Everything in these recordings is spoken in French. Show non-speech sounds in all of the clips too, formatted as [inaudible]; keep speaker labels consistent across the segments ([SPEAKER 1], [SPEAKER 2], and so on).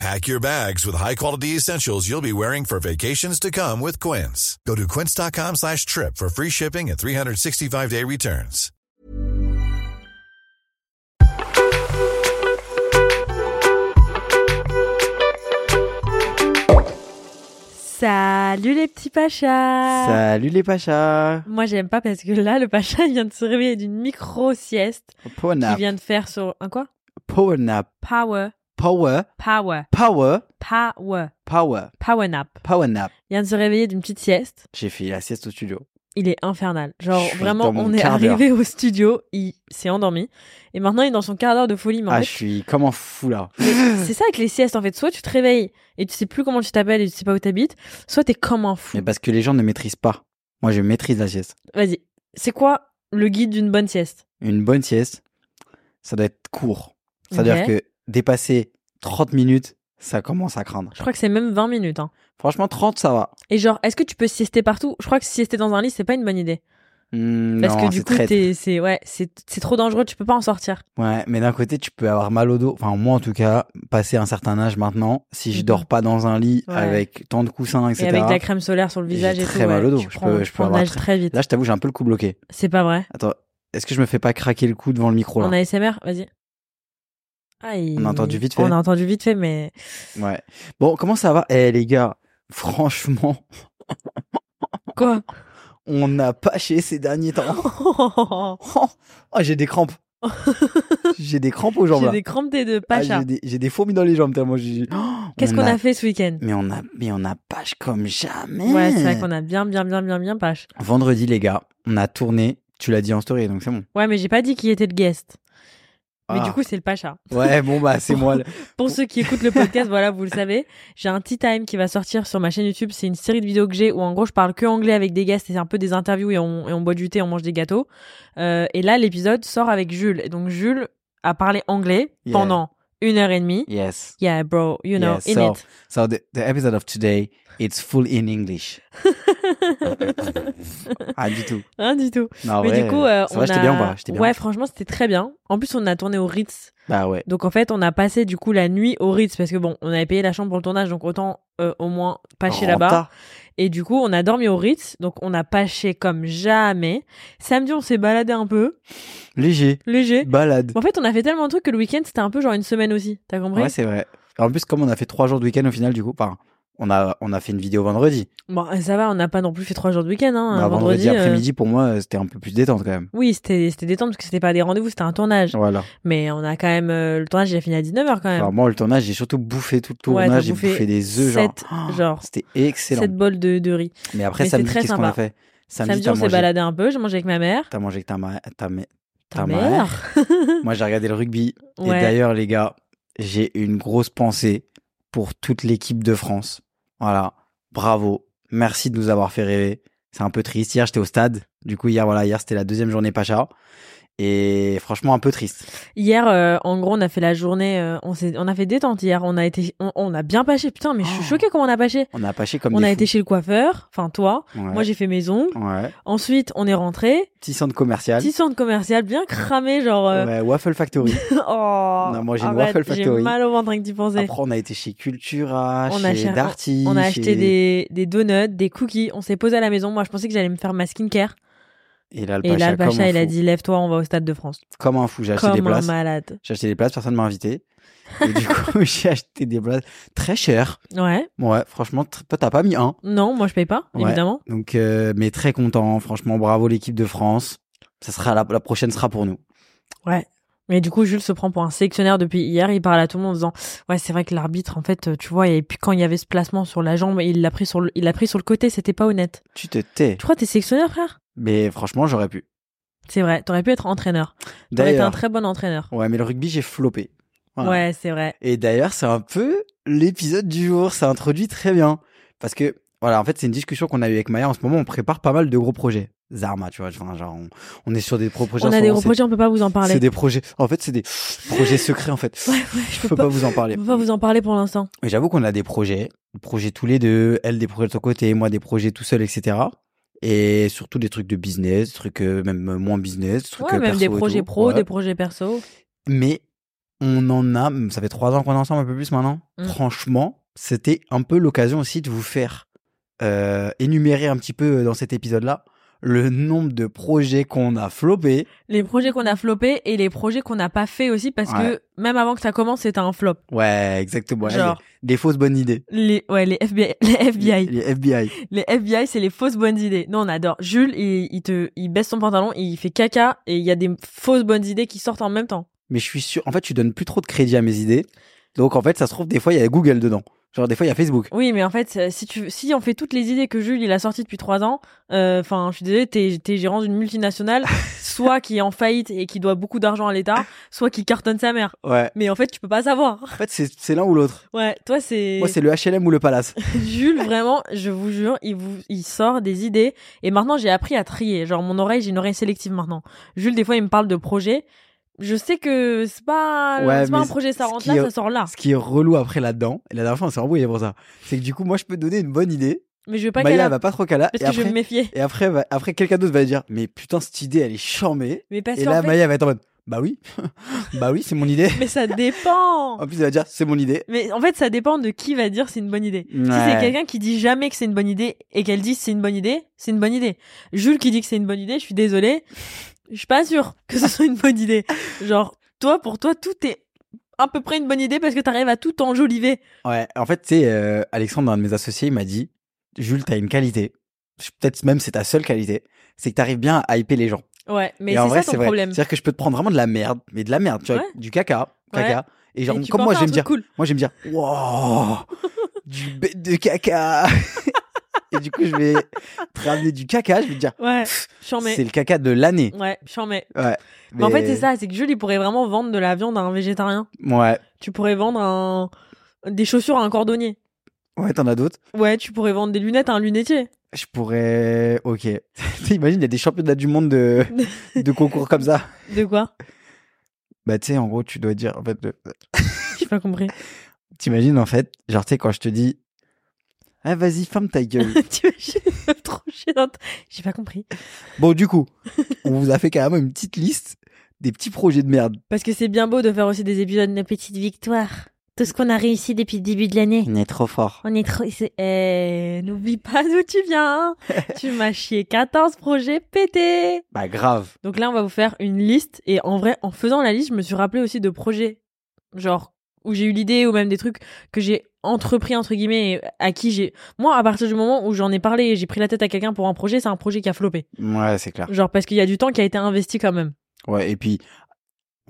[SPEAKER 1] Pack your bags with high-quality essentials you'll be wearing for vacations to come with Quince. Go to quince.com slash trip for free shipping and 365-day returns.
[SPEAKER 2] Salut les petits pachas
[SPEAKER 3] Salut les pachas
[SPEAKER 2] Moi j'aime pas parce que là le pacha [laughs] il vient de se réveiller d'une micro-sieste
[SPEAKER 3] Power
[SPEAKER 2] qu'il
[SPEAKER 3] nap.
[SPEAKER 2] vient de faire sur... Un quoi
[SPEAKER 3] Power nap.
[SPEAKER 2] Power,
[SPEAKER 3] Power.
[SPEAKER 2] power,
[SPEAKER 3] Power.
[SPEAKER 2] power,
[SPEAKER 3] Power.
[SPEAKER 2] power nap.
[SPEAKER 3] Power nap.
[SPEAKER 2] Il vient de se réveiller d'une petite sieste.
[SPEAKER 3] J'ai fait la sieste au studio.
[SPEAKER 2] Il est infernal. Genre
[SPEAKER 3] Je suis
[SPEAKER 2] vraiment
[SPEAKER 3] dans mon
[SPEAKER 2] on est
[SPEAKER 3] quart d'heure.
[SPEAKER 2] arrivé au studio, il s'est endormi. Et maintenant il est dans son quart d'heure de folie. Mais en
[SPEAKER 3] ah,
[SPEAKER 2] fait,
[SPEAKER 3] je suis comme un fou là.
[SPEAKER 2] c'est ça avec les siestes en fait. Soit tu te réveilles et tu sais plus comment tu t'appelles et tu sais pas où t'habites. Soit t'es comme un fou.
[SPEAKER 3] Mais parce que les gens ne maîtrisent pas. Moi, je maîtrise la sieste.
[SPEAKER 2] Vas-y. C'est quoi le guide d'une bonne sieste
[SPEAKER 3] Une bonne sieste, ça doit être court. C'est-à-dire
[SPEAKER 2] Ok.
[SPEAKER 3] que dépasser 30 minutes, ça commence à craindre.
[SPEAKER 2] Je crois que c'est même 20 minutes. Hein.
[SPEAKER 3] Franchement, 30, ça va.
[SPEAKER 2] Et genre, est-ce que tu peux siester partout Je crois que siester dans un lit, c'est pas une bonne idée.
[SPEAKER 3] Hmm,
[SPEAKER 2] Parce
[SPEAKER 3] non,
[SPEAKER 2] que du
[SPEAKER 3] c'est
[SPEAKER 2] coup,
[SPEAKER 3] traître.
[SPEAKER 2] t'es- c'est ouais, c'est c'est trop dangereux, tu peux pas en sortir.
[SPEAKER 3] Ouais, mais d'un côté, tu peux avoir mal au dos. Enfin, moi, en tout cas, passé un certain âge maintenant, si je
[SPEAKER 2] Mhm.
[SPEAKER 3] dors pas dans un lit
[SPEAKER 2] Ouais.
[SPEAKER 3] avec tant de coussins,
[SPEAKER 2] Et
[SPEAKER 3] etc.
[SPEAKER 2] avec de la crème solaire sur le
[SPEAKER 3] J'ai
[SPEAKER 2] visage et tout.
[SPEAKER 3] très mal
[SPEAKER 2] ouais,
[SPEAKER 3] au dos,
[SPEAKER 2] tu
[SPEAKER 3] je
[SPEAKER 2] prends-
[SPEAKER 3] peux-
[SPEAKER 2] tu
[SPEAKER 3] je peux
[SPEAKER 2] prends de
[SPEAKER 3] avoir
[SPEAKER 2] l'âge
[SPEAKER 3] très-
[SPEAKER 2] très vite.
[SPEAKER 3] Là, je t'avoue, j'ai un peu le cou bloqué.
[SPEAKER 2] C'est pas vrai.
[SPEAKER 3] Attends, est-ce que je me fais pas craquer le coude devant le micro là
[SPEAKER 2] En ASMR, vas-y. Aïe.
[SPEAKER 3] On a entendu vite fait.
[SPEAKER 2] On a entendu vite fait, mais
[SPEAKER 3] Ouais. Bon, comment ça va Eh les gars, franchement, [laughs]
[SPEAKER 2] quoi
[SPEAKER 3] on n'a pas chez ces derniers temps.
[SPEAKER 2] [laughs]
[SPEAKER 3] Oh, oh, j'ai des crampes. j'ai des crampes aux jambes
[SPEAKER 2] J'ai
[SPEAKER 3] là.
[SPEAKER 2] des crampes des deux
[SPEAKER 3] Ah,
[SPEAKER 2] pacha.
[SPEAKER 3] j'ai des, j'ai des fourmis dans les jambes tellement j'ai. Oh,
[SPEAKER 2] [gasps] Qu'est-ce
[SPEAKER 3] on
[SPEAKER 2] qu'on
[SPEAKER 3] a-
[SPEAKER 2] a fait ce week-end
[SPEAKER 3] Mais on a, mais on a page comme jamais.
[SPEAKER 2] Ouais, c'est vrai qu'on a bien, bien, bien, bien, bien pache.
[SPEAKER 3] Vendredi les gars, on a tourné. Tu l'as dit en story, donc c'est bon.
[SPEAKER 2] Ouais, mais j'ai pas dit qui était le guest. Mais
[SPEAKER 3] Ah.
[SPEAKER 2] du coup, c'est le pacha.
[SPEAKER 3] Ouais, bon bah c'est
[SPEAKER 2] [laughs]
[SPEAKER 3] moi. le-
[SPEAKER 2] Pour ceux qui écoutent le podcast, voilà,
[SPEAKER 3] [laughs]
[SPEAKER 2] vous le savez, j'ai un tea time qui va sortir sur ma chaîne YouTube. C'est une série de vidéos que j'ai où en gros je parle que anglais avec des guests et c'est un peu des interviews et on, et on boit du thé, on mange des gâteaux. Euh, et là, l'épisode sort avec Jules. Et donc Jules a parlé anglais
[SPEAKER 3] Yeah.
[SPEAKER 2] pendant une heure et demie.
[SPEAKER 3] Yes.
[SPEAKER 2] Yeah, bro, you know,
[SPEAKER 3] Yeah,
[SPEAKER 2] in
[SPEAKER 3] so-
[SPEAKER 2] it.
[SPEAKER 3] So the, the episode of today, it's full in English. Ah du tout.
[SPEAKER 2] [laughs] Rien du tout.
[SPEAKER 3] Non, en
[SPEAKER 2] Mais
[SPEAKER 3] vrai,
[SPEAKER 2] du coup, euh,
[SPEAKER 3] Ah ça
[SPEAKER 2] on
[SPEAKER 3] va,
[SPEAKER 2] a.
[SPEAKER 3] j'étais bien ou pas J'étais bien.
[SPEAKER 2] Ouais, franchement, c'était très bien. En plus, on a tourné au Ritz.
[SPEAKER 3] Bah ouais.
[SPEAKER 2] Donc en fait, on a passé du coup la nuit au Ritz parce que bon, on avait payé la chambre pour le tournage, donc autant euh, au moins pas chez là-bas.
[SPEAKER 3] Renta.
[SPEAKER 2] Et du coup, on a dormi au Ritz, donc on a pâché comme jamais. Samedi, on s'est baladé un peu,
[SPEAKER 3] Léger.
[SPEAKER 2] léger.
[SPEAKER 3] Balade.
[SPEAKER 2] En fait, on a fait tellement de trucs que le week-end, c'était un peu genre une semaine aussi. T'as compris
[SPEAKER 3] Bah, Ouais, c'est vrai. En plus, comme on a fait trois jours de week-end au final, du coup, enfin, on a, on a fait une vidéo vendredi.
[SPEAKER 2] Bon, ça va, on n'a pas non plus fait trois jours de week-end. Hein,
[SPEAKER 3] Bah,
[SPEAKER 2] Un
[SPEAKER 3] vendredi,
[SPEAKER 2] vendredi, euh,
[SPEAKER 3] après-midi, pour moi, euh, c'était un peu plus détente quand même.
[SPEAKER 2] Oui, c'était c'était détente parce que c'était pas des rendez-vous, c'était un tournage.
[SPEAKER 3] Voilà.
[SPEAKER 2] Mais on a quand même. euh, le tournage, il a fini à 19h quand même.
[SPEAKER 3] Alors, moi, le tournage, j'ai surtout bouffé tout le
[SPEAKER 2] Ouais,
[SPEAKER 3] tournage,
[SPEAKER 2] t'as
[SPEAKER 3] j'ai
[SPEAKER 2] bouffé
[SPEAKER 3] bouffé, des œufs, genre.
[SPEAKER 2] sept,
[SPEAKER 3] Oh,
[SPEAKER 2] genre,
[SPEAKER 3] C'était
[SPEAKER 2] Sept
[SPEAKER 3] excellent.
[SPEAKER 2] bols de, de riz.
[SPEAKER 3] Mais après,
[SPEAKER 2] mais
[SPEAKER 3] samedi,
[SPEAKER 2] c'était très
[SPEAKER 3] qu'est-ce qu'on a
[SPEAKER 2] sympa.
[SPEAKER 3] fait Samedi,
[SPEAKER 2] Samedi,
[SPEAKER 3] t'as
[SPEAKER 2] on s'est
[SPEAKER 3] mangé,
[SPEAKER 2] baladé un peu, j'ai mangé avec ma mère.
[SPEAKER 3] t'as mangé avec ta, ma... ta, ma-
[SPEAKER 2] Ta,
[SPEAKER 3] ta
[SPEAKER 2] mère,
[SPEAKER 3] mère. Moi, j'ai regardé le rugby.
[SPEAKER 2] Ouais.
[SPEAKER 3] Et d'ailleurs, les gars, j'ai une grosse pensée pour toute l'équipe de France. Voilà. Bravo. Merci de nous avoir fait rêver. C'est un peu triste. Hier, j'étais au stade. Du coup, hier, voilà, hier, c'était la deuxième journée Pacha. Et franchement, un peu triste.
[SPEAKER 2] Hier, euh, en gros, on a fait la journée. euh, on, s'est- on a fait détente hier. On a été, on, on a bien pâché. Putain, mais je suis
[SPEAKER 3] Oh.
[SPEAKER 2] choquée comment on a pâché.
[SPEAKER 3] On a pâché comme
[SPEAKER 2] on
[SPEAKER 3] des
[SPEAKER 2] a
[SPEAKER 3] fous.
[SPEAKER 2] été chez le coiffeur, enfin toi.
[SPEAKER 3] Ouais.
[SPEAKER 2] Moi, j'ai fait mes ongles.
[SPEAKER 3] Ouais.
[SPEAKER 2] Ensuite, on est rentré.
[SPEAKER 3] Petit centre commercial.
[SPEAKER 2] Petit centre commercial bien cramé, genre. euh,
[SPEAKER 3] Ouais, Waffle Factory.
[SPEAKER 2] [laughs] oh,
[SPEAKER 3] Non, moi, j'ai une
[SPEAKER 2] arrête,
[SPEAKER 3] Waffle Factory.
[SPEAKER 2] J'ai mal au ventre avec d'y penser.
[SPEAKER 3] Après, on a été chez Cultura,
[SPEAKER 2] On
[SPEAKER 3] chez
[SPEAKER 2] a cher-
[SPEAKER 3] Darty.
[SPEAKER 2] on a acheté
[SPEAKER 3] chez-
[SPEAKER 2] des, des donuts, des cookies. On s'est posé à la maison. Moi, je pensais que j'allais me faire ma skincare.
[SPEAKER 3] Et là, le
[SPEAKER 2] Et
[SPEAKER 3] Pacha,
[SPEAKER 2] là, le
[SPEAKER 3] comme
[SPEAKER 2] Pacha,
[SPEAKER 3] un
[SPEAKER 2] il a
[SPEAKER 3] fou.
[SPEAKER 2] dit Lève-toi, on va au Stade de France.
[SPEAKER 3] Comme un fou, j'ai acheté des
[SPEAKER 2] Comme un
[SPEAKER 3] places.
[SPEAKER 2] malade.
[SPEAKER 3] J'ai acheté des places, personne m'a invité. Et du coup, [laughs] j'ai acheté des places très chères.
[SPEAKER 2] Ouais.
[SPEAKER 3] Ouais, franchement, tr- toi, t'as pas mis un.
[SPEAKER 2] Non, moi, je paye pas,
[SPEAKER 3] Ouais.
[SPEAKER 2] évidemment.
[SPEAKER 3] Donc, euh, mais très content. Franchement, bravo l'équipe de France. Ça sera la, la prochaine sera pour nous.
[SPEAKER 2] Ouais. Mais du coup, Jules se prend pour un sélectionneur depuis hier. Il parle à tout le monde en disant Ouais, c'est vrai que l'arbitre, en fait, euh, tu vois, et puis quand il y avait ce placement sur la jambe, il l'a pris, sur le- il l'a pris sur le côté, c'était pas honnête.
[SPEAKER 3] Tu te tais.
[SPEAKER 2] Tu crois que t'es sélectionneur, frère
[SPEAKER 3] Mais franchement, j'aurais pu.
[SPEAKER 2] C'est vrai, t'aurais pu être entraîneur. T'aurais été un
[SPEAKER 3] D'ailleurs,
[SPEAKER 2] très bon entraîneur.
[SPEAKER 3] ouais, mais le rugby, j'ai flopé. Voilà.
[SPEAKER 2] Ouais, c'est vrai.
[SPEAKER 3] Et d'ailleurs, c'est un peu l'épisode du jour. Ça introduit très bien. Parce que, voilà, en fait, c'est une discussion qu'on a eue avec Maya en ce moment. On prépare pas mal de gros projets. Zarma, tu vois. Enfin, genre, on, on est sur des pro- projets.
[SPEAKER 2] On
[SPEAKER 3] en
[SPEAKER 2] a
[SPEAKER 3] ce
[SPEAKER 2] des
[SPEAKER 3] moment,
[SPEAKER 2] gros
[SPEAKER 3] c'est-
[SPEAKER 2] projets, on peut pas vous en parler.
[SPEAKER 3] C'est des projets. En fait, c'est des projets secrets, en fait.
[SPEAKER 2] Ouais, ouais, je, peux pas,
[SPEAKER 3] vous en parler.
[SPEAKER 2] je peux pas vous en parler pour l'instant.
[SPEAKER 3] Mais j'avoue qu'on a des projets, des projets tous les deux, elle des projets de son côté, moi des projets tout seul, etc. Et surtout des trucs de business, des trucs euh, même euh, moins business, des trucs
[SPEAKER 2] Ouais,
[SPEAKER 3] euh,
[SPEAKER 2] même
[SPEAKER 3] perso
[SPEAKER 2] des
[SPEAKER 3] et
[SPEAKER 2] projets
[SPEAKER 3] tout.
[SPEAKER 2] pro,
[SPEAKER 3] Ouais.
[SPEAKER 2] des projets perso.
[SPEAKER 3] Mais on en a, ça fait trois ans qu'on est ensemble, un peu plus maintenant.
[SPEAKER 2] Mm.
[SPEAKER 3] Franchement, c'était un peu l'occasion aussi de vous faire euh, énumérer un petit peu euh, dans cet épisode-là le nombre de projets qu'on a flopés.
[SPEAKER 2] Les projets qu'on a flopés et les projets qu'on n'a pas fait aussi parce
[SPEAKER 3] Ouais.
[SPEAKER 2] que même avant que ça commence, c'était un flop.
[SPEAKER 3] Ouais, exactement. Ouais,
[SPEAKER 2] Genre,
[SPEAKER 3] les- des fausses bonnes idées.
[SPEAKER 2] les, ouais, les FBI, [laughs] les
[SPEAKER 3] Les,
[SPEAKER 2] FBI,
[SPEAKER 3] les FBI.
[SPEAKER 2] les FBI, c'est les fausses bonnes idées. Non, on adore. Jules, il, il te, il baisse son pantalon, il fait caca et il y a des fausses bonnes idées qui sortent en même temps.
[SPEAKER 3] mais je suis sûr. En fait, tu donnes plus trop de crédit à mes idées. Donc, en fait, ça se trouve, des fois, il y a Google dedans. Genre, des fois, il y a Facebook.
[SPEAKER 2] Oui, mais en fait, euh, si tu, si on fait toutes les idées que Jules il a sorties depuis trois ans, euh, enfin, je suis désolée, t'es, t'es gérant d'une
[SPEAKER 3] [laughs]
[SPEAKER 2] multinationale, soit qui est en faillite et qui doit beaucoup d'argent à l'État, soit qui cartonne sa mère.
[SPEAKER 3] Ouais.
[SPEAKER 2] Mais en fait, tu peux pas savoir. [laughs]
[SPEAKER 3] En fait, c'est c'est l'un ou l'autre.
[SPEAKER 2] Ouais, toi c'est.
[SPEAKER 3] Moi, c'est le HLM ou le Palace.
[SPEAKER 2] [laughs] Jules, vraiment, je vous jure, il vous, il sort des idées. Et maintenant, j'ai appris à trier. Genre, mon oreille, j'ai une oreille sélective maintenant. Jules, des fois, il me parle de projets. Je sais que c'est pas,
[SPEAKER 3] Ouais,
[SPEAKER 2] c'est pas
[SPEAKER 3] mais
[SPEAKER 2] un projet, ça
[SPEAKER 3] ce
[SPEAKER 2] rentre
[SPEAKER 3] qui
[SPEAKER 2] là,
[SPEAKER 3] est-
[SPEAKER 2] ça sort là.
[SPEAKER 3] Ce qui est relou après là-dedans, et la dernière fois, on s'est embrouillé pour ça. C'est que du coup, moi, je peux te donner une bonne idée.
[SPEAKER 2] Mais je veux pas
[SPEAKER 3] Maya,
[SPEAKER 2] qu'elle a-
[SPEAKER 3] elle va pas trop cala.
[SPEAKER 2] parce
[SPEAKER 3] Et
[SPEAKER 2] que je vais me
[SPEAKER 3] après,
[SPEAKER 2] méfier.
[SPEAKER 3] et après, va- après quelqu'un d'autre va dire Mais putain, cette idée, elle est charmée.
[SPEAKER 2] Mais parce
[SPEAKER 3] Et
[SPEAKER 2] qu'en
[SPEAKER 3] là,
[SPEAKER 2] fait,
[SPEAKER 3] Maya va être en mode Bah oui, [laughs] bah oui, c'est mon idée.
[SPEAKER 2] mais ça dépend.
[SPEAKER 3] En plus, elle va dire C'est mon idée.
[SPEAKER 2] Mais en fait, ça dépend de qui va dire c'est une bonne idée. Si c'est
[SPEAKER 3] Ouais.
[SPEAKER 2] quelqu'un qui dit jamais que c'est une bonne idée et qu'elle dit c'est une bonne idée, c'est une bonne idée. Jules qui dit que c'est une bonne idée, je suis désolée, je suis pas sûre que ce soit une bonne idée. Genre, toi, pour toi, tout est à peu près une bonne idée parce que t'arrives à tout enjoliver.
[SPEAKER 3] Ouais, en fait, tu sais, euh, Alexandre, un de mes associés, il m'a dit Jules, t'as une qualité. Je- Peut-être même c'est ta seule qualité. C'est que t'arrives bien à hyper les gens.
[SPEAKER 2] Ouais, mais
[SPEAKER 3] Et en
[SPEAKER 2] c'est
[SPEAKER 3] vrai,
[SPEAKER 2] ça
[SPEAKER 3] c'est
[SPEAKER 2] ton
[SPEAKER 3] vrai.
[SPEAKER 2] problème.
[SPEAKER 3] C'est-à-dire que je peux te prendre vraiment de la merde, mais de la merde, tu vois,
[SPEAKER 2] Ouais.
[SPEAKER 3] du caca, caca. Et genre,
[SPEAKER 2] Et tu
[SPEAKER 3] comme
[SPEAKER 2] peux en
[SPEAKER 3] moi,
[SPEAKER 2] faire
[SPEAKER 3] j'aime
[SPEAKER 2] un
[SPEAKER 3] dire,
[SPEAKER 2] truc cool. [laughs]
[SPEAKER 3] moi, j'aime dire, wow, du bête de caca. [laughs] et du coup, je
[SPEAKER 2] [laughs]
[SPEAKER 3] vais te ramener du caca, je vais te dire,
[SPEAKER 2] Ouais, j'en mets.
[SPEAKER 3] c'est le caca de l'année.
[SPEAKER 2] Ouais, j'en mets.
[SPEAKER 3] Ouais.
[SPEAKER 2] Mais... en fait, c'est ça, c'est que Jules, il pourrait vraiment vendre de la viande à un végétarien.
[SPEAKER 3] Ouais.
[SPEAKER 2] Tu pourrais vendre un... des chaussures à un cordonnier.
[SPEAKER 3] Ouais, t'en as d'autres.
[SPEAKER 2] Ouais, tu pourrais vendre des lunettes à un lunetier.
[SPEAKER 3] Je pourrais. Ok. [laughs] T'imagines, il y a des championnats du
[SPEAKER 2] [laughs]
[SPEAKER 3] monde de, de concours comme ça.
[SPEAKER 2] De quoi
[SPEAKER 3] Bah, tu sais, en gros, tu dois dire, en fait, le-
[SPEAKER 2] J'ai pas compris.
[SPEAKER 3] t'imagines, en fait, genre, tu sais, quand je te dis, ah, vas-y, ferme ta gueule.
[SPEAKER 2] [laughs] tu imagines trop gênante. J'ai pas compris.
[SPEAKER 3] [laughs] bon, du coup, on vous a fait carrément une petite liste des petits projets de merde.
[SPEAKER 2] Parce que c'est bien beau de faire aussi des épisodes de petites victoires. Tout ce qu'on a réussi depuis le début de l'année.
[SPEAKER 3] On est trop fort.
[SPEAKER 2] On est trop. c'est- Eh, n'oublie pas d'où tu [laughs] viens. hein. tu m'as chié 14 projets pétés.
[SPEAKER 3] Bah, grave.
[SPEAKER 2] Donc là, on va vous faire une liste. Et en vrai, en faisant la liste, je me suis rappelé aussi de projets. Genre, où j'ai eu l'idée ou même des trucs que j'ai entrepris, entre guillemets, et à qui j'ai. Moi, à partir du moment où j'en ai parlé et j'ai pris la tête à quelqu'un pour un projet, c'est un projet qui a floppé.
[SPEAKER 3] Ouais, c'est clair.
[SPEAKER 2] Genre, parce qu'il y a du temps qui a été investi quand même.
[SPEAKER 3] Ouais, et puis,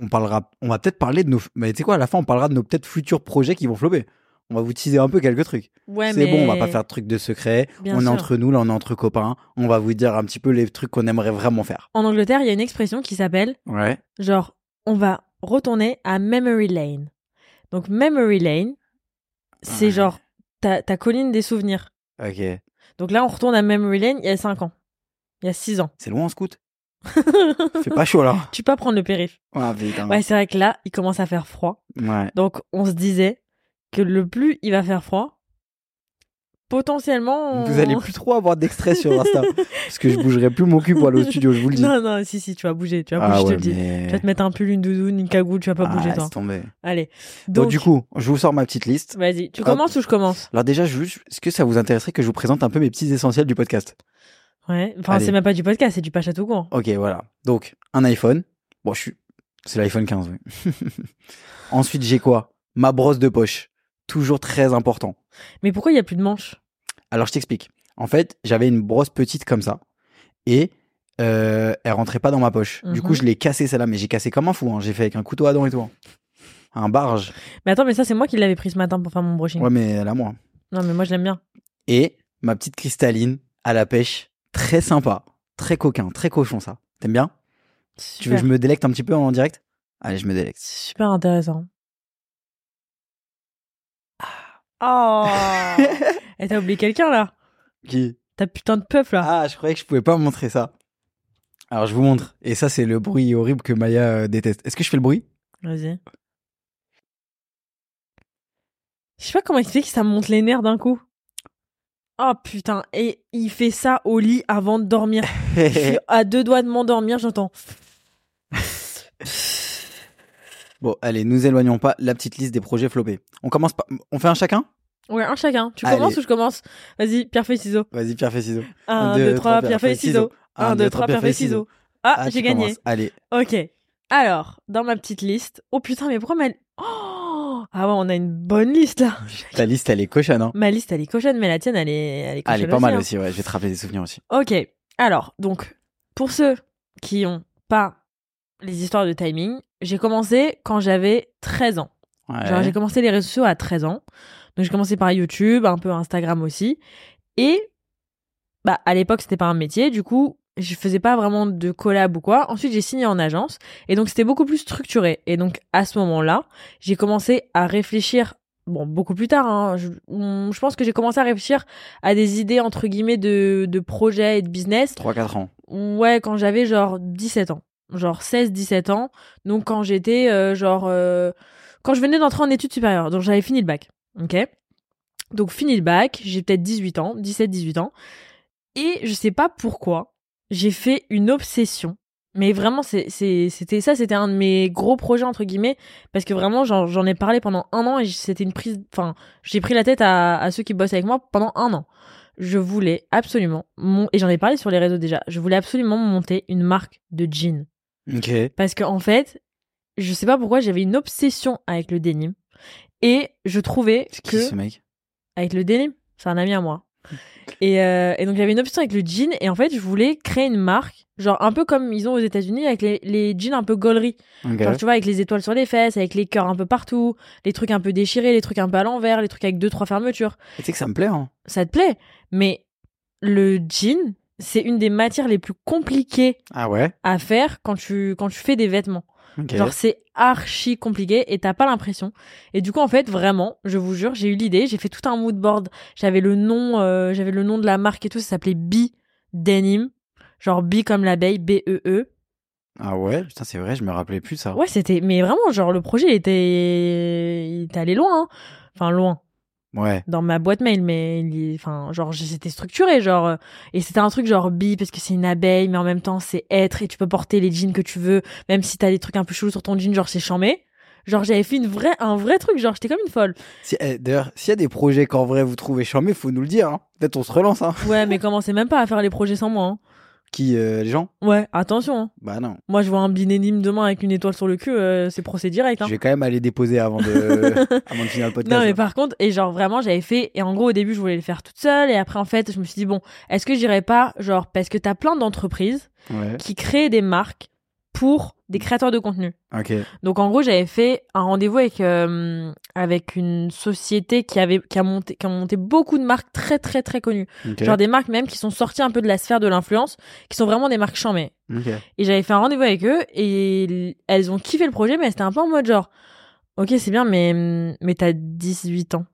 [SPEAKER 3] on parlera, on va peut-être parler de nos, mais tu sais quoi, à la fin, on parlera de nos peut-être futurs projets qui vont flopper. On va vous teaser un peu quelques trucs.
[SPEAKER 2] Ouais,
[SPEAKER 3] c'est
[SPEAKER 2] mais-
[SPEAKER 3] bon, on va pas faire de trucs de secret.
[SPEAKER 2] Bien
[SPEAKER 3] on est
[SPEAKER 2] sûr.
[SPEAKER 3] entre nous, là, on est entre copains. On va vous dire un petit peu les trucs qu'on aimerait vraiment faire.
[SPEAKER 2] En Angleterre, il y a une expression qui s'appelle
[SPEAKER 3] Ouais.
[SPEAKER 2] genre on va retourner à memory lane. Donc memory lane, c'est
[SPEAKER 3] Ouais.
[SPEAKER 2] genre ta, ta colline des souvenirs.
[SPEAKER 3] Ok.
[SPEAKER 2] Donc là, on retourne à memory lane il y a 5 ans. Il y a 6 ans.
[SPEAKER 3] C'est loin en scout. [laughs] Fait pas chaud, là.
[SPEAKER 2] tu peux pas prendre le périph.
[SPEAKER 3] Ah, putain.
[SPEAKER 2] Ouais, c'est vrai que là, il commence à faire froid.
[SPEAKER 3] ouais.
[SPEAKER 2] Donc on se disait que le plus il va faire froid, potentiellement on-
[SPEAKER 3] Vous allez plus trop avoir d'extraits sur
[SPEAKER 2] [laughs]
[SPEAKER 3] Insta. parce que je bougerai plus mon cul pour aller au studio, je vous le dis.
[SPEAKER 2] Non non, si si, tu vas bouger, tu vas bouger, je te le dis.
[SPEAKER 3] Ah mais-
[SPEAKER 2] Tu vas te mettre un pull, une doudoune, une cagoule, tu vas pas
[SPEAKER 3] Ah,
[SPEAKER 2] bouger
[SPEAKER 3] laisse
[SPEAKER 2] toi.
[SPEAKER 3] tomber.
[SPEAKER 2] Allez.
[SPEAKER 3] Donc,
[SPEAKER 2] Donc,
[SPEAKER 3] du coup, je vous sors ma petite liste.
[SPEAKER 2] Vas-y, tu
[SPEAKER 3] Hop.
[SPEAKER 2] commences ou je commence
[SPEAKER 3] Alors déjà, je- est-ce que ça vous intéresserait que je vous présente un peu mes petits essentiels du podcast
[SPEAKER 2] Ouais, enfin
[SPEAKER 3] Allez.
[SPEAKER 2] c'est même pas du podcast, c'est du pachat tout court.
[SPEAKER 3] Ok, voilà. Donc, un iPhone. Bon, je suis... C'est l'iPhone 15, oui. [laughs] Ensuite, j'ai quoi Ma brosse de poche. Toujours très important.
[SPEAKER 2] Mais pourquoi il y a plus de manches
[SPEAKER 3] Alors, je t'explique. En fait, j'avais une brosse petite comme ça. Et euh, elle rentrait pas dans ma poche. Du
[SPEAKER 2] Mhm.
[SPEAKER 3] coup, je l'ai cassée, celle-là. Mais j'ai cassé comme un fou. hein. J'ai fait avec un couteau à dents et tout. hein. Un barge.
[SPEAKER 2] Mais attends, mais ça c'est moi qui l'avais pris ce matin pour faire mon brushing.
[SPEAKER 3] Ouais, mais elle a moi.
[SPEAKER 2] Non mais moi je l'aime bien.
[SPEAKER 3] et ma petite cristalline à la pêche. Très sympa, très coquin, très cochon ça. T'aimes bien Tu veux
[SPEAKER 2] Super,
[SPEAKER 3] que je me délecte un petit peu en direct Allez, je me délecte.
[SPEAKER 2] super
[SPEAKER 3] [laughs]
[SPEAKER 2] intéressant. Oh Et Eh, t'as oublié quelqu'un là
[SPEAKER 3] Qui
[SPEAKER 2] T'as putain de puff là
[SPEAKER 3] Ah, je croyais que je pouvais pas montrer ça. Alors, je vous montre. Et ça, c'est le bruit horrible que Maya euh, déteste. Est-ce que je fais
[SPEAKER 2] [laughs]
[SPEAKER 3] le bruit
[SPEAKER 2] Vas-y. Je sais pas comment expliquer que ça me monte les nerfs d'un coup. Oh putain, et il fait ça au lit avant de dormir. Je
[SPEAKER 3] [laughs]
[SPEAKER 2] suis à deux doigts de m'endormir, j'entends.
[SPEAKER 3] Bon, allez, nous éloignons pas la petite liste des projets flopés. On commence par. On fait un chacun
[SPEAKER 2] Ouais, un chacun. Tu
[SPEAKER 3] Allez.
[SPEAKER 2] commences ou je commence Vas-y, pierre, feuille, ciseaux.
[SPEAKER 3] Vas-y, pierre, feuille, ciseaux.
[SPEAKER 2] 1, 2, 3, pierre, feuille, ciseaux. 1, 2, 3, pierre, feuille, ciseaux. Ah, j'ai
[SPEAKER 3] tu
[SPEAKER 2] gagné.
[SPEAKER 3] commences. Allez,
[SPEAKER 2] [laughs] Ok. Alors, dans ma petite liste. Oh putain, mais pourquoi ma. Oh Ah ouais, on a une bonne liste là.
[SPEAKER 3] ta liste, elle est cochonne, hein
[SPEAKER 2] Ma liste, elle est cochonne, mais la tienne, elle est, elle est cochonne.
[SPEAKER 3] Elle est pas mal
[SPEAKER 2] hein.
[SPEAKER 3] aussi, ouais. Je vais te rappeler des souvenirs aussi.
[SPEAKER 2] Ok. Alors, donc, pour ceux qui ont pas les histoires de timing, j'ai commencé quand j'avais 13 ans.
[SPEAKER 3] Ouais.
[SPEAKER 2] Genre, j'ai commencé les réseaux sociaux à 13 ans. Donc, j'ai commencé par YouTube, un peu Instagram aussi. Et, bah, à l'époque, c'était pas un métier. Du coup, je faisais pas vraiment de collab ou quoi. Ensuite, j'ai signé en agence. Et donc, c'était beaucoup plus structuré. Et donc, à ce moment-là, j'ai commencé à réfléchir. Bon, beaucoup plus tard, hein. je, mm, je pense que j'ai commencé à réfléchir à des idées, entre guillemets, de, de projets et de business.
[SPEAKER 3] 3-4 ans.
[SPEAKER 2] Ouais, quand j'avais genre 17 ans. Genre 16-17 ans. Donc quand j'étais euh, genre... euh, quand je venais d'entrer en études supérieures. Donc j'avais fini le bac. Ok Donc fini le bac, j'ai peut-être 18 ans, 17-18 ans. Et je sais pas pourquoi, j'ai fait une obsession. Mais vraiment, c'est- c'est- c'était ça, c'était un de mes gros projets, entre guillemets, parce que vraiment, j'en j'en ai parlé pendant un an et c'était une prise... Enfin, j'ai pris la tête à, à ceux qui bossent avec moi pendant un an je voulais absolument, mon... et j'en ai parlé sur les réseaux déjà, je voulais absolument monter une marque de jeans.
[SPEAKER 3] Ok.
[SPEAKER 2] Parce qu'en fait, je sais pas pourquoi, j'avais une obsession avec le denim. Et je trouvais
[SPEAKER 3] C'est qui
[SPEAKER 2] que.
[SPEAKER 3] ce mec
[SPEAKER 2] Avec le denim, c'est un ami à
[SPEAKER 3] [laughs]
[SPEAKER 2] moi. Et, euh, et donc j'avais une obsession avec le jean, et en fait, je voulais créer une marque, genre un peu comme ils ont aux États-Unis avec les, les jeans un peu gaulerie.
[SPEAKER 3] Ok.
[SPEAKER 2] Genre, tu vois, avec les étoiles sur les fesses, avec les cœurs un peu partout, les trucs un peu déchirés, les trucs un peu à l'envers, les trucs avec deux, trois fermetures
[SPEAKER 3] Et Tu sais que ça me plaît, hein
[SPEAKER 2] ça te plaît. Mais le jean, c'est une des matières les plus compliquées
[SPEAKER 3] Ah ouais
[SPEAKER 2] à faire quand tu, quand tu fais des vêtements.
[SPEAKER 3] Ok.
[SPEAKER 2] Genre, c'est archi compliqué et t'as pas l'impression. Et du coup, en fait, vraiment, je vous jure, j'ai eu l'idée, j'ai fait tout un mood board. J'avais le nom, euh, j'avais le nom de la marque et tout, ça s'appelait Bee Denim. Genre Bee comme l'abeille, B-E-E.
[SPEAKER 3] Ah ouais Putain, c'est vrai, je me rappelais plus de ça.
[SPEAKER 2] Ouais, c'était, mais vraiment, genre, le projet il était, il était allé loin, hein. Enfin, loin.
[SPEAKER 3] Ouais.
[SPEAKER 2] dans ma boîte mail mais il y- enfin genre j- c'était structuré genre euh, et c'était un truc genre bi parce que c'est une abeille mais en même temps c'est être et tu peux porter les jeans que tu veux même si t'as des trucs un peu chelous sur ton jean genre c'est chamé genre j'avais fait une vraie un vrai truc genre j'étais comme une folle
[SPEAKER 3] Si- eh, D'ailleurs, s'il y a des projets qu'en vrai vous trouvez charmés, faut nous le dire. hein. Peut-être on se relance, hein.
[SPEAKER 2] ouais mais commencez même pas à faire les projets sans moi hein.
[SPEAKER 3] Qui, euh, les gens
[SPEAKER 2] ouais attention hein.
[SPEAKER 3] Bah non.
[SPEAKER 2] moi je vois un binénime demain avec une étoile sur le cul euh, c'est procès direct hein.
[SPEAKER 3] Je vais quand même aller déposer avant
[SPEAKER 2] [laughs]
[SPEAKER 3] de, avant de finir le podcast.
[SPEAKER 2] Non, mais par contre, et genre vraiment, j'avais fait, et en gros, au début, je voulais le faire toute seule, et après, en fait, je me suis dit, bon, est-ce que j'irais pas, genre, parce que t'as plein d'entreprises
[SPEAKER 3] Ouais.
[SPEAKER 2] qui créent des marques pour des créateurs de contenu.
[SPEAKER 3] Ok.
[SPEAKER 2] Donc en gros, j'avais fait un rendez-vous avec euh, avec une société qui avait qui a monté qui a monté beaucoup de marques très très très connues.
[SPEAKER 3] Ok.
[SPEAKER 2] Genre des marques même qui sont sorties un peu de la sphère de l'influence, qui sont vraiment des marques chambées.
[SPEAKER 3] Ok.
[SPEAKER 2] Et j'avais fait un rendez-vous avec eux et l- elles ont kiffé le projet mais c'était un peu en mode genre OK, c'est bien mais mais t'as 18 ans.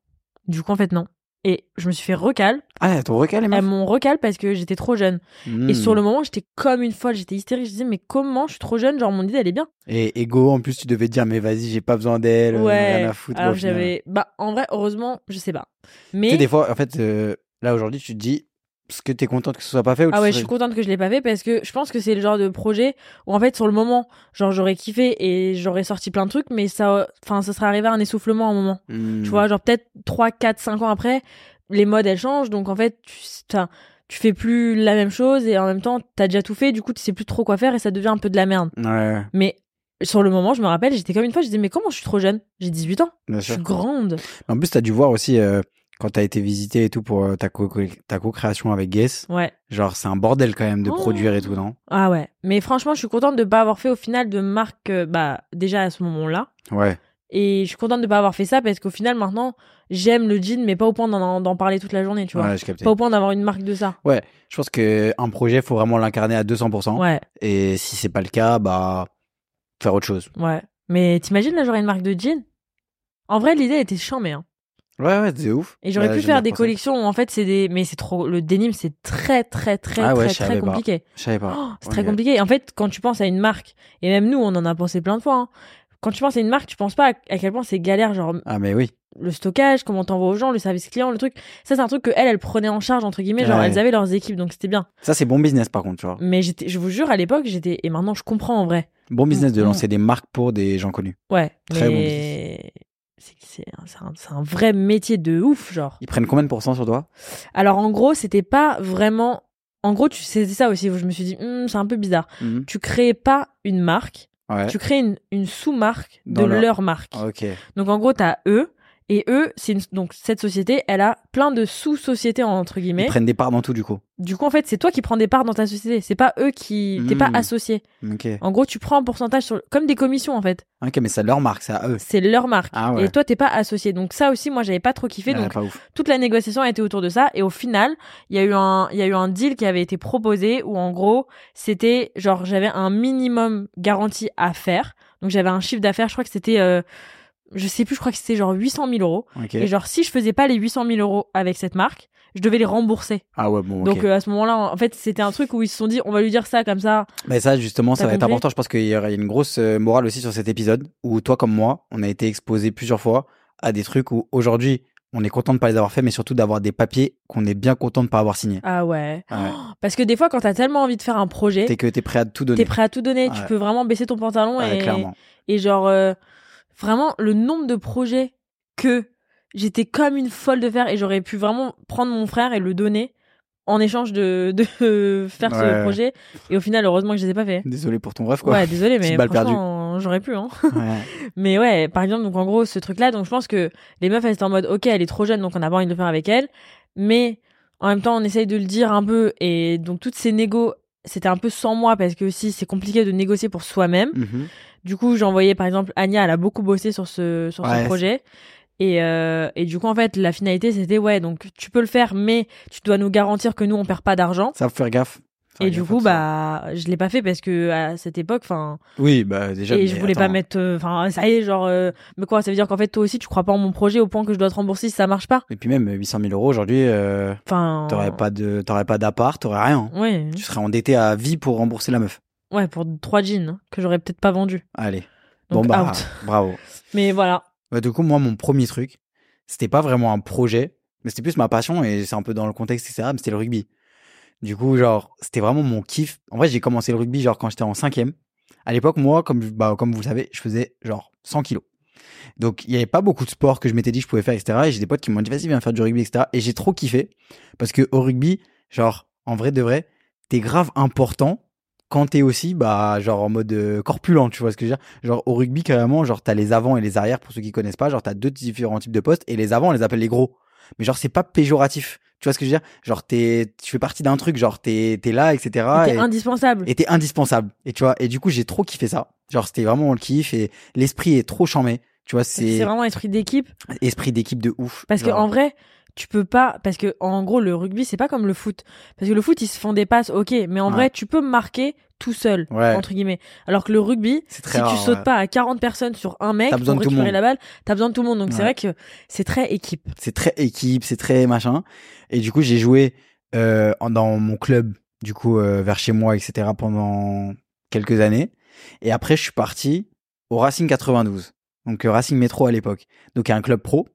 [SPEAKER 2] Du coup en fait non. Et je me suis fait recal,
[SPEAKER 3] Ah, là, ton recal, les
[SPEAKER 2] elles
[SPEAKER 3] meufs
[SPEAKER 2] m'ont recal parce que j'étais trop jeune.
[SPEAKER 3] Hmm.
[SPEAKER 2] Et sur le moment, j'étais comme une folle, j'étais hystérique. Je disais, mais comment je suis trop jeune Genre, mon idée, elle est bien.
[SPEAKER 3] Et ego, en plus, tu devais te dire, mais vas-y, j'ai pas besoin d'elle, euh, rien à foutre.
[SPEAKER 2] Alors,
[SPEAKER 3] au final.
[SPEAKER 2] j'avais. Bah, en vrai, heureusement, je sais pas.
[SPEAKER 3] Tu
[SPEAKER 2] Mais.
[SPEAKER 3] sais, des fois, en fait, euh, là aujourd'hui, tu te dis, parce que t'es contente que ce soit pas fait ou que
[SPEAKER 2] Ah
[SPEAKER 3] ce
[SPEAKER 2] ouais, je
[SPEAKER 3] serait-
[SPEAKER 2] suis contente que je l'ai pas fait parce que je pense que c'est le genre de projet où en fait sur le moment, genre j'aurais kiffé et j'aurais sorti plein de trucs mais ça enfin ça serait arrivé à un essoufflement à un moment.
[SPEAKER 3] Hmm.
[SPEAKER 2] Tu vois, genre peut-être 3 4 5 ans après, les modes elles changent donc en fait tu t'as- tu fais plus la même chose et en même temps t'as déjà tout fait, du coup tu sais plus trop quoi faire et ça devient un peu de la merde.
[SPEAKER 3] Ouais,
[SPEAKER 2] Mais sur le moment, je me rappelle, j'étais comme une fois, je disais, mais comment je suis trop jeune J'ai 18 ans,
[SPEAKER 3] bien
[SPEAKER 2] je
[SPEAKER 3] sûr.
[SPEAKER 2] suis grande.
[SPEAKER 3] En plus, t'as dû voir aussi, euh, quand t'as été visité et tout pour euh, ta co- ta co-création avec Guess,
[SPEAKER 2] Ouais.
[SPEAKER 3] genre, c'est un bordel quand même de
[SPEAKER 2] Oh.
[SPEAKER 3] produire et tout, non
[SPEAKER 2] Ah ouais. Mais franchement, je suis contente de pas avoir fait au final de marque, euh, bah, déjà à ce moment-là.
[SPEAKER 3] Ouais.
[SPEAKER 2] Et je suis contente de pas avoir fait ça parce qu'au final, maintenant, j'aime le jean, mais pas au point d'en d'en parler toute la journée, tu vois.
[SPEAKER 3] Ouais, je capte.
[SPEAKER 2] Pas au point d'avoir une marque de ça.
[SPEAKER 3] Je pense que un projet, faut vraiment l'incarner à 200%.
[SPEAKER 2] Ouais,
[SPEAKER 3] Et si c'est pas le cas, bah, faire autre chose.
[SPEAKER 2] ouais. Mais t'imagines, là, j'aurais une marque de jean En vrai, l'idée était chambée, hein.
[SPEAKER 3] Ouais, ouais, c'est ouf.
[SPEAKER 2] Et j'aurais
[SPEAKER 3] Bah,
[SPEAKER 2] pu
[SPEAKER 3] j'aime
[SPEAKER 2] faire
[SPEAKER 3] bien
[SPEAKER 2] des
[SPEAKER 3] pour ça.
[SPEAKER 2] collections où en fait c'est des. Mais c'est trop. Le denim c'est très très très
[SPEAKER 3] Ah ouais,
[SPEAKER 2] très
[SPEAKER 3] je
[SPEAKER 2] très
[SPEAKER 3] savais pas.
[SPEAKER 2] compliqué.
[SPEAKER 3] Je savais pas.
[SPEAKER 2] Oh, c'est
[SPEAKER 3] Ouais,
[SPEAKER 2] très
[SPEAKER 3] mais-
[SPEAKER 2] compliqué. Et En fait, quand tu penses à une marque, et même nous on en a pensé plein de fois, hein, quand tu penses à une marque, tu penses pas à à quel point c'est galère, genre
[SPEAKER 3] Ah, mais oui.
[SPEAKER 2] le stockage, comment t'envoies aux gens, le service client, le truc. Ça c'est un truc que elles, elles prenaient en charge entre guillemets, genre
[SPEAKER 3] Ouais.
[SPEAKER 2] elles avaient leurs équipes donc c'était bien.
[SPEAKER 3] Ça, c'est bon business par contre, tu vois.
[SPEAKER 2] Mais j'étais, je vous jure, à l'époque j'étais. Et maintenant je comprends en vrai.
[SPEAKER 3] Bon business de
[SPEAKER 2] Mm.
[SPEAKER 3] lancer des marques pour des gens connus.
[SPEAKER 2] Ouais.
[SPEAKER 3] Très bon
[SPEAKER 2] mais... c'est, c'est, un- c'est un, c'est un vrai métier de ouf, genre.
[SPEAKER 3] Ils prennent combien de pourcents sur toi
[SPEAKER 2] Alors en gros, c'était pas vraiment. En gros, tu sais, c'est ça aussi où je me suis dit, Hmm, c'est un peu bizarre.
[SPEAKER 3] Mhm.
[SPEAKER 2] Tu créais pas une marque,
[SPEAKER 3] Ouais.
[SPEAKER 2] tu crées une, une sous-marque de
[SPEAKER 3] Dans leur- Ah
[SPEAKER 2] leur marque.
[SPEAKER 3] Ok.
[SPEAKER 2] Donc en gros, t'as eux et eux, c'est une- donc cette société, elle a plein de sous-sociétés entre
[SPEAKER 3] Ils
[SPEAKER 2] guillemets.
[SPEAKER 3] prennent des parts dans tout du coup.
[SPEAKER 2] Du coup, en fait, c'est toi qui prends des parts dans ta société. C'est pas eux qui, t'es pas
[SPEAKER 3] Mhm.
[SPEAKER 2] associé.
[SPEAKER 3] Ok.
[SPEAKER 2] En gros, tu prends un pourcentage sur comme des commissions en fait.
[SPEAKER 3] Ok, mais c'est leur marque, c'est à eux.
[SPEAKER 2] C'est leur marque.
[SPEAKER 3] Ah ouais.
[SPEAKER 2] Et toi, t'es pas associé. Donc ça aussi, moi, j'avais pas trop kiffé.
[SPEAKER 3] Ah,
[SPEAKER 2] donc
[SPEAKER 3] pas ouf.
[SPEAKER 2] toute la négociation a été autour de ça et au final il y a eu un il y a eu un deal qui avait été proposé où en gros c'était genre j'avais un minimum garanti à faire donc j'avais un chiffre d'affaires je crois que c'était euh, je sais plus je crois que c'était genre 800 000 euros
[SPEAKER 3] Ok.
[SPEAKER 2] et genre si je faisais pas les 800 000 euros avec cette marque je devais les rembourser
[SPEAKER 3] Ah ouais, bon. ok.
[SPEAKER 2] donc euh, à ce moment là en fait c'était un truc où ils se sont dit on va lui dire ça comme ça
[SPEAKER 3] Mais ça, justement, ça
[SPEAKER 2] T'as
[SPEAKER 3] va être
[SPEAKER 2] compris
[SPEAKER 3] important. Je pense qu'il y aura une grosse euh, morale aussi sur cet épisode où toi, comme moi, on a été exposé plusieurs fois à des trucs où aujourd'hui, on est content de pas les avoir faits, mais surtout d'avoir des papiers qu'on est bien content de pas avoir signés.
[SPEAKER 2] ah ouais
[SPEAKER 3] Ouais.
[SPEAKER 2] parce que des fois quand t'as tellement envie de faire un projet
[SPEAKER 3] T'es que t'es prêt à tout
[SPEAKER 2] t'es
[SPEAKER 3] donner.
[SPEAKER 2] prêt à tout donner tu
[SPEAKER 3] Ouais.
[SPEAKER 2] peux vraiment baisser ton pantalon
[SPEAKER 3] Ouais,
[SPEAKER 2] et
[SPEAKER 3] clairement.
[SPEAKER 2] Et genre, euh, vraiment, le nombre de projets que j'étais comme une folle de faire et j'aurais pu vraiment prendre mon frère et le donner en échange de, [laughs] de faire ce
[SPEAKER 3] Ouais.
[SPEAKER 2] projet. Et au final, heureusement que je les ai pas fait.
[SPEAKER 3] Désolé pour ton rêve, quoi.
[SPEAKER 2] Ouais, désolé, mais
[SPEAKER 3] Petite balle perdue.
[SPEAKER 2] franchement, j'aurais pu. Hein.
[SPEAKER 3] [laughs] Ouais.
[SPEAKER 2] Mais ouais, par exemple, donc en gros, ce truc-là, donc je pense que les meufs, elles étaient en mode, ok, elle est trop jeune, donc on n'a pas envie de le faire avec elle. Mais en même temps, on essaye de le dire un peu. Et donc, toutes ces négos, c'était un peu sans moi parce que aussi, c'est compliqué de négocier pour soi-même.
[SPEAKER 3] Mhm.
[SPEAKER 2] Du coup, j'ai envoyé par exemple Anya, elle a beaucoup bossé sur ce sur
[SPEAKER 3] Ouais,
[SPEAKER 2] ce
[SPEAKER 3] c'est-
[SPEAKER 2] projet. Et, euh, et du coup, en fait, la finalité, c'était ouais, donc tu peux le faire, mais tu dois nous garantir que nous, on perd pas d'argent.
[SPEAKER 3] Ça, faut faire gaffe. Faut
[SPEAKER 2] Et
[SPEAKER 3] faire
[SPEAKER 2] du
[SPEAKER 3] gaffe à
[SPEAKER 2] coup,
[SPEAKER 3] tout ça.
[SPEAKER 2] bah, je l'ai pas fait parce que à cette époque, enfin,
[SPEAKER 3] Oui, bah déjà.
[SPEAKER 2] et
[SPEAKER 3] mais
[SPEAKER 2] je voulais pas
[SPEAKER 3] attends.
[SPEAKER 2] mettre, enfin, ça y est, genre, euh, mais quoi, ça veut dire qu'en fait, toi aussi, tu crois pas en mon projet au point que je dois te rembourser si ça marche pas.
[SPEAKER 3] Et puis même, 800 000 euros aujourd'hui, euh,
[SPEAKER 2] Enfin,
[SPEAKER 3] t'aurais pas de, t'aurais pas d'appart, t'aurais rien.
[SPEAKER 2] Ouais,
[SPEAKER 3] Tu serais endetté à vie pour rembourser la meuf.
[SPEAKER 2] ouais, pour trois jeans hein, que j'aurais peut-être pas vendu.
[SPEAKER 3] Allez.
[SPEAKER 2] Donc
[SPEAKER 3] bon bah,
[SPEAKER 2] out.
[SPEAKER 3] [laughs] bravo.
[SPEAKER 2] Mais voilà.
[SPEAKER 3] Bah, du coup, moi, mon premier truc, c'était pas vraiment un projet, mais c'était plus ma passion et c'est un peu dans le contexte, etc. Mais c'était le rugby. Du coup, genre, c'était vraiment mon kiff. En vrai, j'ai commencé le rugby, genre, quand j'étais en cinquième. À l'époque, moi, comme, je- bah, comme vous le savez, je faisais genre 100 kilos. Donc, il n'y avait pas beaucoup de sports que je m'étais dit que je pouvais faire, etc. Et j'ai des potes qui m'ont dit, vas-y, viens faire du rugby, etc. Et j'ai trop kiffé. Parce que au rugby, genre, en vrai de vrai, t'es grave important quand t'es aussi, bah, genre, en mode euh, corpulent, tu vois ce que je veux dire. Genre au rugby carrément, genre t'as les avants et les arrières pour ceux qui connaissent pas, genre t'as deux différents types de postes et les avants on les appelle les gros. Mais genre c'est pas péjoratif, tu vois ce que je veux dire Genre t'es, tu fais partie d'un truc, genre t'es, t'es là, etc.
[SPEAKER 2] T'es
[SPEAKER 3] et-
[SPEAKER 2] indispensable.
[SPEAKER 3] était indispensable. Et tu vois, et du coup, j'ai trop kiffé ça. Genre, c'était vraiment le kiff et l'esprit est trop chambé. Tu vois,
[SPEAKER 2] C'est
[SPEAKER 3] c'est
[SPEAKER 2] vraiment esprit d'équipe.
[SPEAKER 3] esprit d'équipe de ouf.
[SPEAKER 2] Parce que
[SPEAKER 3] Genre,
[SPEAKER 2] en vrai, tu peux pas. Parce que en gros, le rugby, c'est pas comme le foot. Parce que le foot, ils se font des passes, ok. Mais en
[SPEAKER 3] Ouais.
[SPEAKER 2] vrai, tu peux marquer tout seul,
[SPEAKER 3] Ouais.
[SPEAKER 2] entre guillemets. Alors que le rugby,
[SPEAKER 3] c'est
[SPEAKER 2] si
[SPEAKER 3] très rare,
[SPEAKER 2] tu sautes
[SPEAKER 3] ouais.
[SPEAKER 2] pas à 40 personnes sur un mec
[SPEAKER 3] T'as
[SPEAKER 2] pour
[SPEAKER 3] besoin de tout le
[SPEAKER 2] récupérer
[SPEAKER 3] monde.
[SPEAKER 2] la balle, t'as besoin de tout le monde. Donc c'est
[SPEAKER 3] Ouais.
[SPEAKER 2] vrai que c'est très équipe.
[SPEAKER 3] C'est très équipe, c'est très machin. Et du coup, j'ai joué euh, en- dans mon club, du coup, euh, vers chez moi, etc. pendant quelques années. Et après, je suis parti au Racing 92. Donc, euh, Racing Métro à l'époque. Donc, un club pro.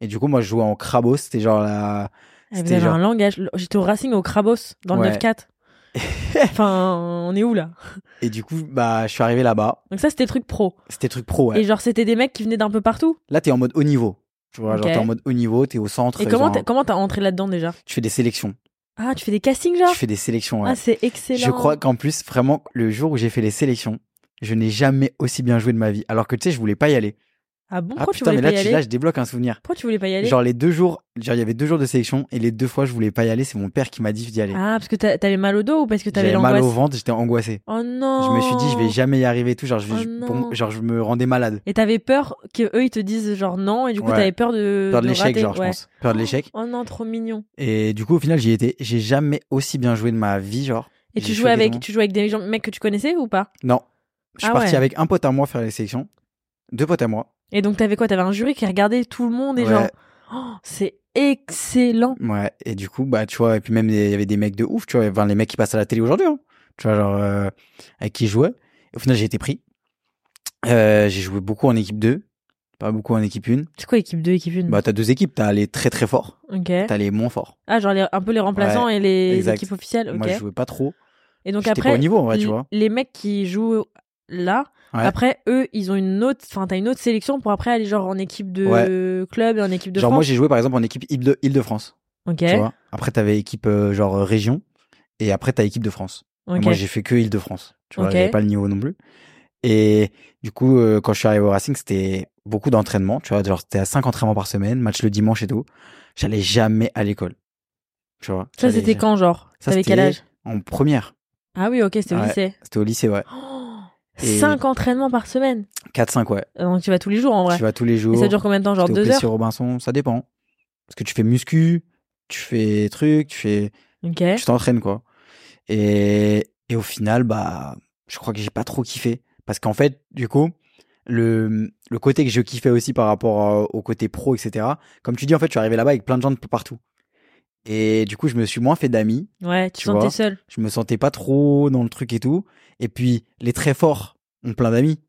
[SPEAKER 3] Et du coup, moi, je jouais en crabos. C'était genre la.
[SPEAKER 2] Ah, Vous
[SPEAKER 3] C'était
[SPEAKER 2] avez
[SPEAKER 3] genre-
[SPEAKER 2] un langage. J'étais au Racing au Crabos dans
[SPEAKER 3] Ouais.
[SPEAKER 2] le
[SPEAKER 3] [laughs]
[SPEAKER 2] 9-4. enfin, on est où là
[SPEAKER 3] Et du coup, bah, je suis arrivé là-bas.
[SPEAKER 2] Donc ça, c'était truc pro.
[SPEAKER 3] C'était truc pro, ouais.
[SPEAKER 2] Et genre, c'était des mecs qui venaient d'un peu partout.
[SPEAKER 3] Là, t'es en mode haut niveau. Tu vois, genre,
[SPEAKER 2] Ok.
[SPEAKER 3] t'es en mode haut niveau, t'es au centre.
[SPEAKER 2] Et comment
[SPEAKER 3] genre,
[SPEAKER 2] t'as- comment t'as entré là-dedans déjà
[SPEAKER 3] tu fais des sélections.
[SPEAKER 2] Ah, tu fais des castings genre
[SPEAKER 3] Tu fais des sélections, ouais.
[SPEAKER 2] Ah, c'est excellent.
[SPEAKER 3] je crois qu'en plus, vraiment, le jour où j'ai fait les sélections, je n'ai jamais aussi bien joué de ma vie. Alors que tu sais, je voulais pas y aller.
[SPEAKER 2] Ah bon, pourquoi
[SPEAKER 3] ah
[SPEAKER 2] tu
[SPEAKER 3] putain,
[SPEAKER 2] voulais
[SPEAKER 3] mais
[SPEAKER 2] pas
[SPEAKER 3] là,
[SPEAKER 2] y
[SPEAKER 3] tu,
[SPEAKER 2] aller
[SPEAKER 3] là, je débloque un souvenir.
[SPEAKER 2] Pourquoi tu voulais pas y aller
[SPEAKER 3] Genre, les deux jours, genre, il y avait deux jours de sélection et les deux fois, je voulais pas y aller. C'est mon père qui m'a dit d'y aller.
[SPEAKER 2] Ah, parce que t'a- t'avais mal au dos ou parce que t'avais
[SPEAKER 3] J'avais mal au
[SPEAKER 2] l'angoisse
[SPEAKER 3] ventre, j'étais angoissé.
[SPEAKER 2] Oh non
[SPEAKER 3] Je me suis dit, je vais jamais y arriver et tout. Genre, je, vais-
[SPEAKER 2] Oh
[SPEAKER 3] je- pour-
[SPEAKER 2] non.
[SPEAKER 3] genre, je me rendais malade.
[SPEAKER 2] Et t'avais peur qu'eux ils te disent genre non, et du coup
[SPEAKER 3] Ouais.
[SPEAKER 2] t'avais peur de.
[SPEAKER 3] Peur de l'échec,
[SPEAKER 2] rater,
[SPEAKER 3] genre,
[SPEAKER 2] ouais.
[SPEAKER 3] je pense. Peur de l'échec.
[SPEAKER 2] Oh non, trop mignon.
[SPEAKER 3] Et du coup, au final, j'y étais. J'ai jamais aussi bien joué de ma vie, genre.
[SPEAKER 2] Et
[SPEAKER 3] J'ai
[SPEAKER 2] tu jouais,
[SPEAKER 3] choqué
[SPEAKER 2] avec,
[SPEAKER 3] tout le
[SPEAKER 2] tu jouais avec des gens- mecs que tu connaissais ou pas
[SPEAKER 3] Non. Je suis
[SPEAKER 2] Ah
[SPEAKER 3] parti
[SPEAKER 2] ouais.
[SPEAKER 3] avec un pote à moi faire les sélections. Deux potes à moi.
[SPEAKER 2] Et donc t'avais quoi T'avais un jury qui regardait tout le monde et
[SPEAKER 3] Ouais.
[SPEAKER 2] genre. Oh, c'est excellent.
[SPEAKER 3] Ouais, et du coup, bah, tu vois, et puis même, il y avait des mecs de ouf, tu vois, enfin, les mecs qui passent à la télé aujourd'hui, hein, tu vois, genre, euh, avec qui je jouais. Au final, j'ai été pris. Euh, j'ai joué beaucoup en équipe 2, pas beaucoup en équipe 1.
[SPEAKER 2] C'est quoi équipe 2, équipe 1
[SPEAKER 3] Bah, t'as deux équipes, t'as les très très forts,
[SPEAKER 2] Ok.
[SPEAKER 3] t'as les moins forts.
[SPEAKER 2] Ah, genre les- un peu les remplaçants et les
[SPEAKER 3] exact.
[SPEAKER 2] équipes officielles. Ok.
[SPEAKER 3] Moi, je jouais pas trop.
[SPEAKER 2] et donc
[SPEAKER 3] J'étais pas au
[SPEAKER 2] après,
[SPEAKER 3] niveau, en vrai,
[SPEAKER 2] l-
[SPEAKER 3] tu vois.
[SPEAKER 2] les mecs qui jouent là,
[SPEAKER 3] Ouais.
[SPEAKER 2] après eux, ils ont une autre, enfin t'as une autre sélection pour après aller genre en équipe de club et en équipe de
[SPEAKER 3] Genre, moi,
[SPEAKER 2] France.
[SPEAKER 3] j'ai joué par exemple en équipe Île-de-France,
[SPEAKER 2] ok.
[SPEAKER 3] tu vois. Après, t'avais équipe, euh, genre, euh, région, et après, t'as équipe de France.
[SPEAKER 2] ok.
[SPEAKER 3] Moi, j'ai fait que Île-de-France. Tu vois,
[SPEAKER 2] Ok.
[SPEAKER 3] j'avais pas le niveau non plus. Et du coup, euh, quand je suis arrivé au Racing, c'était beaucoup d'entraînement. Tu vois, genre, c'était à 5 entraînements par semaine, match le dimanche et tout. J'allais jamais à l'école. Tu vois.
[SPEAKER 2] Ça
[SPEAKER 3] j'allais
[SPEAKER 2] c'était
[SPEAKER 3] ja-
[SPEAKER 2] quand genre
[SPEAKER 3] Ça,
[SPEAKER 2] T'avais quel
[SPEAKER 3] c'était
[SPEAKER 2] âge
[SPEAKER 3] En première.
[SPEAKER 2] Ah oui, ok, c'était au
[SPEAKER 3] Ouais. [gasps]
[SPEAKER 2] lycée. [gasps]
[SPEAKER 3] C'était au lycée, ouais.
[SPEAKER 2] Oh,
[SPEAKER 3] Et-
[SPEAKER 2] Cinq entraînements par semaine.
[SPEAKER 3] 4-5, ouais.
[SPEAKER 2] Euh, Donc tu vas tous les jours en vrai.
[SPEAKER 3] Tu vas tous les jours.
[SPEAKER 2] Et ça dure combien de temps Genre
[SPEAKER 3] T'es au
[SPEAKER 2] deux
[SPEAKER 3] Plessis
[SPEAKER 2] heures
[SPEAKER 3] Robinson, ça dépend. Parce que tu fais muscu, tu fais truc, tu fais.
[SPEAKER 2] Ok.
[SPEAKER 3] tu t'entraînes quoi. Et, et au final, bah, je crois que j'ai pas trop kiffé parce qu'en fait, du coup, le, le côté que je kiffais aussi par rapport euh, au côté pro, etc. Comme tu dis, en fait, je suis arrivé là-bas avec plein de gens de partout. Et du coup, je me suis moins fait d'amis.
[SPEAKER 2] Ouais, tu,
[SPEAKER 3] tu
[SPEAKER 2] te sentais
[SPEAKER 3] vois.
[SPEAKER 2] seul.
[SPEAKER 3] Je me sentais pas trop dans le truc et tout. Et puis, les très forts ont plein d'amis.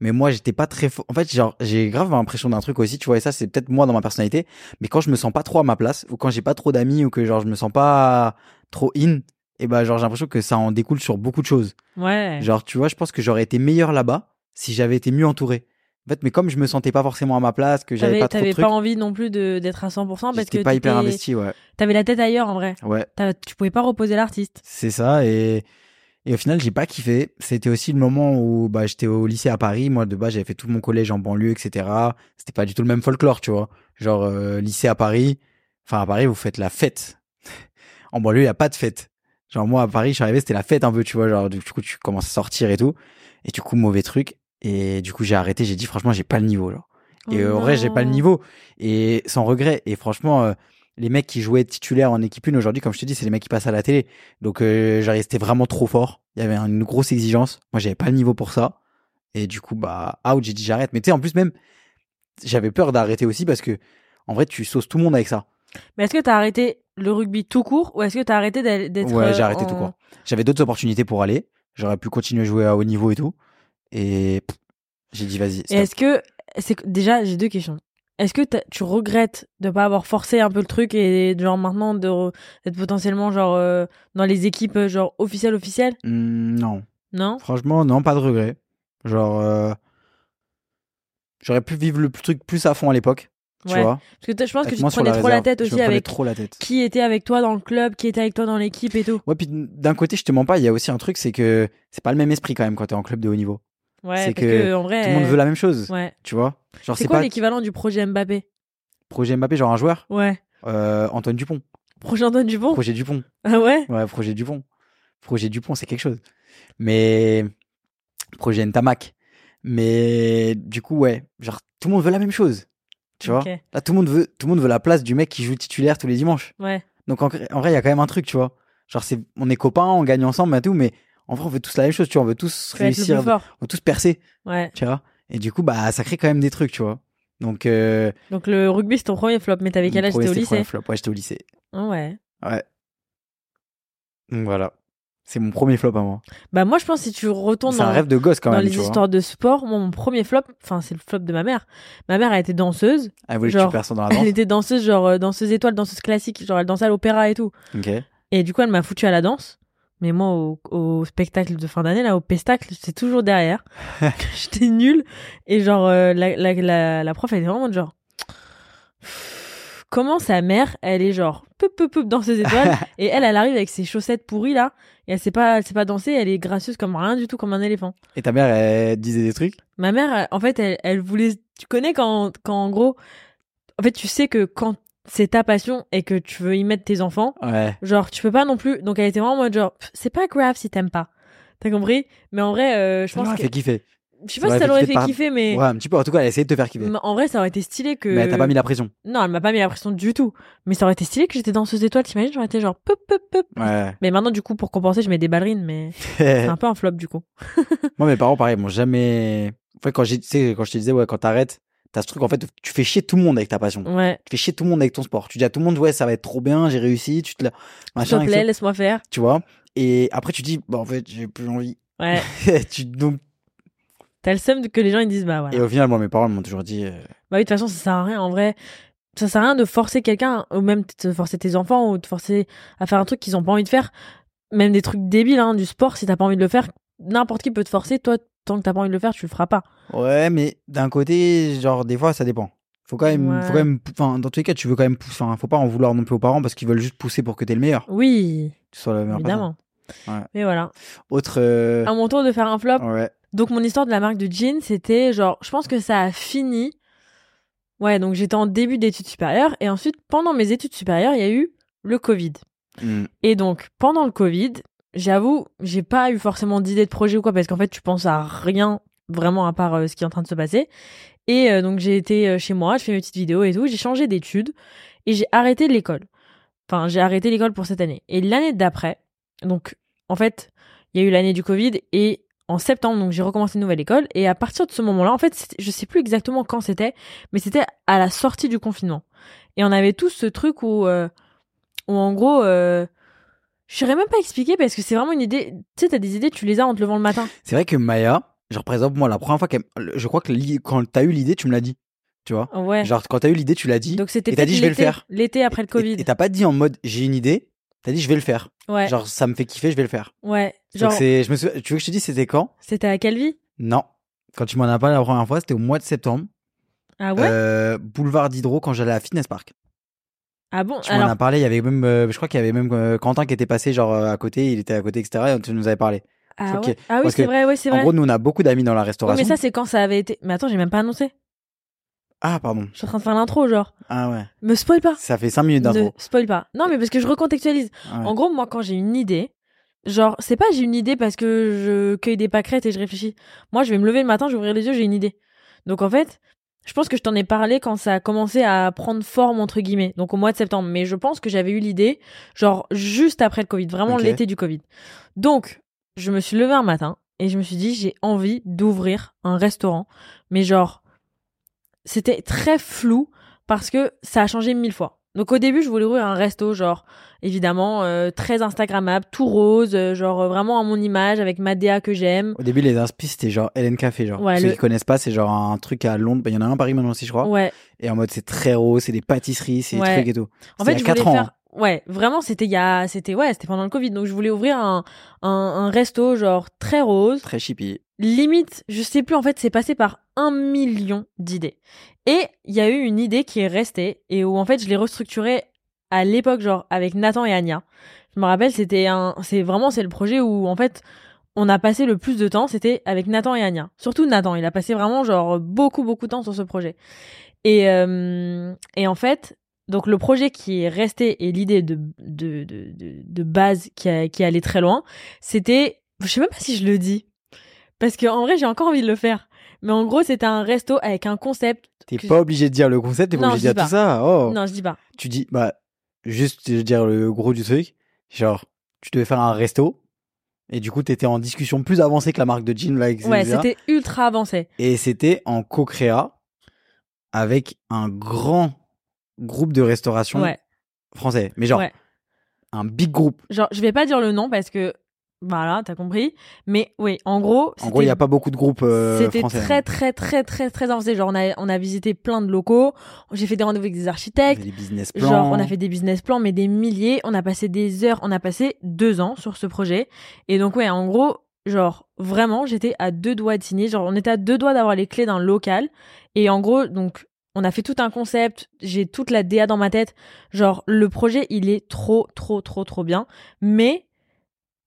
[SPEAKER 3] Mais moi, j'étais pas très fort. En fait, genre, j'ai grave l'impression d'un truc aussi, tu vois. Et ça, c'est peut-être moi dans ma personnalité. Mais quand je me sens pas trop à ma place, ou quand j'ai pas trop d'amis, ou que genre, je me sens pas trop in, et ben, genre, j'ai l'impression que ça en découle sur beaucoup de choses.
[SPEAKER 2] Ouais.
[SPEAKER 3] Genre, tu vois, je pense que j'aurais été meilleur là-bas si j'avais été mieux entouré. En fait, mais comme je me sentais pas forcément à ma place, que
[SPEAKER 2] T'avais
[SPEAKER 3] j'avais pas trop de
[SPEAKER 2] t'avais
[SPEAKER 3] trucs,
[SPEAKER 2] pas envie non plus de- d'être à 100% parce que
[SPEAKER 3] j'étais pas hyper
[SPEAKER 2] t'étais-
[SPEAKER 3] investi, ouais.
[SPEAKER 2] t'avais la tête ailleurs en vrai.
[SPEAKER 3] Ouais.
[SPEAKER 2] T'as- Tu pouvais pas reposer l'artiste.
[SPEAKER 3] C'est ça. Et, et au final, j'ai pas kiffé. C'était aussi le moment où bah, j'étais au lycée à Paris. Moi, de base, j'avais fait tout mon collège en banlieue, etc. C'était pas du tout le même folklore, tu vois. Genre, euh, lycée à Paris. Enfin, à Paris, vous faites la fête. [laughs] en banlieue, il a pas de fête. Genre, moi, à Paris, je suis arrivé, c'était la fête un peu, tu vois. Genre, du coup, tu commences à sortir et tout. Et du coup, mauvais truc. Et du coup, j'ai arrêté. J'ai dit, franchement, j'ai pas le niveau, genre. Et euh,
[SPEAKER 2] Oh
[SPEAKER 3] en vrai, j'ai pas le
[SPEAKER 2] non.
[SPEAKER 3] niveau. Et sans regret. Et franchement, euh, les mecs qui jouaient titulaires en équipe 1 aujourd'hui, comme je te dis, c'est les mecs qui passent à la télé. Donc, euh, genre, c'était vraiment trop fort. Il y avait une grosse exigence. Moi, j'avais pas le niveau pour ça. Et du coup, bah, out, j'ai dit j'arrête. Mais tu sais, en plus, même, j'avais peur d'arrêter aussi parce que, en vrai, tu sauces tout le monde avec ça.
[SPEAKER 2] Mais est-ce que t'as arrêté le rugby tout court ou est-ce que t'as arrêté d'al- d'être.
[SPEAKER 3] Ouais,
[SPEAKER 2] euh,
[SPEAKER 3] j'ai arrêté
[SPEAKER 2] en-
[SPEAKER 3] tout court. J'avais d'autres opportunités pour aller. J'aurais pu continuer à jouer à haut niveau et tout. Et pff, j'ai dit vas-y.
[SPEAKER 2] Et
[SPEAKER 3] stop.
[SPEAKER 2] est-ce que. c'est que- Déjà, j'ai deux questions. Est-ce que t'as- tu regrettes de pas avoir forcé un peu le truc et genre maintenant de re- d'être potentiellement genre euh, dans les équipes euh, genre officielles officielles
[SPEAKER 3] Hmm, non.
[SPEAKER 2] Non
[SPEAKER 3] Franchement, non, pas de regret. Genre, euh, j'aurais pu vivre le truc plus à fond à l'époque, tu
[SPEAKER 2] Ouais.
[SPEAKER 3] vois.
[SPEAKER 2] Parce que t'as- je pense que
[SPEAKER 3] Avec
[SPEAKER 2] tu te
[SPEAKER 3] moi sur
[SPEAKER 2] prenais trop la
[SPEAKER 3] réserve,
[SPEAKER 2] tête
[SPEAKER 3] je me
[SPEAKER 2] aussi
[SPEAKER 3] prenais
[SPEAKER 2] avec
[SPEAKER 3] trop la tête.
[SPEAKER 2] qui était avec toi dans le club, qui était avec toi dans l'équipe et tout.
[SPEAKER 3] Ouais, puis d'un côté, je te mens pas, il y a aussi un truc, c'est que c'est pas le même esprit quand même quand t'es en club de haut niveau.
[SPEAKER 2] Ouais,
[SPEAKER 3] C'est
[SPEAKER 2] parce que,
[SPEAKER 3] que
[SPEAKER 2] en vrai.
[SPEAKER 3] Tout le monde
[SPEAKER 2] euh,
[SPEAKER 3] veut la même chose,
[SPEAKER 2] Ouais.
[SPEAKER 3] tu vois. Genre,
[SPEAKER 2] C'est
[SPEAKER 3] c'est
[SPEAKER 2] quoi
[SPEAKER 3] pas
[SPEAKER 2] l'équivalent du projet Mbappé
[SPEAKER 3] projet Mbappé, genre un joueur,
[SPEAKER 2] Ouais.
[SPEAKER 3] euh, Antoine Dupont,
[SPEAKER 2] Projet Antoine Dupont
[SPEAKER 3] projet Dupont,
[SPEAKER 2] Ah ouais
[SPEAKER 3] ouais, projet Dupont, projet Dupont, c'est quelque chose. Mais projet Ntamak. Mais du coup, ouais, genre tout le monde veut la même chose, tu vois.
[SPEAKER 2] Ok.
[SPEAKER 3] Là, tout le monde veut, tout le monde veut la place du mec qui joue titulaire tous les dimanches.
[SPEAKER 2] Ouais.
[SPEAKER 3] Donc en, en vrai, il y a quand même un truc, tu vois. Genre, c'est, on est copains, on gagne ensemble et tout, mais en vrai, on veut tous la même chose, tu vois. On veut tous
[SPEAKER 2] Tu vas être le
[SPEAKER 3] réussir,
[SPEAKER 2] plus fort.
[SPEAKER 3] on veut tous percer,
[SPEAKER 2] Ouais.
[SPEAKER 3] tu vois. Et du coup, bah, ça crée quand même des trucs, tu vois. Donc, euh,
[SPEAKER 2] Donc le rugby, c'est ton premier flop, mais t'avais quel
[SPEAKER 3] mon
[SPEAKER 2] âge
[SPEAKER 3] premier,
[SPEAKER 2] T'étais au
[SPEAKER 3] c'était le premier
[SPEAKER 2] lycée
[SPEAKER 3] flop. Ouais, j'étais au lycée.
[SPEAKER 2] Ah Ouais.
[SPEAKER 3] Donc voilà. C'est mon premier flop à moi.
[SPEAKER 2] Bah moi, je pense que si tu retournes
[SPEAKER 3] C'est un
[SPEAKER 2] dans,
[SPEAKER 3] rêve de gosse quand
[SPEAKER 2] dans
[SPEAKER 3] même,
[SPEAKER 2] les
[SPEAKER 3] tu vois.
[SPEAKER 2] histoires de sport, moi, mon premier flop, enfin, c'est le flop de ma mère. Ma mère a été danseuse.
[SPEAKER 3] Elle voulait que
[SPEAKER 2] genre,
[SPEAKER 3] tu perces dans la
[SPEAKER 2] [laughs] Elle
[SPEAKER 3] danse.
[SPEAKER 2] était danseuse, genre euh, danseuse étoile, danseuse classique. Genre, elle dansait à l'opéra et tout.
[SPEAKER 3] Ok.
[SPEAKER 2] Et du coup, elle m'a foutu à la danse. Mais moi, au, au spectacle de fin d'année, là, au pestacle, j'étais toujours derrière. [laughs] j'étais nulle. Et genre, euh, la, la, la, la prof, elle était vraiment de genre. Comment sa mère, elle est genre peu peu peu dans ses étoiles et elle, elle arrive avec ses chaussettes pourries là et elle sait pas, elle sait pas danser, elle est gracieuse comme rien du tout, comme un éléphant.
[SPEAKER 3] Et ta mère, elle disait des trucs.
[SPEAKER 2] Ma mère, elle- en fait, elle, elle voulait. Tu connais quand, quand en gros, en fait, tu sais que quand c'est ta passion et que tu veux y mettre tes enfants,
[SPEAKER 3] Ouais.
[SPEAKER 2] Genre, tu peux pas non plus. Donc, elle était vraiment en mode genre, Pff, c'est pas grave si t'aimes pas. T'as compris Mais en vrai, euh, je
[SPEAKER 3] Ça
[SPEAKER 2] pense
[SPEAKER 3] m'a
[SPEAKER 2] que.
[SPEAKER 3] fait kiffer.
[SPEAKER 2] Je sais
[SPEAKER 3] ça
[SPEAKER 2] pas si ça
[SPEAKER 3] m'aurait fait
[SPEAKER 2] l'aurait
[SPEAKER 3] kiffer
[SPEAKER 2] fait
[SPEAKER 3] par-
[SPEAKER 2] kiffer, mais.
[SPEAKER 3] Ouais, un petit peu. En tout cas, elle a essayé de te faire kiffer.
[SPEAKER 2] mais En vrai, ça aurait été stylé que.
[SPEAKER 3] Mais t'as pas mis la pression.
[SPEAKER 2] Non, elle m'a pas mis la pression du tout. Mais ça aurait été stylé que j'étais danseuse étoile, t'imagines J'aurais été genre, pop, pop, pop. [laughs]
[SPEAKER 3] Ouais.
[SPEAKER 2] Mais maintenant, du coup, pour compenser, je mets des ballerines, mais
[SPEAKER 3] [laughs]
[SPEAKER 2] c'est un peu un flop du coup.
[SPEAKER 3] Moi, mes parents, pareil, m'ont jamais. En fait, quand, j'ai- tu sais, quand je te disais, ouais, quand t'arrêtes, T'as ce truc, en fait, tu fais chier tout le monde avec ta passion.
[SPEAKER 2] Ouais.
[SPEAKER 3] Tu fais chier tout le monde avec ton sport. Tu dis à tout le monde, ouais, ça va être trop bien, j'ai réussi, tu te la.
[SPEAKER 2] S'il
[SPEAKER 3] machin,
[SPEAKER 2] te plaît,
[SPEAKER 3] etc.
[SPEAKER 2] laisse-moi faire.
[SPEAKER 3] Tu vois. Et après, tu dis, bah, en fait, j'ai plus envie. [laughs]
[SPEAKER 2] Ouais.
[SPEAKER 3] tu, donc...
[SPEAKER 2] T'as le seum que les gens ils disent bah
[SPEAKER 3] Et
[SPEAKER 2] voilà.
[SPEAKER 3] au final, moi, mes parents m'ont toujours dit, euh,
[SPEAKER 2] Bah oui, de toute façon, ça sert à rien en vrai. Ça sert à rien de forcer quelqu'un, ou même de forcer tes enfants, ou de forcer à faire un truc qu'ils ont pas envie de faire. Même des trucs débiles, hein, du sport, si t'as pas envie de le faire, n'importe qui peut te forcer. Toi, tant que t'as pas envie de le faire, tu le feras pas.
[SPEAKER 3] Ouais, mais d'un côté, genre, des fois, ça dépend. Faut quand même,
[SPEAKER 2] Ouais.
[SPEAKER 3] faut quand même, enfin, dans tous les cas, tu veux quand même pousser, enfin, faut pas en vouloir non plus aux parents parce qu'ils veulent juste pousser pour que t'aies le meilleur.
[SPEAKER 2] Oui,
[SPEAKER 3] Tu sois la meilleure
[SPEAKER 2] évidemment. Ah,
[SPEAKER 3] Ouais.
[SPEAKER 2] Mais voilà.
[SPEAKER 3] personne. Autre, euh,
[SPEAKER 2] À mon tour de faire un flop.
[SPEAKER 3] ouais.
[SPEAKER 2] Donc, mon histoire de la marque de jeans, c'était genre, je pense que ça a fini. Ouais, donc j'étais en début d'études supérieures. Et ensuite, pendant mes études supérieures, il y a eu le Covid.
[SPEAKER 3] Mm.
[SPEAKER 2] Et donc, pendant le Covid, j'avoue, j'ai pas eu forcément d'idée de projet ou quoi, parce qu'en fait, tu penses à rien vraiment à part euh, ce qui est en train de se passer. Et euh, donc, j'ai été euh, chez moi, je fais mes petites vidéos et tout, j'ai changé d'études et j'ai arrêté l'école. Enfin, j'ai arrêté l'école pour cette année. Et l'année d'après, donc, en fait, il y a eu l'année du Covid et en septembre, donc j'ai recommencé une nouvelle école. Et à partir de ce moment-là, en fait, c'était- je sais plus exactement quand c'était, mais c'était à la sortie du confinement. Et on avait tous ce truc où, euh, où en gros, euh, je saurais même pas expliquer parce que c'est vraiment une idée. Tu sais, t'as des idées, tu les as en te levant le
[SPEAKER 3] [laughs]
[SPEAKER 2] matin.
[SPEAKER 3] C'est vrai que Maya, genre, par exemple, moi, la première fois qu'elle, le- je crois que l'i- quand t'as eu l'idée, tu me l'as dit. Tu vois?
[SPEAKER 2] Ouais.
[SPEAKER 3] Genre, quand t'as eu l'idée, tu l'as dit.
[SPEAKER 2] Donc c'était
[SPEAKER 3] et t'as dit,
[SPEAKER 2] peut-être
[SPEAKER 3] je vais le
[SPEAKER 2] l'été-
[SPEAKER 3] faire.
[SPEAKER 2] L'été après le
[SPEAKER 3] Et-
[SPEAKER 2] Covid.
[SPEAKER 3] Et t'as pas dit en mode, j'ai une idée. T'as dit, je vais le faire.
[SPEAKER 2] ouais.
[SPEAKER 3] Genre, ça me fait kiffer, je vais le faire.
[SPEAKER 2] ouais.
[SPEAKER 3] Genre,
[SPEAKER 2] Genre,
[SPEAKER 3] c'est, je me souviens- tu veux que je te dise, c'était quand?
[SPEAKER 2] c'était à Calvi.
[SPEAKER 3] Non. Quand tu m'en as parlé la première fois, c'était au mois de septembre.
[SPEAKER 2] Ah ouais.
[SPEAKER 3] Euh, boulevard Diderot quand j'allais à Fitness Park.
[SPEAKER 2] ah bon.
[SPEAKER 3] Tu m'en
[SPEAKER 2] Alors,
[SPEAKER 3] as parlé, il y avait même, euh, je crois qu'il y avait même euh, Quentin qui était passé genre euh, à côté, il était à côté, etc. Et tu nous avais parlé.
[SPEAKER 2] ah,
[SPEAKER 3] ok.
[SPEAKER 2] ouais. ah oui,
[SPEAKER 3] Parce
[SPEAKER 2] c'est
[SPEAKER 3] que,
[SPEAKER 2] vrai. Ouais, c'est
[SPEAKER 3] En
[SPEAKER 2] vrai.
[SPEAKER 3] gros, nous on a beaucoup d'amis dans la
[SPEAKER 2] Ouais,
[SPEAKER 3] restauration.
[SPEAKER 2] mais ça, c'est quand ça avait été. Mais attends, j'ai même pas annoncé.
[SPEAKER 3] Ah pardon.
[SPEAKER 2] Je suis en train de faire l'intro, genre.
[SPEAKER 3] Ah ouais.
[SPEAKER 2] Me spoil pas.
[SPEAKER 3] Ça fait 5 minutes
[SPEAKER 2] Ne
[SPEAKER 3] d'intro.
[SPEAKER 2] spoil pas. Non, mais parce que je recontextualise.
[SPEAKER 3] Ah ouais.
[SPEAKER 2] En gros, moi, quand j'ai une idée, genre, c'est pas j'ai une idée parce que je cueille des pâquerettes et je réfléchis. Moi, je vais me lever le matin, je vais ouvrir les yeux, j'ai une idée. Donc, en fait, je pense que je t'en ai parlé quand ça a commencé à prendre forme, entre guillemets, donc au mois de septembre. Mais je pense que j'avais eu l'idée, genre, juste après le Covid, vraiment
[SPEAKER 3] Ok.
[SPEAKER 2] l'été du Covid. Donc, je me suis levée un matin et je me suis dit, j'ai envie d'ouvrir un restaurant. Mais genre, c'était très flou parce que ça a changé mille fois. Donc au début, je voulais ouvrir un resto, genre, évidemment, euh, très Instagrammable, tout rose, euh, genre euh, vraiment à mon image, avec ma DA que j'aime.
[SPEAKER 3] Au début, les inspi c'était genre Hélène Café, genre.
[SPEAKER 2] Ouais,
[SPEAKER 3] Ceux
[SPEAKER 2] le-
[SPEAKER 3] qui connaissent pas, c'est genre un truc à Londres. Ben, Il y en a un à Paris maintenant aussi, je crois.
[SPEAKER 2] Ouais.
[SPEAKER 3] Et en mode, c'est très rose, c'est des pâtisseries, c'est
[SPEAKER 2] Ouais.
[SPEAKER 3] des trucs et tout.
[SPEAKER 2] En
[SPEAKER 3] C'était
[SPEAKER 2] fait,
[SPEAKER 3] il
[SPEAKER 2] je
[SPEAKER 3] y a
[SPEAKER 2] voulais
[SPEAKER 3] 4 ans. hein.
[SPEAKER 2] faire. Ouais, vraiment, c'était il y a, c'était ouais, c'était pendant le Covid, donc je voulais ouvrir un, un, un resto genre très rose,
[SPEAKER 3] Très chippy.
[SPEAKER 2] limite, je sais plus, en fait, c'est passé par un million d'idées. Et il y a eu une idée qui est restée et où, en fait, je l'ai restructurée à l'époque, genre, avec Nathan et Anya. Je me rappelle, c'était un, c'est vraiment, c'est le projet où, en fait, on a passé le plus de temps, c'était avec Nathan et Anya. Surtout Nathan, il a passé vraiment, genre, beaucoup, beaucoup de temps sur ce projet. Et, euh, et en fait, donc le projet qui est resté et l'idée de, de, de, de, de base qui, a- qui allait très loin, c'était, je sais même pas si je le dis, parce que en vrai j'ai encore envie de le faire. Mais en gros c'était un resto avec un concept.
[SPEAKER 3] T'es
[SPEAKER 2] que-
[SPEAKER 3] pas obligé de dire le concept, t'es pas
[SPEAKER 2] Non,
[SPEAKER 3] obligé
[SPEAKER 2] je
[SPEAKER 3] de
[SPEAKER 2] dis
[SPEAKER 3] dire tout ça. Oh.
[SPEAKER 2] Non je dis pas.
[SPEAKER 3] tu dis, bah, juste euh, dire le gros du truc, genre, tu devais faire un resto, et du coup, t'étais en discussion plus avancée que la marque de jean, là, etc.
[SPEAKER 2] Ouais c'était ultra avancé.
[SPEAKER 3] Et c'était en co-créa avec un grand groupe de restauration
[SPEAKER 2] Ouais.
[SPEAKER 3] français. Mais genre,
[SPEAKER 2] Ouais.
[SPEAKER 3] un big groupe.
[SPEAKER 2] Genre je vais pas dire le nom parce que voilà t'as compris. Mais oui en gros.
[SPEAKER 3] En gros, il
[SPEAKER 2] c'était-
[SPEAKER 3] n'y a pas beaucoup de groupes euh,
[SPEAKER 2] C'était
[SPEAKER 3] français.
[SPEAKER 2] très très très très très avancé. Genre on a on a visité plein de locaux. J'ai fait des rendez-vous avec des
[SPEAKER 3] On a
[SPEAKER 2] architectes.
[SPEAKER 3] fait des business plans.
[SPEAKER 2] Genre, on a fait des business plans, mais des milliers. On a passé des heures, on a passé deux ans sur ce projet. Et donc, ouais, en gros, genre, vraiment, j'étais à deux doigts de signer. Genre, on était à deux doigts d'avoir les clés d'un local. Et en gros, donc, on a fait tout un concept. J'ai toute la DA dans ma tête. Genre, le projet, il est trop, trop, trop, trop bien. Mais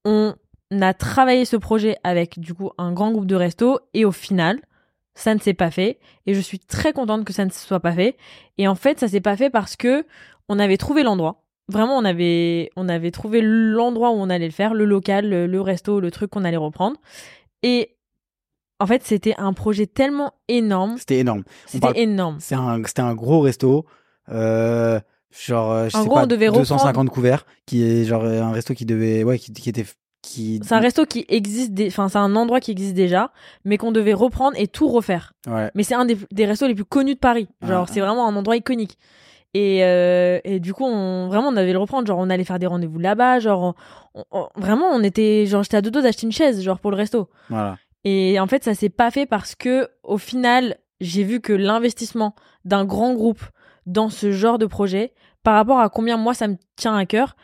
[SPEAKER 2] on a travaillé ce projet avec, du coup, un grand groupe de restos. Et au final, ça ne s'est pas fait. Et je suis très contente que ça ne se soit pas fait. Et en fait, ça s'est pas fait parce que on avait trouvé l'endroit. Vraiment, on avait, on avait trouvé l'endroit où on allait le faire, le local, le, le resto, le truc qu'on allait reprendre. Et en fait, c'était un projet tellement énorme.
[SPEAKER 3] C'était énorme.
[SPEAKER 2] C'était
[SPEAKER 3] parle-
[SPEAKER 2] énorme.
[SPEAKER 3] C'est un- C'était un, gros resto. euh, genre, euh, je
[SPEAKER 2] En
[SPEAKER 3] sais
[SPEAKER 2] gros,
[SPEAKER 3] pas,
[SPEAKER 2] on devait
[SPEAKER 3] 250 couverts. Qui est genre euh, un resto qui devait. Ouais, qui, qui était qui.
[SPEAKER 2] C'est un resto qui existe, dé- enfin c'est un endroit qui existe déjà, mais qu'on devait reprendre et tout refaire.
[SPEAKER 3] Ouais.
[SPEAKER 2] Mais c'est un des, des restos les plus connus de Paris. Genre,
[SPEAKER 3] Ah.
[SPEAKER 2] c'est vraiment un endroit iconique. Et, euh, et du coup, on, vraiment, on avait le reprendre. Genre, on allait faire des rendez-vous là-bas. Genre, on- on- vraiment, on était. Genre, j'étais à deux doigts d'acheter une chaise, genre, pour le resto.
[SPEAKER 3] Voilà.
[SPEAKER 2] Et en fait, ça s'est pas fait parce que, au final, j'ai vu que l'investissement d'un grand groupe dans ce genre de projet, par rapport à combien moi ça me tient à cœur,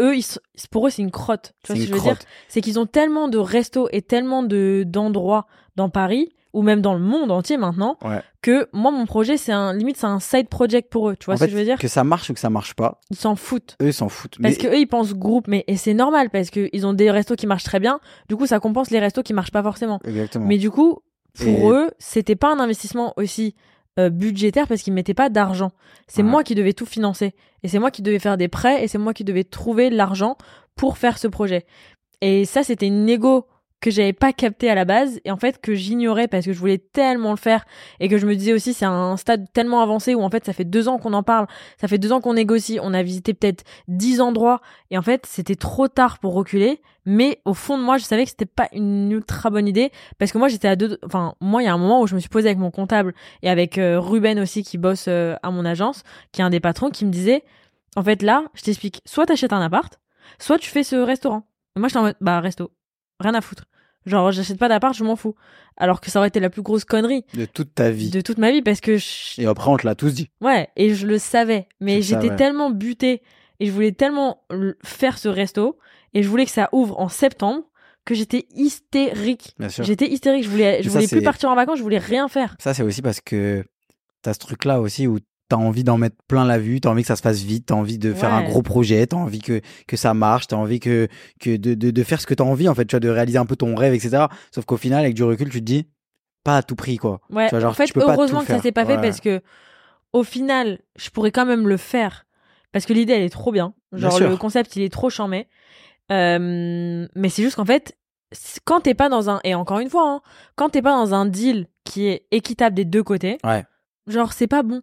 [SPEAKER 2] eux, ils, s- pour eux, c'est une crotte. Tu
[SPEAKER 3] C'est
[SPEAKER 2] vois ce
[SPEAKER 3] une
[SPEAKER 2] que je veux dire
[SPEAKER 3] crotte.
[SPEAKER 2] c'est qu'ils ont tellement de restos et tellement de d'endroits dans Paris ou même dans le monde entier maintenant
[SPEAKER 3] Ouais.
[SPEAKER 2] que moi mon projet c'est un limite c'est un side project pour eux tu vois
[SPEAKER 3] En
[SPEAKER 2] ce
[SPEAKER 3] fait,
[SPEAKER 2] que je veux dire
[SPEAKER 3] Que ça marche ou que ça marche pas,
[SPEAKER 2] ils s'en foutent
[SPEAKER 3] eux ils s'en foutent.
[SPEAKER 2] parce
[SPEAKER 3] Mais-
[SPEAKER 2] que eux ils pensent groupe mais et c'est normal parce que ils ont des restos qui marchent très bien du coup ça compense les restos qui marchent pas forcément
[SPEAKER 3] Exactement.
[SPEAKER 2] mais du coup pour
[SPEAKER 3] Et-
[SPEAKER 2] eux c'était pas un investissement aussi euh, budgétaire parce qu'ils mettaient pas d'argent c'est
[SPEAKER 3] Ouais.
[SPEAKER 2] moi qui devais tout financer et c'est moi qui devais faire des prêts et c'est moi qui devais trouver l'argent pour faire ce projet et ça c'était une égo que j'avais pas capté à la base et en fait que j'ignorais parce que je voulais tellement le faire et que je me disais aussi c'est un stade tellement avancé où en fait ça fait deux ans qu'on en parle ça fait deux ans qu'on négocie on a visité peut-être dix endroits et en fait c'était trop tard pour reculer mais au fond de moi je savais que c'était pas une ultra bonne idée parce que moi j'étais à deux enfin moi il y a un moment où je me suis posée avec mon comptable et avec euh, Ruben aussi qui bosse euh, à mon agence qui est un des patrons qui me disait en fait là je t'explique soit t'achètes un appart soit tu fais ce restaurant et moi j'étais en mode bah resto rien à foutre genre j'achète pas d'appart je m'en fous alors que ça aurait été la plus grosse connerie
[SPEAKER 3] De toute ta vie.
[SPEAKER 2] de toute ma vie parce que je-
[SPEAKER 3] Et après on te l'a tous dit.
[SPEAKER 2] Ouais, et je le savais, mais
[SPEAKER 3] Tu le
[SPEAKER 2] j'étais
[SPEAKER 3] savais.
[SPEAKER 2] tellement butée et je voulais tellement l- faire ce resto et je voulais que ça ouvre en septembre que j'étais hystérique.
[SPEAKER 3] Bien sûr.
[SPEAKER 2] J'étais hystérique, je voulais, je
[SPEAKER 3] Mais ça,
[SPEAKER 2] voulais plus
[SPEAKER 3] c'est-
[SPEAKER 2] partir en vacances, je voulais rien faire.
[SPEAKER 3] Ça, c'est aussi parce que t'as ce truc-là aussi où t'as envie d'en mettre plein la vue, t'as envie que ça se fasse vite, t'as envie de faire un
[SPEAKER 2] Ouais.
[SPEAKER 3] gros projet, t'as envie que, que ça marche, t'as envie que, que de, de, de faire ce que t'as envie, en fait, tu vois, de réaliser un peu ton rêve, etc. Sauf qu'au final, avec du recul, tu te dis, pas à tout prix, quoi.
[SPEAKER 2] Ouais,
[SPEAKER 3] Tu vois, genre,
[SPEAKER 2] en fait,
[SPEAKER 3] tu peux pas tout
[SPEAKER 2] heureusement que ça
[SPEAKER 3] faire.
[SPEAKER 2] s'est pas fait
[SPEAKER 3] Ouais.
[SPEAKER 2] parce que au final, je pourrais quand même le faire parce que l'idée elle est trop bien.
[SPEAKER 3] Bien
[SPEAKER 2] Genre
[SPEAKER 3] sûr.
[SPEAKER 2] le concept il est trop charmé. Euh, mais c'est juste qu'en fait, c- quand t'es pas dans un et encore une fois, hein, quand t'es pas dans un deal qui est équitable des deux côtés,
[SPEAKER 3] Ouais.
[SPEAKER 2] genre c'est pas bon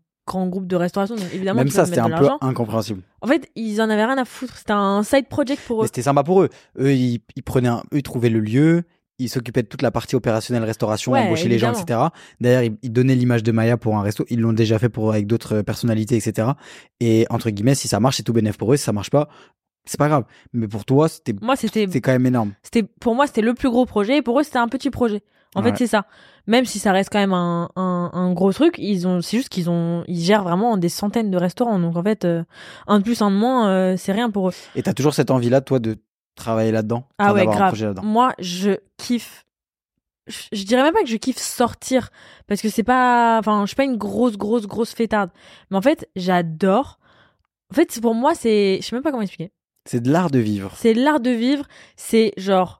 [SPEAKER 2] grand groupe de restauration donc évidemment
[SPEAKER 3] Même
[SPEAKER 2] qu'ils peuvent
[SPEAKER 3] ça, c'était
[SPEAKER 2] mettre
[SPEAKER 3] un
[SPEAKER 2] de
[SPEAKER 3] peu
[SPEAKER 2] l'argent.
[SPEAKER 3] incompréhensible.
[SPEAKER 2] En fait ils en avaient rien à foutre. C'était un side project pour
[SPEAKER 3] Mais
[SPEAKER 2] eux.
[SPEAKER 3] c'était sympa pour eux. Eux, ils, ils prenaient un- eux, ils trouvaient le lieu, ils s'occupaient de toute la partie opérationnelle, restauration,
[SPEAKER 2] Ouais,
[SPEAKER 3] embaucher les gens, etc.
[SPEAKER 2] évidemment.
[SPEAKER 3] D'ailleurs, ils, ils donnaient l'image de Maya pour un resto. Ils l'ont déjà fait pour, avec d'autres personnalités, etc. Et entre guillemets, si ça marche, c'est tout bénéf pour eux. Si ça marche pas, c'est pas grave. Mais pour toi, c'était,
[SPEAKER 2] Moi c'était
[SPEAKER 3] c'est quand même énorme.
[SPEAKER 2] c'était pour moi c'était le plus gros projet et pour eux c'était un petit projet en
[SPEAKER 3] Ouais.
[SPEAKER 2] fait c'est ça même si ça reste quand même un, un, un gros truc ils ont c'est juste qu'ils ont ils gèrent vraiment des centaines de restaurants donc en fait euh, un de plus un de moins euh, c'est rien pour eux
[SPEAKER 3] Et t'as toujours cette envie-là, toi, de travailler là-dedans.
[SPEAKER 2] ah
[SPEAKER 3] enfin,
[SPEAKER 2] ouais
[SPEAKER 3] d'avoir un
[SPEAKER 2] grave
[SPEAKER 3] projet là-dedans.
[SPEAKER 2] moi je kiffe je, je dirais même pas que je kiffe sortir parce que c'est pas enfin je suis pas une grosse grosse grosse fêtarde mais en fait j'adore en fait c'est- pour moi c'est je sais même pas comment expliquer
[SPEAKER 3] C'est de l'art de vivre.
[SPEAKER 2] C'est l'art de vivre, c'est genre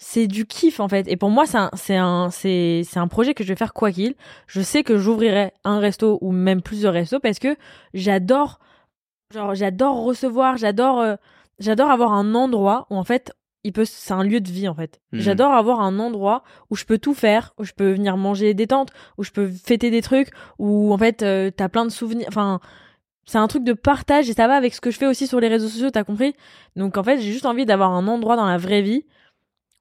[SPEAKER 2] c'est du kiff en fait. Et pour moi, c'est un, c'est un, c'est, c'est un projet que je vais faire quoi qu'il. Je sais que j'ouvrirai un resto ou même plusieurs restos parce que j'adore, genre j'adore recevoir, j'adore, euh, j'adore avoir un endroit où en fait il peut, c'est un lieu de vie en fait.
[SPEAKER 3] Mhm.
[SPEAKER 2] J'adore avoir un endroit où je peux tout faire, où je peux venir manger des tentes, où je peux fêter des trucs, où en fait euh, t'as plein de souvenirs. Enfin, c'est un truc de partage et ça va avec ce que je fais aussi sur les réseaux sociaux, t'as compris donc en fait, j'ai juste envie d'avoir un endroit dans la vraie vie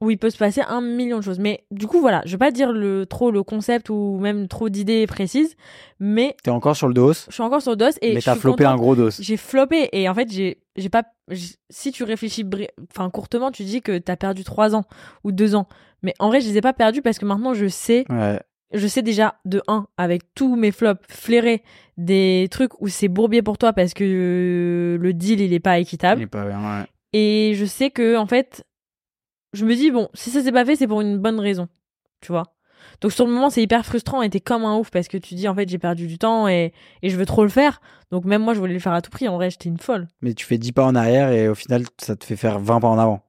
[SPEAKER 2] où il peut se passer un million de choses. Mais du coup, voilà, je vais pas dire le, trop le concept ou même trop d'idées précises, mais
[SPEAKER 3] T'es encore sur le dos,
[SPEAKER 2] je suis encore sur le DOS et
[SPEAKER 3] mais
[SPEAKER 2] je
[SPEAKER 3] t'as
[SPEAKER 2] suis
[SPEAKER 3] flopé
[SPEAKER 2] contente.
[SPEAKER 3] un gros dos.
[SPEAKER 2] J'ai flopé et en fait, j'ai j'ai pas j'- si tu réfléchis bri- enfin courtement, tu dis que t'as perdu 3 ans ou 2 ans. Mais en vrai, je les ai pas perdus parce que maintenant je sais
[SPEAKER 3] Ouais.
[SPEAKER 2] je sais déjà de 1 avec tous mes flops flairés des trucs où c'est bourbier pour toi parce que euh, le deal il est pas équitable.
[SPEAKER 3] Il est pas bien, ouais.
[SPEAKER 2] Et je sais que, en fait, je me dis, bon, si ça s'est pas fait, c'est pour une bonne raison. Tu vois Donc, sur le moment, c'est hyper frustrant et t'es comme un ouf parce que tu dis, en fait, j'ai perdu du temps et, et je veux trop le faire. Donc, même moi, je voulais le faire à tout prix. En vrai, j'étais une folle.
[SPEAKER 3] Mais tu fais 10 pas en arrière et au final, ça te fait faire 20 pas en avant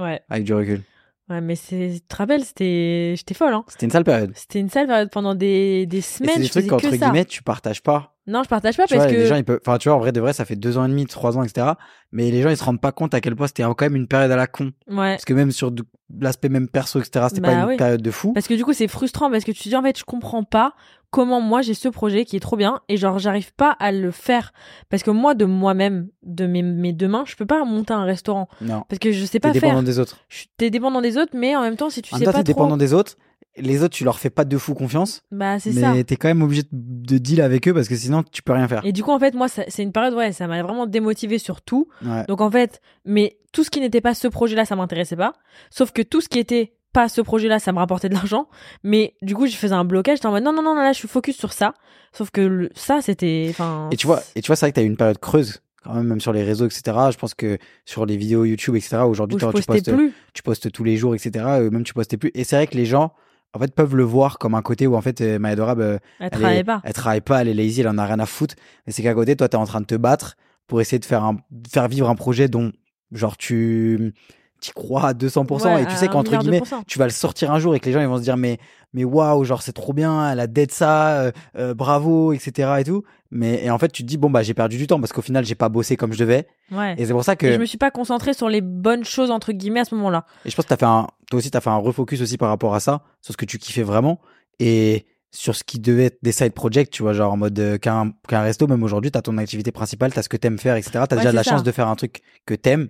[SPEAKER 2] Ouais.
[SPEAKER 3] avec du recul.
[SPEAKER 2] Ouais, mais c'est, tu te rappelles, c'était, j'étais folle, hein.
[SPEAKER 3] C'était une sale période.
[SPEAKER 2] C'était une sale période pendant des, des
[SPEAKER 3] Et c'est
[SPEAKER 2] semaines.
[SPEAKER 3] des
[SPEAKER 2] je
[SPEAKER 3] trucs
[SPEAKER 2] faisais
[SPEAKER 3] qu'entre
[SPEAKER 2] que ça.
[SPEAKER 3] guillemets, tu partages pas.
[SPEAKER 2] Non, je partage pas
[SPEAKER 3] Tu
[SPEAKER 2] parce
[SPEAKER 3] vois,
[SPEAKER 2] que.
[SPEAKER 3] les gens, ils peuvent... enfin, tu vois, en vrai, de vrai, ça fait deux ans et demi, trois ans, etc. Mais les gens, ils se rendent pas compte à quel point c'était quand même une période à la con.
[SPEAKER 2] Ouais.
[SPEAKER 3] Parce que même sur du- l'aspect même perso, etc., c'était
[SPEAKER 2] Bah
[SPEAKER 3] pas une
[SPEAKER 2] oui.
[SPEAKER 3] période de fou.
[SPEAKER 2] Parce que du coup, c'est frustrant parce que tu te dis en fait, je comprends pas comment moi j'ai ce projet qui est trop bien et genre j'arrive pas à le faire parce que moi de moi-même, de mes, mes deux mains, je peux pas monter un restaurant
[SPEAKER 3] Non.
[SPEAKER 2] parce que je sais
[SPEAKER 3] T'es
[SPEAKER 2] pas
[SPEAKER 3] dépendant
[SPEAKER 2] faire.
[SPEAKER 3] des autres.
[SPEAKER 2] Je suis- T'es dépendant des autres, mais en même temps, si tu
[SPEAKER 3] En
[SPEAKER 2] sais
[SPEAKER 3] toi,
[SPEAKER 2] pas
[SPEAKER 3] t'es dépendant
[SPEAKER 2] trop,
[SPEAKER 3] des autres. Les autres, tu leur fais pas de fou confiance.
[SPEAKER 2] bah c'est ça.
[SPEAKER 3] Mais t'es quand même obligé de- de deal avec eux parce que sinon, tu peux rien faire.
[SPEAKER 2] Et du coup, en fait, moi, ça- c'est une période, ouais, ça m'a vraiment démotivé sur tout.
[SPEAKER 3] Ouais.
[SPEAKER 2] Donc en fait, mais tout ce qui n'était pas ce projet-là, ça m'intéressait pas. Sauf que tout ce qui était pas ce projet-là, ça me rapportait de l'argent. Mais du coup, je faisais un blocage. J'étais en mode non, non, non, là, je suis focus sur ça. Sauf que le- ça, c'était. Enfin.
[SPEAKER 3] Et tu vois, et tu vois, c'est vrai que t'as eu une période creuse quand même, même sur les réseaux, etc. Je pense que sur les vidéos YouTube, etc. Aujourd'hui,
[SPEAKER 2] où je
[SPEAKER 3] t'en- tu
[SPEAKER 2] postais
[SPEAKER 3] postes,
[SPEAKER 2] plus.
[SPEAKER 3] tu postes tous les jours, etc. euh, Même tu postais plus. Et c'est vrai que les gens, en fait, peuvent le voir comme un côté où en fait, euh, Maya Dora, bah,
[SPEAKER 2] Elle
[SPEAKER 3] elle,
[SPEAKER 2] travaillait
[SPEAKER 3] est-
[SPEAKER 2] pas.
[SPEAKER 3] elle travaille pas, elle est lazy, elle en a rien à foutre. Mais c'est qu'à côté, toi, t'es en train de te battre pour essayer de faire un, de faire vivre un projet dont, genre, tu, t'y crois à 200%
[SPEAKER 2] Ouais,
[SPEAKER 3] et tu
[SPEAKER 2] à
[SPEAKER 3] sais
[SPEAKER 2] un
[SPEAKER 3] qu'entre
[SPEAKER 2] milliard de
[SPEAKER 3] guillemets,
[SPEAKER 2] pourcents.
[SPEAKER 3] tu vas le sortir un jour et que les gens ils vont se dire mais mais waouh genre c'est trop bien elle a dead ça euh, euh, bravo etc et tout mais et en fait tu te dis bon bah j'ai perdu du temps parce qu'au final j'ai pas bossé comme je devais
[SPEAKER 2] Ouais.
[SPEAKER 3] et euh, c'est pour ça que
[SPEAKER 2] Et je
[SPEAKER 3] et
[SPEAKER 2] me
[SPEAKER 3] je,
[SPEAKER 2] suis pas concentrée sur les bonnes choses entre guillemets à ce moment-là.
[SPEAKER 3] pense que t'as fait un toi aussi t'as fait un refocus aussi par rapport à ça sur ce que tu kiffais vraiment et sur ce qui devait être des side projects tu vois genre en mode euh, qu'un qu'un resto même aujourd'hui t'as ton activité principale t'as ce que t'aimes faire etc
[SPEAKER 2] Ouais,
[SPEAKER 3] t'as déjà de la
[SPEAKER 2] c'est ça.
[SPEAKER 3] chance de faire un truc que t'aimes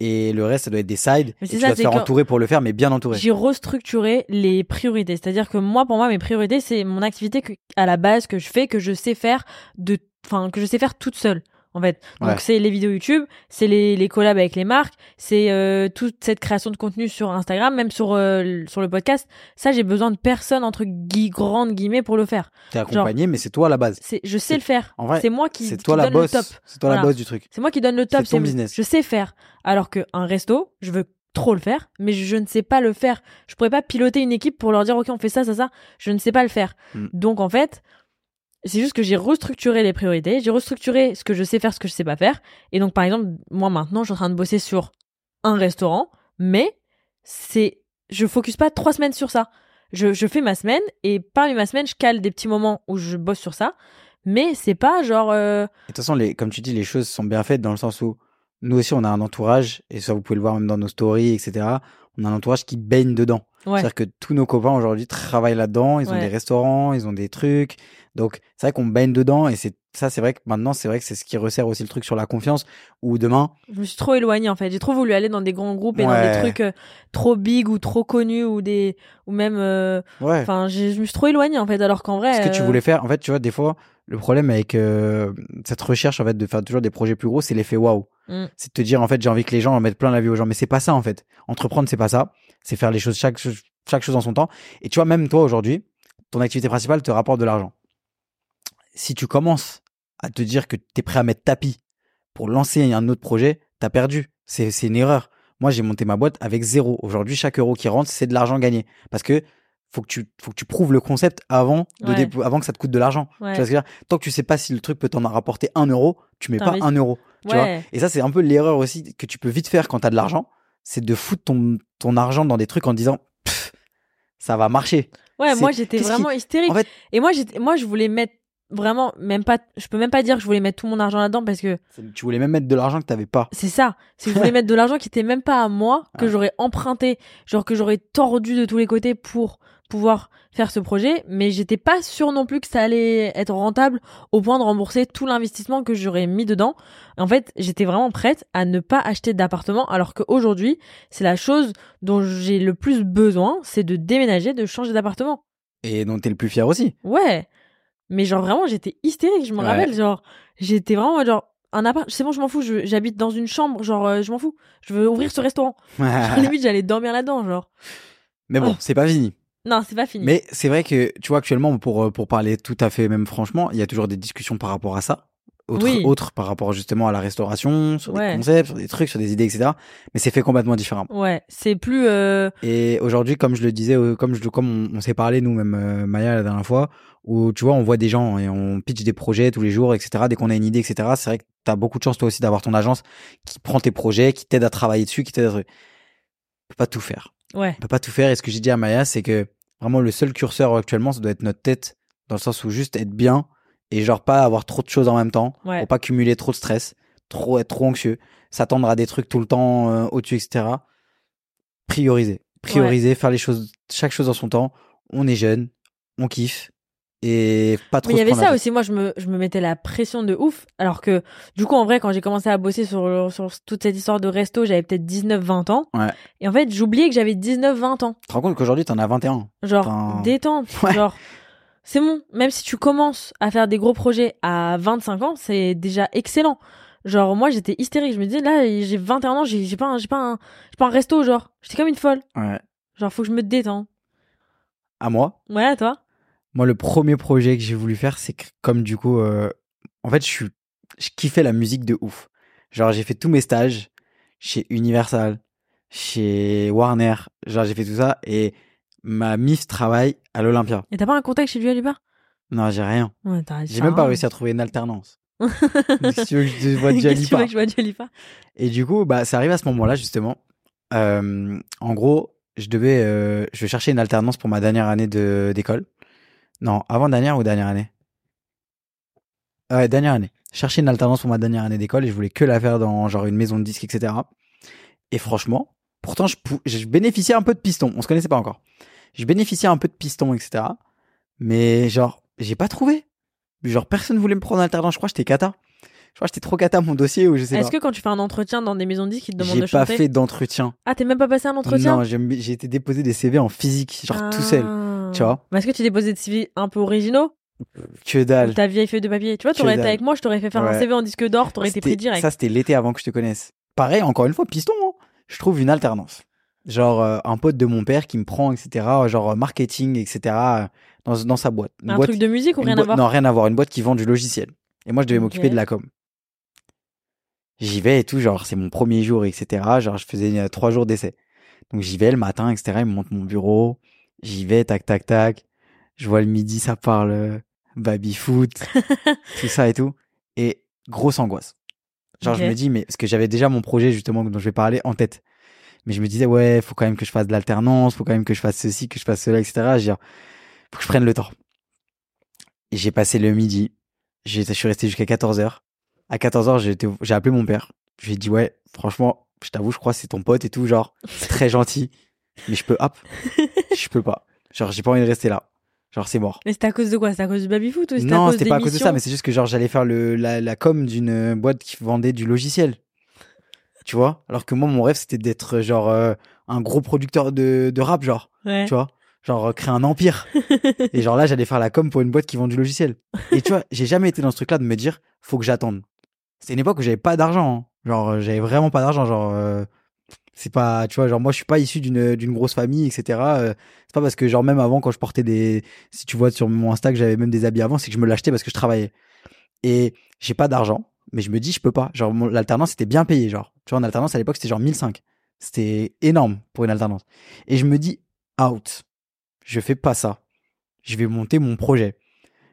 [SPEAKER 3] et le reste ça doit être des sides
[SPEAKER 2] Mais
[SPEAKER 3] et
[SPEAKER 2] c'est
[SPEAKER 3] tu
[SPEAKER 2] ça,
[SPEAKER 3] vas te
[SPEAKER 2] c'est
[SPEAKER 3] faire
[SPEAKER 2] quand-
[SPEAKER 3] entourer pour le faire mais bien entouré
[SPEAKER 2] J'ai restructuré les priorités. C'est-à-dire que moi, pour moi, mes priorités, c'est mon activité que- à la base que je fais, que je sais faire de, enfin, que je sais faire toute seule. En fait, donc
[SPEAKER 3] Ouais.
[SPEAKER 2] c'est les vidéos YouTube, c'est les, les collabs avec les marques, c'est euh, toute cette création de contenu sur Instagram, même sur euh, le- sur le podcast. Ça, j'ai besoin de personne entre gui grandes guillemets pour le faire.
[SPEAKER 3] t'es accompagné mais c'est toi à la base
[SPEAKER 2] C'est, je sais
[SPEAKER 3] C'est-
[SPEAKER 2] le faire.
[SPEAKER 3] en vrai,
[SPEAKER 2] c'est moi qui,
[SPEAKER 3] c'est
[SPEAKER 2] qui
[SPEAKER 3] toi la
[SPEAKER 2] donne
[SPEAKER 3] boss
[SPEAKER 2] le top.
[SPEAKER 3] c'est toi la
[SPEAKER 2] Voilà.
[SPEAKER 3] boss du truc
[SPEAKER 2] C'est moi qui donne le top.
[SPEAKER 3] C'est ton business.
[SPEAKER 2] Je sais faire. Alors qu'un resto, je veux trop le faire, mais je, je ne sais pas le faire. Je pourrais pas piloter une équipe pour leur dire, OK, on fait ça, ça, ça. Je ne sais pas le faire.
[SPEAKER 3] Mm.
[SPEAKER 2] Donc, en fait, c'est juste que j'ai restructuré les priorités. J'ai restructuré ce que je sais faire, ce que je sais pas faire. Et donc, par exemple, moi, maintenant, je suis en train de bosser sur un restaurant, mais c'est, je focus pas trois semaines sur ça. Je, je fais ma semaine et parmi ma semaine, je cale des petits moments où je bosse sur ça. Mais c'est pas genre, euh,
[SPEAKER 3] Et De toute façon, les, comme tu dis, les choses sont bien faites dans le sens où nous aussi, on a un entourage, et ça, vous pouvez le voir même dans nos stories, etc. On a un entourage qui baigne dedans.
[SPEAKER 2] ouais.
[SPEAKER 3] C'est-à-dire que tous nos copains aujourd'hui travaillent là-dedans, ils ont
[SPEAKER 2] Ouais.
[SPEAKER 3] des restaurants, ils ont des trucs. Donc, c'est vrai qu'on baigne dedans, et c'est ça, c'est vrai que maintenant, c'est vrai que c'est ce qui resserre aussi le truc sur la confiance, où demain,
[SPEAKER 2] Je me suis trop éloignée en fait. J'ai trop voulu aller dans des grands groupes et dans
[SPEAKER 3] Ouais.
[SPEAKER 2] des trucs euh, trop big ou trop connus ou des ou même euh,
[SPEAKER 3] ouais,
[SPEAKER 2] enfin j'ai- je me suis trop éloignée en fait alors qu'en vrai
[SPEAKER 3] ce que tu
[SPEAKER 2] euh,
[SPEAKER 3] voulais faire, en fait, tu vois, des fois, le problème avec euh, cette recherche, en fait, de faire toujours des projets plus gros, c'est l'effet waouh.
[SPEAKER 2] Mm.
[SPEAKER 3] C'est de te dire, en fait, j'ai envie que les gens en mettent plein la vie aux gens. Mais c'est pas ça, en fait. Entreprendre, c'est pas ça. C'est faire les choses, chaque, cho- chaque chose en son temps. Et tu vois, même toi, aujourd'hui, ton activité principale te rapporte de l'argent. Si tu commences à te dire que t'es prêt à mettre tapis pour lancer un autre projet, t'as perdu. C'est c'est une erreur. Moi, j'ai monté ma boîte avec zéro. Aujourd'hui, chaque euro qui rentre, c'est de l'argent gagné. Parce que faut que tu, faut que tu prouves le concept avant, de
[SPEAKER 2] Ouais.
[SPEAKER 3] dé- avant que ça te coûte de l'argent.
[SPEAKER 2] ouais.
[SPEAKER 3] Tu vois ce que je veux dire Tant que tu sais pas si le truc peut t'en rapporter un euro, tu mets pas
[SPEAKER 2] T'investis.
[SPEAKER 3] un euro. Tu vois
[SPEAKER 2] Ouais.
[SPEAKER 3] Et ça, c'est un peu l'erreur aussi que tu peux vite faire quand t'as de l'argent. C'est de foutre ton, ton argent dans des trucs en disant, Pff, ça va marcher.
[SPEAKER 2] Ouais,
[SPEAKER 3] C'est-
[SPEAKER 2] moi j'étais
[SPEAKER 3] qu'est-ce
[SPEAKER 2] vraiment hystérique.
[SPEAKER 3] En fait-
[SPEAKER 2] Et moi j'étais moi je voulais mettre vraiment même pas je peux même pas dire que je voulais mettre tout mon argent là-dedans parce que
[SPEAKER 3] C'est- Tu voulais même mettre de l'argent que t'avais pas.
[SPEAKER 2] c'est ça, c'est que je voulais mettre de l'argent qui était même pas à moi que
[SPEAKER 3] Ouais.
[SPEAKER 2] j'aurais emprunté, genre que j'aurais tordu de tous les côtés pour pouvoir faire ce projet, mais j'étais pas sûre non plus que ça allait être rentable au point de rembourser tout l'investissement que j'aurais mis dedans. En fait, j'étais vraiment prête à ne pas acheter d'appartement alors qu'aujourd'hui, c'est la chose dont j'ai le plus besoin, c'est de déménager, de changer d'appartement.
[SPEAKER 3] Et dont t'es le plus fier aussi.
[SPEAKER 2] Ouais. Mais genre vraiment, j'étais hystérique, je me
[SPEAKER 3] Ouais.
[SPEAKER 2] rappelle, genre j'étais vraiment genre un appart, c'est bon, je m'en fous, je- j'habite dans une chambre, genre euh, je m'en fous. Je veux ouvrir ce
[SPEAKER 3] [laughs]
[SPEAKER 2] restaurant. Genre, limite j'allais dormir là-dedans, genre.
[SPEAKER 3] Mais bon, c'est pas fini.
[SPEAKER 2] Non, c'est pas fini.
[SPEAKER 3] Mais c'est vrai que, tu vois, actuellement, pour, euh, pour parler tout à fait, même franchement, il y a toujours des discussions par rapport à ça. Autre,
[SPEAKER 2] Oui.
[SPEAKER 3] autre par rapport justement à la restauration, sur
[SPEAKER 2] Ouais.
[SPEAKER 3] des concepts, sur des trucs, sur des idées, etc. Mais c'est fait complètement différemment.
[SPEAKER 2] Ouais, c'est plus euh,
[SPEAKER 3] Et aujourd'hui, comme je le disais, euh, comme, je, comme on, on s'est parlé nous-mêmes, euh, Maya, la dernière fois, où tu vois, on voit des gens et on pitch des projets tous les jours, etc. Dès qu'on a une idée, etc. C'est vrai que tu as beaucoup de chance toi aussi d'avoir ton agence qui prend tes projets, qui t'aide à travailler dessus, qui t'aide à... On peut pas tout faire.
[SPEAKER 2] Ouais.
[SPEAKER 3] On peut pas tout faire. Et ce que j'ai dit à Maya, c'est que vraiment le seul curseur actuellement, ça doit être notre tête, dans le sens où juste être bien et genre pas avoir trop de choses en même temps,
[SPEAKER 2] Ouais.
[SPEAKER 3] pour pas cumuler trop de stress, trop être trop anxieux, s'attendre à des trucs tout le temps euh, au-dessus, etc. Prioriser, prioriser, faire les choses, chaque chose dans son temps. On est jeune, on kiffe et pas trop.
[SPEAKER 2] Mais il y
[SPEAKER 3] se
[SPEAKER 2] avait
[SPEAKER 3] prendre la
[SPEAKER 2] ça
[SPEAKER 3] tête.
[SPEAKER 2] aussi. Moi, je me, je me mettais la pression de ouf. Alors que, du coup, en vrai, quand j'ai commencé à bosser sur, le- sur toute cette histoire de resto, j'avais peut-être 19-20 ans.
[SPEAKER 3] Ouais.
[SPEAKER 2] Et en fait, j'oubliais que j'avais 19-20 ans.
[SPEAKER 3] Tu te rends compte qu'aujourd'hui t'en as 21.
[SPEAKER 2] Genre,
[SPEAKER 3] Putain.
[SPEAKER 2] détente.
[SPEAKER 3] Ouais.
[SPEAKER 2] Genre, c'est bon. Même si tu commences à faire des gros projets à 25 ans, c'est déjà excellent. Genre, moi, j'étais hystérique. Je me disais, là, j'ai 21 ans, j'ai j'ai pas, un- j'ai pas, un- j'ai pas un resto, genre. J'étais comme une folle.
[SPEAKER 3] Ouais.
[SPEAKER 2] Genre, faut que je me détends.
[SPEAKER 3] À moi.
[SPEAKER 2] Ouais, toi
[SPEAKER 3] Moi, le premier projet que j'ai voulu faire, c'est que, comme du coup, euh, en fait, je suis, je kiffais la musique de ouf. Genre, j'ai fait tous mes stages chez Universal, chez Warner. Genre, j'ai fait tout ça et ma MIF travaille à l'Olympia.
[SPEAKER 2] Et t'as pas un contact chez lui à Libar
[SPEAKER 3] Non, j'ai rien.
[SPEAKER 2] Ouais, t'as
[SPEAKER 3] J'ai même pas réussi à trouver
[SPEAKER 2] [laughs]
[SPEAKER 3] une alternance. [laughs] Donc, si tu veux que je te vois Dua
[SPEAKER 2] Qu'est-ce que tu
[SPEAKER 3] Lipa.
[SPEAKER 2] veux que je vois Dua Lipa
[SPEAKER 3] Et du coup, bah, ça arrive à ce moment-là, justement. Euh, en gros, je devais, euh, je vais chercher une alternance pour ma dernière année de, d'école. Non, avant dernière ou dernière année? Ouais, dernière année. Chercher une alternance pour ma dernière année d'école et je voulais que la faire dans genre une maison de disques, etc. Et franchement, pourtant, je, pou- je bénéficiais un peu de piston. On se connaissait pas encore. Je bénéficiais un peu de piston, etc. Mais genre, j'ai pas trouvé. Genre, personne voulait me prendre en alternance. Je crois que j'étais cata. Je crois que j'étais trop cata mon dossier ou je sais pas.
[SPEAKER 2] Est-ce que quand tu fais un entretien dans des maisons de disques, ils te demandent
[SPEAKER 3] J'ai
[SPEAKER 2] de
[SPEAKER 3] pas
[SPEAKER 2] chanter
[SPEAKER 3] fait d'entretien.
[SPEAKER 2] Ah, t'es même pas passé un entretien
[SPEAKER 3] Non, j'ai j'ai été déposer des CV en physique, genre tout seul.
[SPEAKER 2] Ah.
[SPEAKER 3] tu vois.
[SPEAKER 2] Mais est-ce que tu déposais des CV un peu originaux
[SPEAKER 3] Que
[SPEAKER 2] ou
[SPEAKER 3] dalle.
[SPEAKER 2] Ta vieille feuille de papier. Tu vois,
[SPEAKER 3] Que
[SPEAKER 2] t'aurais été
[SPEAKER 3] dalle.
[SPEAKER 2] avec moi, je t'aurais fait faire un
[SPEAKER 3] Ouais.
[SPEAKER 2] CV en disque d'or, t'aurais été
[SPEAKER 3] C'était-
[SPEAKER 2] pris direct.
[SPEAKER 3] Ça, c'était l'été avant que je te connaisse. Pareil, encore une fois, piston. hein. Je trouve une alternance. Genre euh, un pote de mon père qui me prend, etc. Genre euh, marketing, etc. euh, Dans, dans sa boîte. Une
[SPEAKER 2] un
[SPEAKER 3] boîte
[SPEAKER 2] truc de musique ou
[SPEAKER 3] une
[SPEAKER 2] rien à
[SPEAKER 3] boîte-
[SPEAKER 2] voir
[SPEAKER 3] Non, rien à voir. Une boîte qui vend du logiciel. Et moi, je devais
[SPEAKER 2] Ok.
[SPEAKER 3] m'occuper de la com. J'y vais et tout, genre, c'est mon premier jour, etc. Genre, je faisais euh, trois jours d'essai. Donc, j'y vais le matin, etc. Ils me montrent mon bureau. J'y vais, tac, tac, tac. Je vois le midi, ça parle euh, baby-foot, tout ça et tout. Et grosse angoisse. Genre,
[SPEAKER 2] Ok.
[SPEAKER 3] je me dis, mais parce que j'avais déjà mon projet, justement, dont je vais parler en tête. Mais je me disais, ouais, faut quand même que je fasse de l'alternance, faut quand même que je fasse ceci, que je fasse cela, etc. J'ai dit, faut que je prenne le temps. Et j'ai passé le midi. J'ai- Je suis resté jusqu'à 14h. À 14h, j'ai été- j'ai appelé mon père. Je lui ai dit, ouais, franchement, je t'avoue, je crois que c'est ton pote et tout, genre, c'est très gentil. Mais je peux, hop, je peux pas. Genre, j'ai pas envie de rester là. Genre, c'est mort.
[SPEAKER 2] Mais c'était à cause de quoi C'était à cause du baby-foot ou c'était à
[SPEAKER 3] Non,
[SPEAKER 2] cause
[SPEAKER 3] c'était
[SPEAKER 2] des
[SPEAKER 3] pas à cause de ça,
[SPEAKER 2] missions
[SPEAKER 3] mais c'est juste que genre j'allais faire le, la, la com d'une euh, boîte qui vendait du logiciel. Tu vois Alors que moi, mon rêve, c'était d'être genre euh, un gros producteur de, de rap, genre.
[SPEAKER 2] Ouais.
[SPEAKER 3] Tu vois Genre euh, créer un empire. Et genre là, j'allais faire la com pour une boîte qui vend du logiciel. Et tu vois, j'ai jamais été dans ce truc-là de me dire, faut que j'attende. C'était une époque où j'avais pas d'argent. hein. Genre, euh, j'avais vraiment pas d'argent. Genre, euh, c'est pas, tu vois, genre moi, je suis pas issu d'une d'une grosse famille, etc. Euh, c'est pas parce que, genre, même avant, quand je portais des. Si tu vois sur mon Insta que j'avais même des habits avant, c'est que je me l'achetais parce que je travaillais. Et j'ai pas d'argent, mais je me dis, je peux pas. Genre, mon- l'alternance, c'était bien payé. Genre, tu vois, en alternance, à l'époque, c'était genre 1005. C'était énorme pour une alternance. Et je me dis, out. Je fais pas ça. Je vais monter mon projet.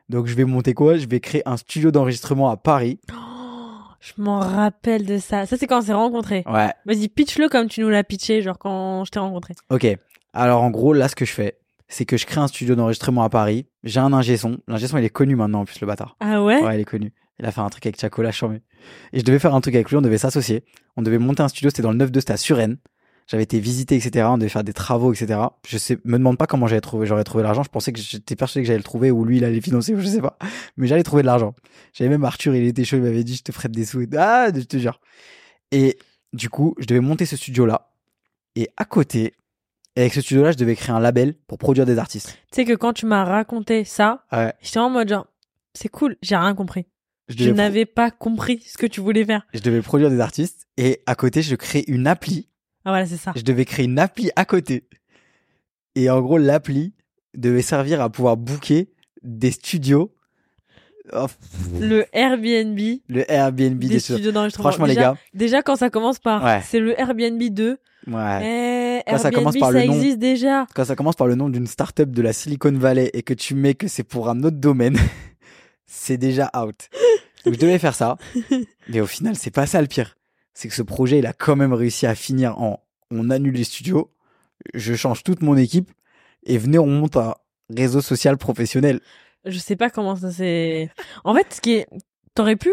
[SPEAKER 3] Donc, je vais monter quoi Je vais créer un studio d'enregistrement à Paris.
[SPEAKER 2] [laughs] Oh, je m'en rappelle de ça. Ça, c'est quand on s'est rencontrés.
[SPEAKER 3] Ouais.
[SPEAKER 2] Vas-y, pitch-le comme tu nous l'as pitché, genre quand je t'ai rencontré.
[SPEAKER 3] Ok. Alors en gros, là, ce que je fais, c'est que je crée un studio d'enregistrement à Paris. J'ai un ingé son. L'ingé son, il est connu maintenant, en plus, le bâtard.
[SPEAKER 2] Ah ouais,
[SPEAKER 3] Ouais, il est connu. Il a fait un truc avec Chaco, la chambée. Et je devais faire un truc avec lui, on devait s'associer. On devait monter un studio, c'était dans le 9-2, c'était à Suresnes. J'avais été visité, etc. On devait faire des travaux, etc. Je sais, me demande pas comment j'avais trouvé, j'aurais trouvé l'argent. Je pensais que j'étais persuadé que j'allais le trouver ou lui, il allait le financer [laughs] ou je sais pas. Mais j'allais trouver de l'argent. J'avais même Arthur, il était chaud, il m'avait dit, je te prête des sous. et- Ah, je te jure. Et du coup, je devais monter ce studio-là. Et à côté, avec ce studio-là, je devais créer un label pour produire des artistes.
[SPEAKER 2] Tu sais que quand tu m'as raconté ça,
[SPEAKER 3] Ouais.
[SPEAKER 2] j'étais en mode genre, c'est cool, j'ai rien compris. Je
[SPEAKER 3] devais pro-
[SPEAKER 2] n'avais pas compris ce que tu voulais faire.
[SPEAKER 3] je devais produire des artistes. Et à côté, je crée une appli
[SPEAKER 2] Ah voilà, c'est ça.
[SPEAKER 3] je devais créer une appli à côté. Et en gros, l'appli devait servir à pouvoir booker des studios, Oh,
[SPEAKER 2] Le Airbnb,
[SPEAKER 3] le Airbnb,
[SPEAKER 2] des,
[SPEAKER 3] des, studios.
[SPEAKER 2] studios d'enregistrement.
[SPEAKER 3] Franchement,
[SPEAKER 2] déjà,
[SPEAKER 3] les gars,
[SPEAKER 2] Déjà, quand ça commence par,
[SPEAKER 3] Ouais.
[SPEAKER 2] c'est le Airbnb 2.
[SPEAKER 3] ouais.
[SPEAKER 2] Eh,
[SPEAKER 3] Quand
[SPEAKER 2] Airbnb,
[SPEAKER 3] ça
[SPEAKER 2] ça,
[SPEAKER 3] commence par le nom.
[SPEAKER 2] existe déjà.
[SPEAKER 3] quand ça commence par le nom d'une startup de la Silicon Valley et que tu mets que c'est pour un autre domaine, [laughs] c'est déjà out. Donc je devais faire ça, mais au final, c'est pas ça le pire. C'est que ce projet, il a quand même réussi à finir en on annule les studios, je change toute mon équipe et venez, on monte un réseau social professionnel.
[SPEAKER 2] Je sais pas comment ça s'est. En fait, ce qui est, t'aurais pu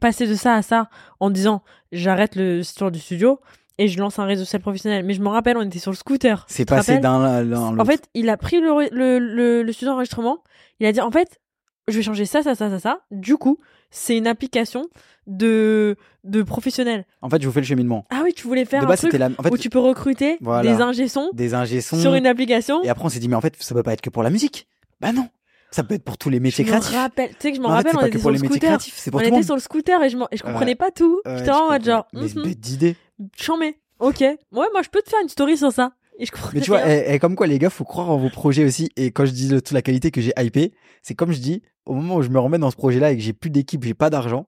[SPEAKER 2] passer de ça à ça en disant j'arrête le store du studio et je lance un réseau social professionnel. Mais je me rappelle, on était sur le scooter.
[SPEAKER 3] C'est
[SPEAKER 2] Tu te
[SPEAKER 3] passé
[SPEAKER 2] rappelles
[SPEAKER 3] d'un à l'autre.
[SPEAKER 2] En fait, il a pris le, le, le, le studio d'enregistrement. Il a dit, en fait, je vais changer ça, ça, ça, ça, ça. Du coup, c'est une application de, de professionnels.
[SPEAKER 3] En fait, je vous fais le cheminement.
[SPEAKER 2] Ah oui, tu voulais faire
[SPEAKER 3] de
[SPEAKER 2] un
[SPEAKER 3] base,
[SPEAKER 2] truc
[SPEAKER 3] c'était la... en fait,
[SPEAKER 2] où tu peux recruter
[SPEAKER 3] Voilà.
[SPEAKER 2] des ingé-sons
[SPEAKER 3] des ingessons.
[SPEAKER 2] sur une application.
[SPEAKER 3] Et après, on s'est dit, mais en fait, ça peut pas être que pour la musique. Bah non, ça peut être pour tous les métiers
[SPEAKER 2] je me
[SPEAKER 3] créatifs.
[SPEAKER 2] rappelle, tu sais que je
[SPEAKER 3] Non,
[SPEAKER 2] m'en
[SPEAKER 3] en
[SPEAKER 2] rappelle,
[SPEAKER 3] fait, c'est
[SPEAKER 2] on
[SPEAKER 3] pas que
[SPEAKER 2] était
[SPEAKER 3] pour
[SPEAKER 2] sur le
[SPEAKER 3] les métiers
[SPEAKER 2] scooter.
[SPEAKER 3] créatifs,
[SPEAKER 2] On
[SPEAKER 3] c'est pour tout le
[SPEAKER 2] était
[SPEAKER 3] monde.
[SPEAKER 2] sur le scooter et je, m'en- et je comprenais pas tout.
[SPEAKER 3] Ouais,
[SPEAKER 2] J'étais en
[SPEAKER 3] je
[SPEAKER 2] mode genre,
[SPEAKER 3] comprends. Des
[SPEAKER 2] mhm,
[SPEAKER 3] bêtes d'idées.
[SPEAKER 2] j'en mets. Ok. Ouais, moi je peux te faire une story sur ça. Et je comprenais
[SPEAKER 3] Mais tu vois, eh.
[SPEAKER 2] rien.
[SPEAKER 3] et, et comme quoi les gars, faut croire en vos projets aussi. Et quand je dis le- toute la qualité que j'ai hypé, c'est comme je dis, au moment où je me remets dans ce projet-là et que j'ai plus d'équipe, j'ai pas d'argent,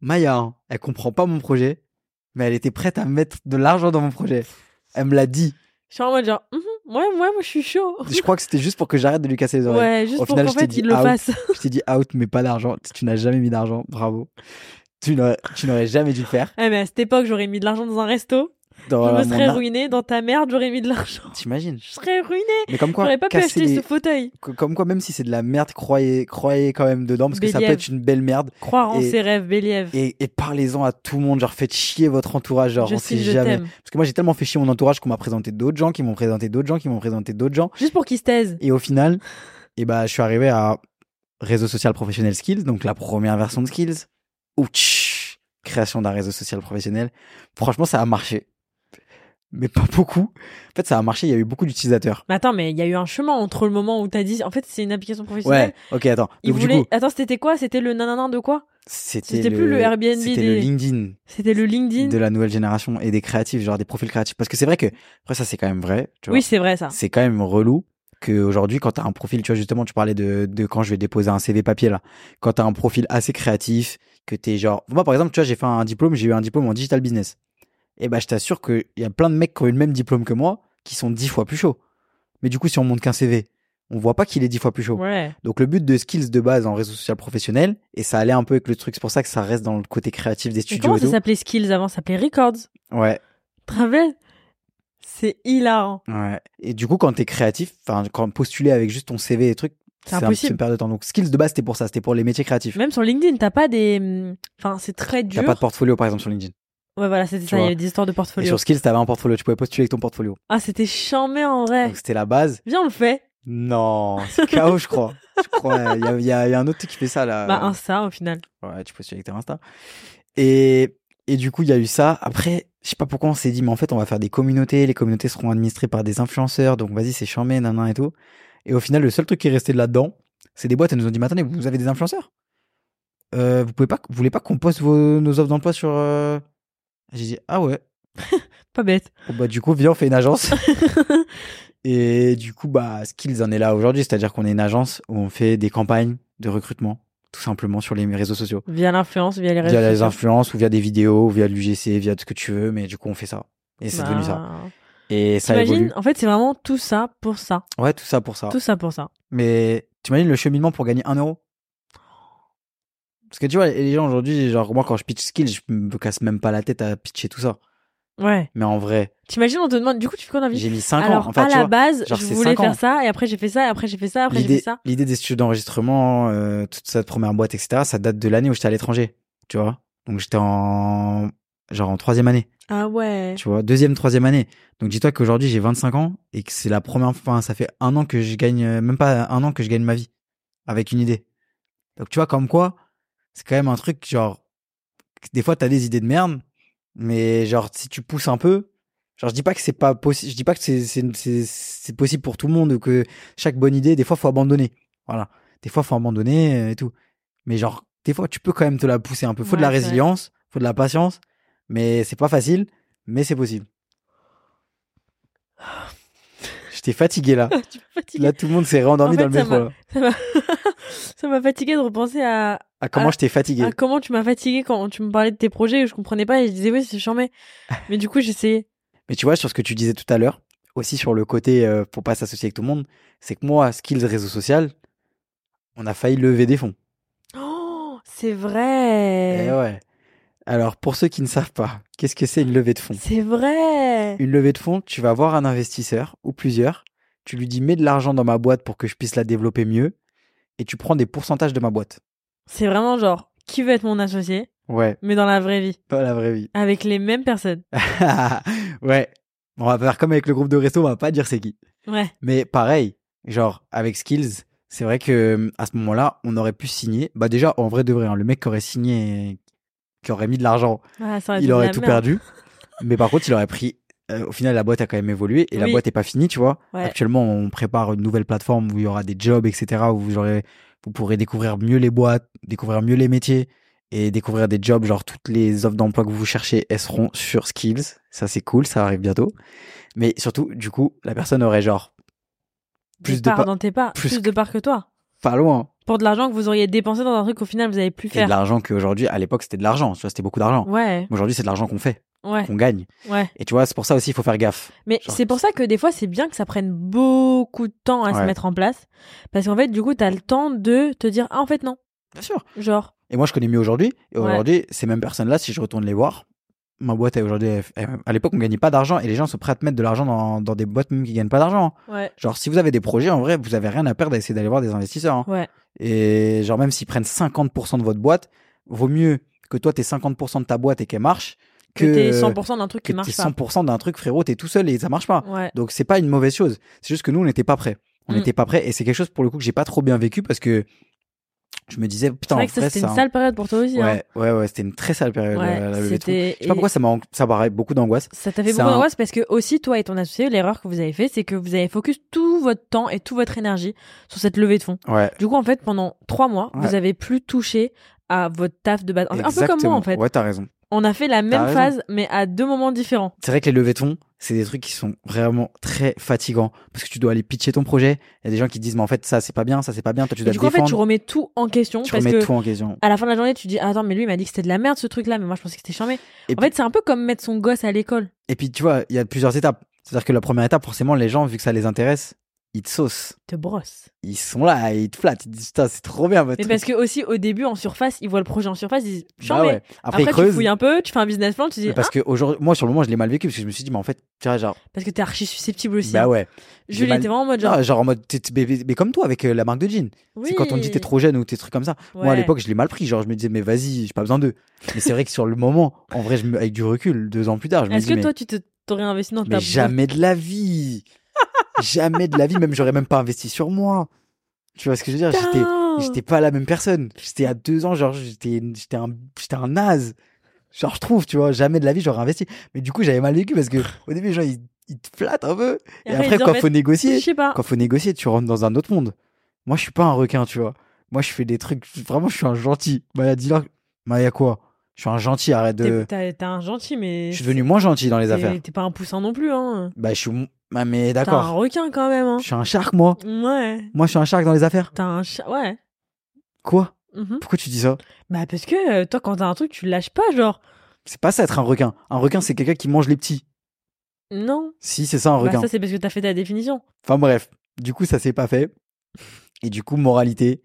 [SPEAKER 3] Maya, hein, elle comprend pas mon projet, mais elle était prête à mettre de l'argent dans mon projet. Elle me l'a dit.
[SPEAKER 2] Je suis en mode genre, mhm, ouais, ouais, moi je suis chaud.
[SPEAKER 3] Je crois que c'était juste pour que j'arrête de lui casser les oreilles.
[SPEAKER 2] Ouais, juste
[SPEAKER 3] Au
[SPEAKER 2] pour
[SPEAKER 3] final,
[SPEAKER 2] qu'en
[SPEAKER 3] je t'ai
[SPEAKER 2] fait
[SPEAKER 3] dit
[SPEAKER 2] il le
[SPEAKER 3] out.
[SPEAKER 2] fasse.
[SPEAKER 3] Je t'ai dit out, mais pas d'argent. Tu- Tu n'as jamais mis d'argent. Bravo. Tu n'aurais tu n'aurais jamais dû le faire.
[SPEAKER 2] Ouais, Eh, mais à cette époque, j'aurais mis de l'argent dans un resto.
[SPEAKER 3] Dans
[SPEAKER 2] je me
[SPEAKER 3] mon
[SPEAKER 2] serais
[SPEAKER 3] ar-
[SPEAKER 2] ruiné dans ta merde, j'aurais mis de l'argent.
[SPEAKER 3] T'imagines
[SPEAKER 2] Je serais ruiné.
[SPEAKER 3] Mais comme quoi,
[SPEAKER 2] J'aurais pas pu
[SPEAKER 3] casser
[SPEAKER 2] acheter
[SPEAKER 3] les-
[SPEAKER 2] ce fauteuil.
[SPEAKER 3] co- comme quoi, même si c'est de la merde, croyez, croyez quand même dedans parce que ça peut
[SPEAKER 2] Béliève.
[SPEAKER 3] être une belle merde.
[SPEAKER 2] Croire en
[SPEAKER 3] Et-
[SPEAKER 2] ses rêves, Béliev.
[SPEAKER 3] et, et parlez-en à tout le monde. Genre, faites chier votre entourage. Genre,
[SPEAKER 2] Je
[SPEAKER 3] on
[SPEAKER 2] sais,
[SPEAKER 3] sait
[SPEAKER 2] je
[SPEAKER 3] jamais.
[SPEAKER 2] t'aime.
[SPEAKER 3] Parce que moi, j'ai tellement fait chier mon entourage qu'on m'a présenté d'autres gens, qui m'ont présenté d'autres gens, qui m'ont présenté d'autres gens.
[SPEAKER 2] Juste pour qu'il se taise.
[SPEAKER 3] Et au final, et bah, je suis arrivé à réseau social professionnel Skills, donc la première version de Skills. Ouch Création d'un réseau social professionnel. Franchement, ça a marché. Mais pas beaucoup. En fait, ça a marché. Il y a eu beaucoup d'utilisateurs.
[SPEAKER 2] Mais attends, mais il y a eu un chemin entre le moment où t'as dit, en fait, c'est une application professionnelle.
[SPEAKER 3] Ouais, ok, attends.
[SPEAKER 2] Il
[SPEAKER 3] Donc, du
[SPEAKER 2] voulait.
[SPEAKER 3] coup,
[SPEAKER 2] Attends, c'était quoi C'était le nanana de quoi
[SPEAKER 3] c'était
[SPEAKER 2] c'était plus le Airbnb
[SPEAKER 3] C'était
[SPEAKER 2] des-
[SPEAKER 3] le LinkedIn.
[SPEAKER 2] C'était le LinkedIn.
[SPEAKER 3] de la nouvelle génération et des créatifs, genre des profils créatifs. Parce que c'est vrai que, après ça c'est quand même vrai, tu vois.
[SPEAKER 2] Oui, c'est vrai ça.
[SPEAKER 3] c'est quand même relou qu'aujourd'hui quand t'as un profil, tu vois justement tu parlais de, de quand je vais déposer un CV papier là, quand t'as un profil assez créatif, que t'es genre... Moi par exemple, tu vois, j'ai fait un diplôme, j'ai eu un diplôme en digital business. Et bah je t'assure qu'il y a plein de mecs qui ont eu le même diplôme que moi, qui sont dix fois plus chauds. Mais du coup si on monte qu'un CV, on voit pas qu'il est dix fois plus chaud.
[SPEAKER 2] Ouais.
[SPEAKER 3] Donc le but de skills de base en réseau social professionnel, et ça allait un peu avec le truc, c'est pour ça que ça reste dans le côté créatif des
[SPEAKER 2] Mais
[SPEAKER 3] studios.
[SPEAKER 2] comment
[SPEAKER 3] et
[SPEAKER 2] ça
[SPEAKER 3] tout.
[SPEAKER 2] s'appelait Skills avant Ça s'appelait Records.
[SPEAKER 3] Ouais,
[SPEAKER 2] Travel. C'est hilarant.
[SPEAKER 3] Ouais. Et du coup, quand t'es créatif, enfin, quand postuler avec juste ton CV et trucs,
[SPEAKER 2] C'est
[SPEAKER 3] c'est un petit
[SPEAKER 2] impossible.
[SPEAKER 3] peu perdre de temps. Donc, skills de base, c'était pour ça, c'était pour les métiers créatifs.
[SPEAKER 2] Même sur LinkedIn, t'as pas des. hum, Enfin, c'est très
[SPEAKER 3] T'as
[SPEAKER 2] dur.
[SPEAKER 3] pas de portfolio, par exemple, sur LinkedIn.
[SPEAKER 2] Ouais, voilà, c'était ça. Il y
[SPEAKER 3] vois.
[SPEAKER 2] avait des histoires de
[SPEAKER 3] Et
[SPEAKER 2] portfolio.
[SPEAKER 3] sur skills, t'avais un portfolio, tu pouvais postuler avec ton portfolio.
[SPEAKER 2] Ah, c'était chambé en vrai.
[SPEAKER 3] Donc, c'était la base.
[SPEAKER 2] Viens, on le fait.
[SPEAKER 3] Non, c'est [laughs] KO, je crois. Je crois, il y a, il y a- il y a un autre truc qui fait ça,
[SPEAKER 2] [laughs]
[SPEAKER 3] là.
[SPEAKER 2] Bah, Insta, au final.
[SPEAKER 3] Ouais, tu postules avec ton Insta. Et, et du coup, il y a eu ça. Après, je sais pas pourquoi on s'est dit, mais en fait, on va faire des communautés. Les communautés seront administrées par des influenceurs. Donc, vas-y, c'est charmé, nanan et tout. Et au final, le seul truc qui est resté de là-dedans, c'est des boîtes. Elles nous ont dit, mais attendez, vous avez des influenceurs? Euh, vous pouvez pas, vous voulez pas qu'on poste vos- nos offres d'emploi sur, euh, j'ai dit, ah ouais.
[SPEAKER 2] Pas bête. [laughs]
[SPEAKER 3] Bon, bah, du coup, viens, on fait une agence. Et du coup, bah, Skills en est là aujourd'hui. C'est-à-dire qu'on est une agence où on fait des campagnes de recrutement, tout simplement sur les réseaux sociaux
[SPEAKER 2] via l'influence, via les réseaux
[SPEAKER 3] via les
[SPEAKER 2] sociaux.
[SPEAKER 3] influences ou via des vidéos ou via de l'UGC, via de ce que tu veux, mais du coup on fait ça. Et c'est
[SPEAKER 2] Bah,
[SPEAKER 3] devenu ça. Et ça Ah. évolue.
[SPEAKER 2] T'imagines En fait, c'est vraiment tout ça pour ça.
[SPEAKER 3] Ouais, tout ça pour ça.
[SPEAKER 2] Tout ça pour ça.
[SPEAKER 3] Mais t'imagines le cheminement pour gagner un euro Parce que tu vois, les gens aujourd'hui, genre moi quand je pitch skill, je me casse même pas la tête à pitcher tout ça.
[SPEAKER 2] Ouais.
[SPEAKER 3] Mais en vrai,
[SPEAKER 2] T'imagines, on te demande, du coup, tu fais quoi dans la vie
[SPEAKER 3] j'ai mis 5
[SPEAKER 2] Ah Alors,
[SPEAKER 3] ans. Enfin,
[SPEAKER 2] à
[SPEAKER 3] tu
[SPEAKER 2] la
[SPEAKER 3] vois,
[SPEAKER 2] base,
[SPEAKER 3] genre,
[SPEAKER 2] je
[SPEAKER 3] c'est
[SPEAKER 2] voulais
[SPEAKER 3] cinq
[SPEAKER 2] faire
[SPEAKER 3] ans.
[SPEAKER 2] ça, et après, j'ai fait ça, et après, j'ai fait ça, et après, j'ai fait
[SPEAKER 3] l'idée,
[SPEAKER 2] ça.
[SPEAKER 3] l'idée des studios d'enregistrement, euh, toute cette première boîte, etc., ça date de l'année où j'étais à l'étranger. Tu vois Donc j'étais en. Genre en troisième année.
[SPEAKER 2] Ah ouais.
[SPEAKER 3] tu vois, deuxième, troisième année. Donc dis-toi qu'aujourd'hui j'ai 25 ans et que c'est la première fois, ça fait un an que je gagne, euh, même pas un an que je gagne ma vie avec une idée. Donc tu vois, comme quoi, c'est quand même un truc genre, que des fois t'as des idées de merde, mais genre si tu pousses un peu, genre je dis pas que c'est pas possible, je dis pas que c'est- c'est c'est- c'est possible pour tout le monde ou que chaque bonne idée, des fois faut abandonner. Voilà, des fois faut abandonner euh, et tout. Mais genre, des fois tu peux quand même te la pousser un peu. Faut de
[SPEAKER 2] Ouais,
[SPEAKER 3] la
[SPEAKER 2] c'est vrai.
[SPEAKER 3] résilience, faut de la patience, mais c'est pas facile mais c'est possible.
[SPEAKER 2] Ah.
[SPEAKER 3] J'étais fatigué là.
[SPEAKER 2] tu me fatigues.
[SPEAKER 3] Là, tout le monde s'est réendormi
[SPEAKER 2] En fait,
[SPEAKER 3] dans le
[SPEAKER 2] ça
[SPEAKER 3] métro.
[SPEAKER 2] m'a-
[SPEAKER 3] là.
[SPEAKER 2] Ça m'a- [laughs] ça m'a fatigué de repenser à,
[SPEAKER 3] À comment
[SPEAKER 2] Ah,
[SPEAKER 3] j'étais fatigué.
[SPEAKER 2] à comment tu m'as fatigué quand tu me parlais de tes projets, je comprenais pas, et je disais, oui, c'est
[SPEAKER 3] [laughs]
[SPEAKER 2] charmé. Mais du coup, j'essayais.
[SPEAKER 3] Mais tu vois, sur ce que tu disais tout à l'heure, aussi sur le côté euh, pour pas s'associer avec tout le monde, c'est que moi, Skills Réseau Social, on a failli lever des fonds.
[SPEAKER 2] Oh, c'est
[SPEAKER 3] Eh
[SPEAKER 2] vrai.
[SPEAKER 3] ouais. Alors, pour ceux qui ne savent pas, qu'est-ce que c'est une levée de fonds
[SPEAKER 2] C'est vrai.
[SPEAKER 3] Une levée de fonds, tu vas voir un investisseur ou plusieurs, tu lui dis mets de l'argent dans ma boîte pour que je puisse la développer mieux, et tu prends des pourcentages de ma boîte.
[SPEAKER 2] C'est vraiment genre qui veut être mon associé,
[SPEAKER 3] Ouais,
[SPEAKER 2] mais dans la vraie vie,
[SPEAKER 3] pas la vraie vie. [laughs]
[SPEAKER 2] avec les mêmes personnes.
[SPEAKER 3] ouais, on va faire comme avec le groupe de resto, on va pas dire c'est qui.
[SPEAKER 2] Ouais.
[SPEAKER 3] Mais pareil, genre avec Skills, c'est vrai que hum, à ce moment-là, on aurait pu signer. Bah déjà, en vrai de vrai, hein, le mec qui aurait signé, qui aurait mis de l'argent,
[SPEAKER 2] Ah, ça
[SPEAKER 3] il
[SPEAKER 2] été
[SPEAKER 3] aurait
[SPEAKER 2] de la
[SPEAKER 3] tout
[SPEAKER 2] merde. [laughs]
[SPEAKER 3] perdu. Mais par contre, il aurait pris. euh, au final, la boîte a quand même évolué et la
[SPEAKER 2] Oui.
[SPEAKER 3] boîte est pas finie, tu vois.
[SPEAKER 2] Ouais.
[SPEAKER 3] Actuellement, on prépare une nouvelle plateforme où il y aura des jobs, etc. Où vous aurez, vous pourrez découvrir mieux les boîtes, découvrir mieux les métiers et découvrir des jobs. Genre toutes les offres d'emploi que vous cherchez, elles seront sur Skills. Ça, c'est cool, ça arrive bientôt. Mais surtout, du coup, la personne aurait genre plus
[SPEAKER 2] Des
[SPEAKER 3] de
[SPEAKER 2] parts
[SPEAKER 3] pa-
[SPEAKER 2] dans tes parts,
[SPEAKER 3] plus
[SPEAKER 2] plus,
[SPEAKER 3] que-
[SPEAKER 2] de parts que toi.
[SPEAKER 3] pas loin
[SPEAKER 2] Pour de l'argent que vous auriez dépensé dans un truc qu'au final vous avez plus
[SPEAKER 3] et de
[SPEAKER 2] faire.
[SPEAKER 3] l'argent qu'aujourd'hui. À l'époque, c'était de l'argent. Tu vois, c'était beaucoup d'argent.
[SPEAKER 2] Ouais,
[SPEAKER 3] Aujourd'hui, c'est de l'argent qu'on fait,
[SPEAKER 2] ouais,
[SPEAKER 3] qu'on gagne.
[SPEAKER 2] ouais.
[SPEAKER 3] Et tu vois, c'est pour ça aussi, il faut faire gaffe.
[SPEAKER 2] Mais
[SPEAKER 3] Genre-
[SPEAKER 2] c'est pour ça que des fois c'est bien que ça prenne beaucoup de temps à se
[SPEAKER 3] Ouais.
[SPEAKER 2] mettre en place. Parce qu'en fait, du coup, t'as le temps de te dire, ah, en fait, non.
[SPEAKER 3] Bien sûr.
[SPEAKER 2] Genre,
[SPEAKER 3] Et moi, je connais mieux aujourd'hui. Et
[SPEAKER 2] Ouais.
[SPEAKER 3] aujourd'hui, ces mêmes personnes-là, si je retourne les voir, ma boîte, elle, aujourd'hui, elle- elle- à l'époque, on gagnait pas d'argent et les gens sont prêts à te mettre de l'argent dans, dans des boîtes même qui gagnent pas d'argent.
[SPEAKER 2] ouais,
[SPEAKER 3] Genre, si vous avez des projets, en vrai, vous avez rien à perdre à essayer d'aller voir des investisseurs. hein.
[SPEAKER 2] ouais,
[SPEAKER 3] Et genre, même s'ils prennent 50% de votre boîte, vaut mieux que toi, t'aies 50% de ta boîte et qu'elle marche
[SPEAKER 2] que,
[SPEAKER 3] que,
[SPEAKER 2] t'es 100% d'un truc
[SPEAKER 3] que
[SPEAKER 2] qui
[SPEAKER 3] t'aies
[SPEAKER 2] marche pas.
[SPEAKER 3] 100% d'un truc, frérot, t'es tout seul et ça marche pas.
[SPEAKER 2] Ouais,
[SPEAKER 3] Donc c'est pas une mauvaise chose. C'est juste que nous, on n'était pas prêts. On
[SPEAKER 2] Mm.
[SPEAKER 3] n'était pas prêts et c'est quelque chose pour le coup que j'ai pas trop bien vécu parce que je me disais
[SPEAKER 2] c'est
[SPEAKER 3] putain,
[SPEAKER 2] vrai
[SPEAKER 3] en
[SPEAKER 2] que ça
[SPEAKER 3] vrai,
[SPEAKER 2] c'était
[SPEAKER 3] ça-
[SPEAKER 2] une sale période pour toi aussi. hein.
[SPEAKER 3] Ouais, ouais, ouais, c'était une très sale période.
[SPEAKER 2] Ouais,
[SPEAKER 3] la- la levée de fonds.
[SPEAKER 2] c'était.
[SPEAKER 3] Je sais pas pourquoi ça m'a en- ça m'a beaucoup d'angoisse.
[SPEAKER 2] Ça t'a fait
[SPEAKER 3] C'est
[SPEAKER 2] beaucoup
[SPEAKER 3] un-
[SPEAKER 2] d'angoisse parce que aussi toi et ton associé, l'erreur que vous avez fait, c'est que vous avez focus tout votre temps et toute votre énergie sur cette levée de fonds.
[SPEAKER 3] Ouais.
[SPEAKER 2] Du coup, en fait, pendant trois mois,
[SPEAKER 3] Ouais.
[SPEAKER 2] vous avez plus touché à votre taf de base. Un peu comme moi, en fait.
[SPEAKER 3] Ouais, t'as raison.
[SPEAKER 2] On a fait la même
[SPEAKER 3] raison.
[SPEAKER 2] phase, mais à deux moments différents.
[SPEAKER 3] C'est vrai que les levées de fonds, c'est des trucs qui sont vraiment très fatigants parce que tu dois aller pitcher ton projet. Il y a des gens qui te disent mais en fait ça c'est pas bien, ça c'est pas bien, toi tu
[SPEAKER 2] Et
[SPEAKER 3] dois
[SPEAKER 2] du
[SPEAKER 3] te
[SPEAKER 2] coup, en fait, tu
[SPEAKER 3] défendre.
[SPEAKER 2] remets tout en question
[SPEAKER 3] tu
[SPEAKER 2] parce
[SPEAKER 3] remets
[SPEAKER 2] que
[SPEAKER 3] tout en question.
[SPEAKER 2] à la fin de la journée, tu dis ah, attends, mais lui, il m'a dit que c'était de la merde ce truc-là, mais moi, je pensais que c'était charmé.
[SPEAKER 3] Et
[SPEAKER 2] en fait, c'est un peu comme mettre son gosse à l'école.
[SPEAKER 3] Et puis tu vois, il y a plusieurs étapes. C'est-à-dire que la première étape, forcément, les gens vu que ça les intéresse, ils te saucent.
[SPEAKER 2] Te brosse.
[SPEAKER 3] Ils sont là, et ils te flattent, ils te disent putain c'est trop bien votre
[SPEAKER 2] Mais
[SPEAKER 3] truc.
[SPEAKER 2] parce que aussi, au début, en surface, ils voient le projet en surface, ils disent
[SPEAKER 3] Bah
[SPEAKER 2] charmé.
[SPEAKER 3] ouais. Après,
[SPEAKER 2] Après,
[SPEAKER 3] ils
[SPEAKER 2] tu
[SPEAKER 3] creusent.
[SPEAKER 2] fouilles un peu, tu fais un business plan, tu dis
[SPEAKER 3] Mais parce que aujourd'hui, moi sur le moment, je l'ai mal vécu parce que je me suis dit mais en fait, tu vois genre,
[SPEAKER 2] Ah, parce que t'es archi susceptible aussi.
[SPEAKER 3] bah
[SPEAKER 2] hein.
[SPEAKER 3] ouais. j'ai
[SPEAKER 2] Julie
[SPEAKER 3] mal-
[SPEAKER 2] était vraiment en mode genre.
[SPEAKER 3] Genre, genre en mode, t'es- t'es- mais, mais- mais comme toi avec euh, la marque de jean. C'est quand on dit
[SPEAKER 2] Oui.
[SPEAKER 3] t'es trop jeune ou t'es trucs comme ça. Moi à
[SPEAKER 2] Ouais.
[SPEAKER 3] l'époque, je l'ai mal pris. Genre, je me disais, mais vas-y, j'ai pas besoin d'eux. Mais c'est vrai que sur le moment, en vrai, je me- avec du recul, deux ans plus tard, je me
[SPEAKER 2] Est-ce
[SPEAKER 3] dis,
[SPEAKER 2] que
[SPEAKER 3] mais,
[SPEAKER 2] toi, tu te- t'aurais investi dans ta
[SPEAKER 3] mais
[SPEAKER 2] boîte
[SPEAKER 3] jamais de la vie. jamais de la vie. Même, j'aurais même pas investi sur moi. Tu vois ce que je veux dire J'étais,
[SPEAKER 2] Putain
[SPEAKER 3] j'étais pas la même personne. J'étais à deux ans, genre, j'étais, j'étais un, j'étais un naze. Genre, je trouve, tu vois, jamais de la vie, j'aurais investi. Mais du coup, j'avais mal vécu parce
[SPEAKER 2] [laughs]
[SPEAKER 3] que au début, genre, ils, ils te flattent un peu. Et, après,
[SPEAKER 2] ils disent, en
[SPEAKER 3] quand
[SPEAKER 2] fait,
[SPEAKER 3] faut négocier,
[SPEAKER 2] Je sais pas.
[SPEAKER 3] quand faut négocier, tu rentres dans un autre monde. Moi, je suis pas un requin, tu vois. Moi, je fais des trucs. Vraiment, je suis un gentil. Maya, dis-leur. Maya, quoi Je suis un gentil, arrête
[SPEAKER 2] T'es
[SPEAKER 3] de.
[SPEAKER 2] t'as- t'es un gentil, mais.
[SPEAKER 3] Je suis devenu moins gentil dans les
[SPEAKER 2] t'es-
[SPEAKER 3] affaires.
[SPEAKER 2] T'es pas un poussin non plus, hein.
[SPEAKER 3] Bah, je suis. mou- Bah, mais
[SPEAKER 2] T'es un
[SPEAKER 3] d'accord.
[SPEAKER 2] requin quand même, hein.
[SPEAKER 3] Je suis un shark, moi.
[SPEAKER 2] Ouais.
[SPEAKER 3] Moi, je suis un shark dans les affaires.
[SPEAKER 2] T'as un chat. Ouais.
[SPEAKER 3] Quoi
[SPEAKER 2] Mhm.
[SPEAKER 3] Pourquoi tu dis ça
[SPEAKER 2] Bah, parce que euh, toi, quand t'as un truc, tu le lâches pas, genre.
[SPEAKER 3] C'est pas ça être un requin. Un requin, c'est quelqu'un qui mange les petits.
[SPEAKER 2] Non.
[SPEAKER 3] Si, c'est ça un
[SPEAKER 2] Bah,
[SPEAKER 3] requin.
[SPEAKER 2] ça, c'est parce que t'as fait ta définition.
[SPEAKER 3] Enfin bref, du coup, ça s'est pas fait. Et du coup, moralité,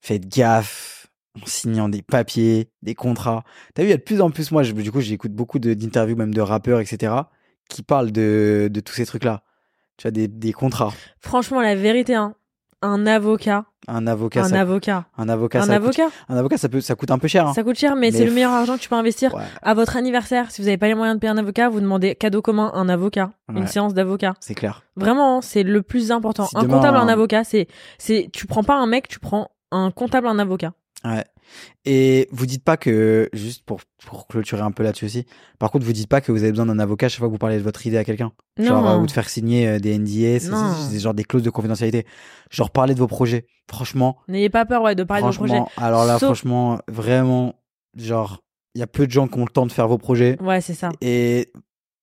[SPEAKER 3] faites gaffe en signant des papiers, des contrats. T'as vu, il y a de plus en plus, moi, je- du coup, j'écoute beaucoup de- d'interviews, même de rappeurs, etc., qui parlent de, de tous ces trucs-là. Tu as des, des contrats.
[SPEAKER 2] Franchement, la vérité, hein. Un avocat.
[SPEAKER 3] Un avocat,
[SPEAKER 2] Un
[SPEAKER 3] ça,
[SPEAKER 2] avocat.
[SPEAKER 3] un avocat,
[SPEAKER 2] Un
[SPEAKER 3] ça, coûte,
[SPEAKER 2] avocat.
[SPEAKER 3] un avocat ça, peut, ça coûte un peu cher. hein.
[SPEAKER 2] Ça coûte cher, mais,
[SPEAKER 3] Mais
[SPEAKER 2] c'est le
[SPEAKER 3] pff,
[SPEAKER 2] meilleur argent que tu peux investir.
[SPEAKER 3] Ouais,
[SPEAKER 2] À votre anniversaire, si vous n'avez pas les moyens de payer un avocat, vous demandez cadeau commun un avocat,
[SPEAKER 3] Ouais.
[SPEAKER 2] une séance d'avocat.
[SPEAKER 3] c'est clair.
[SPEAKER 2] Vraiment, hein, c'est le plus important.
[SPEAKER 3] Si
[SPEAKER 2] un
[SPEAKER 3] demain, hein.
[SPEAKER 2] comptable,
[SPEAKER 3] un-
[SPEAKER 2] un avocat, c'est, c'est, tu prends pas un mec, tu prends un comptable, un avocat.
[SPEAKER 3] Ouais. Et vous dites pas que, juste pour, pour clôturer un peu là-dessus aussi, par contre, vous dites pas que vous avez besoin d'un avocat chaque fois que vous parlez de votre idée à quelqu'un. Genre, euh,
[SPEAKER 2] non,
[SPEAKER 3] ou de faire signer euh, des NDA, c'est-
[SPEAKER 2] Non.
[SPEAKER 3] c'est- c'est genre des clauses de confidentialité. Genre, parler de vos projets. Franchement,
[SPEAKER 2] n'ayez pas peur, ouais, de parler de vos projets.
[SPEAKER 3] franchement, alors là,
[SPEAKER 2] Sauf-
[SPEAKER 3] franchement, vraiment, genre, il y a peu de gens qui ont le temps de faire vos projets
[SPEAKER 2] Ouais, c'est ça.
[SPEAKER 3] et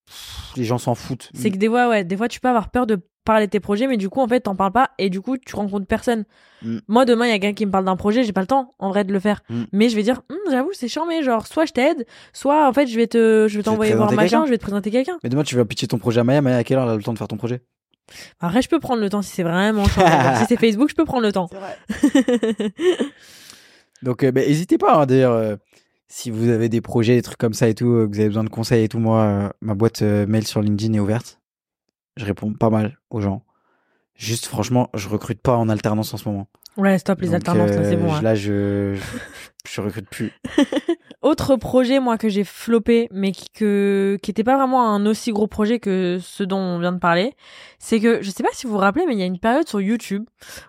[SPEAKER 3] pff, les gens s'en foutent.
[SPEAKER 2] C'est que des fois, ouais, des fois, tu peux avoir peur de parler de tes projets, mais du coup, en fait, t'en parles pas et du coup, tu rencontres personne.
[SPEAKER 3] Mm.
[SPEAKER 2] Moi, demain, il y a quelqu'un qui me parle d'un projet, j'ai pas le temps, en vrai, de le faire.
[SPEAKER 3] Mm.
[SPEAKER 2] Mais je vais dire, Hum, j'avoue, c'est charmé. Genre, soit je t'aide, soit, en fait, je vais te, je vais t'envoyer voir
[SPEAKER 3] présenter quelqu'un
[SPEAKER 2] machin, je vais te présenter quelqu'un.
[SPEAKER 3] Mais demain, tu vas pitcher ton projet à Maya. Maya, à quelle heure elle a le temps de faire ton projet
[SPEAKER 2] Après, je peux prendre le temps si c'est vraiment chiant.
[SPEAKER 3] [laughs]
[SPEAKER 2] Genre, si c'est Facebook, je peux prendre le temps.
[SPEAKER 3] Donc, euh, bah, n'hésitez pas, hein, d'ailleurs. euh, Si vous avez des projets, des trucs comme ça et tout, euh, que vous avez besoin de conseils et tout, moi, euh, ma boîte euh, mail sur LinkedIn est ouverte. Je réponds pas mal aux gens. Juste, franchement, je recrute pas en alternance en ce moment.
[SPEAKER 2] [laughs] Ouais, stop les
[SPEAKER 3] Donc,
[SPEAKER 2] alternances, là, c'est
[SPEAKER 3] euh,
[SPEAKER 2] bon.
[SPEAKER 3] je-
[SPEAKER 2] hein.
[SPEAKER 3] Là, je, je, je recrute plus.
[SPEAKER 2] Autre projet, moi, que j'ai floppé, mais qui, que, qui était pas vraiment un aussi gros projet que ce dont on vient de parler, c'est que, je sais pas si vous vous rappelez, mais il y a une période sur YouTube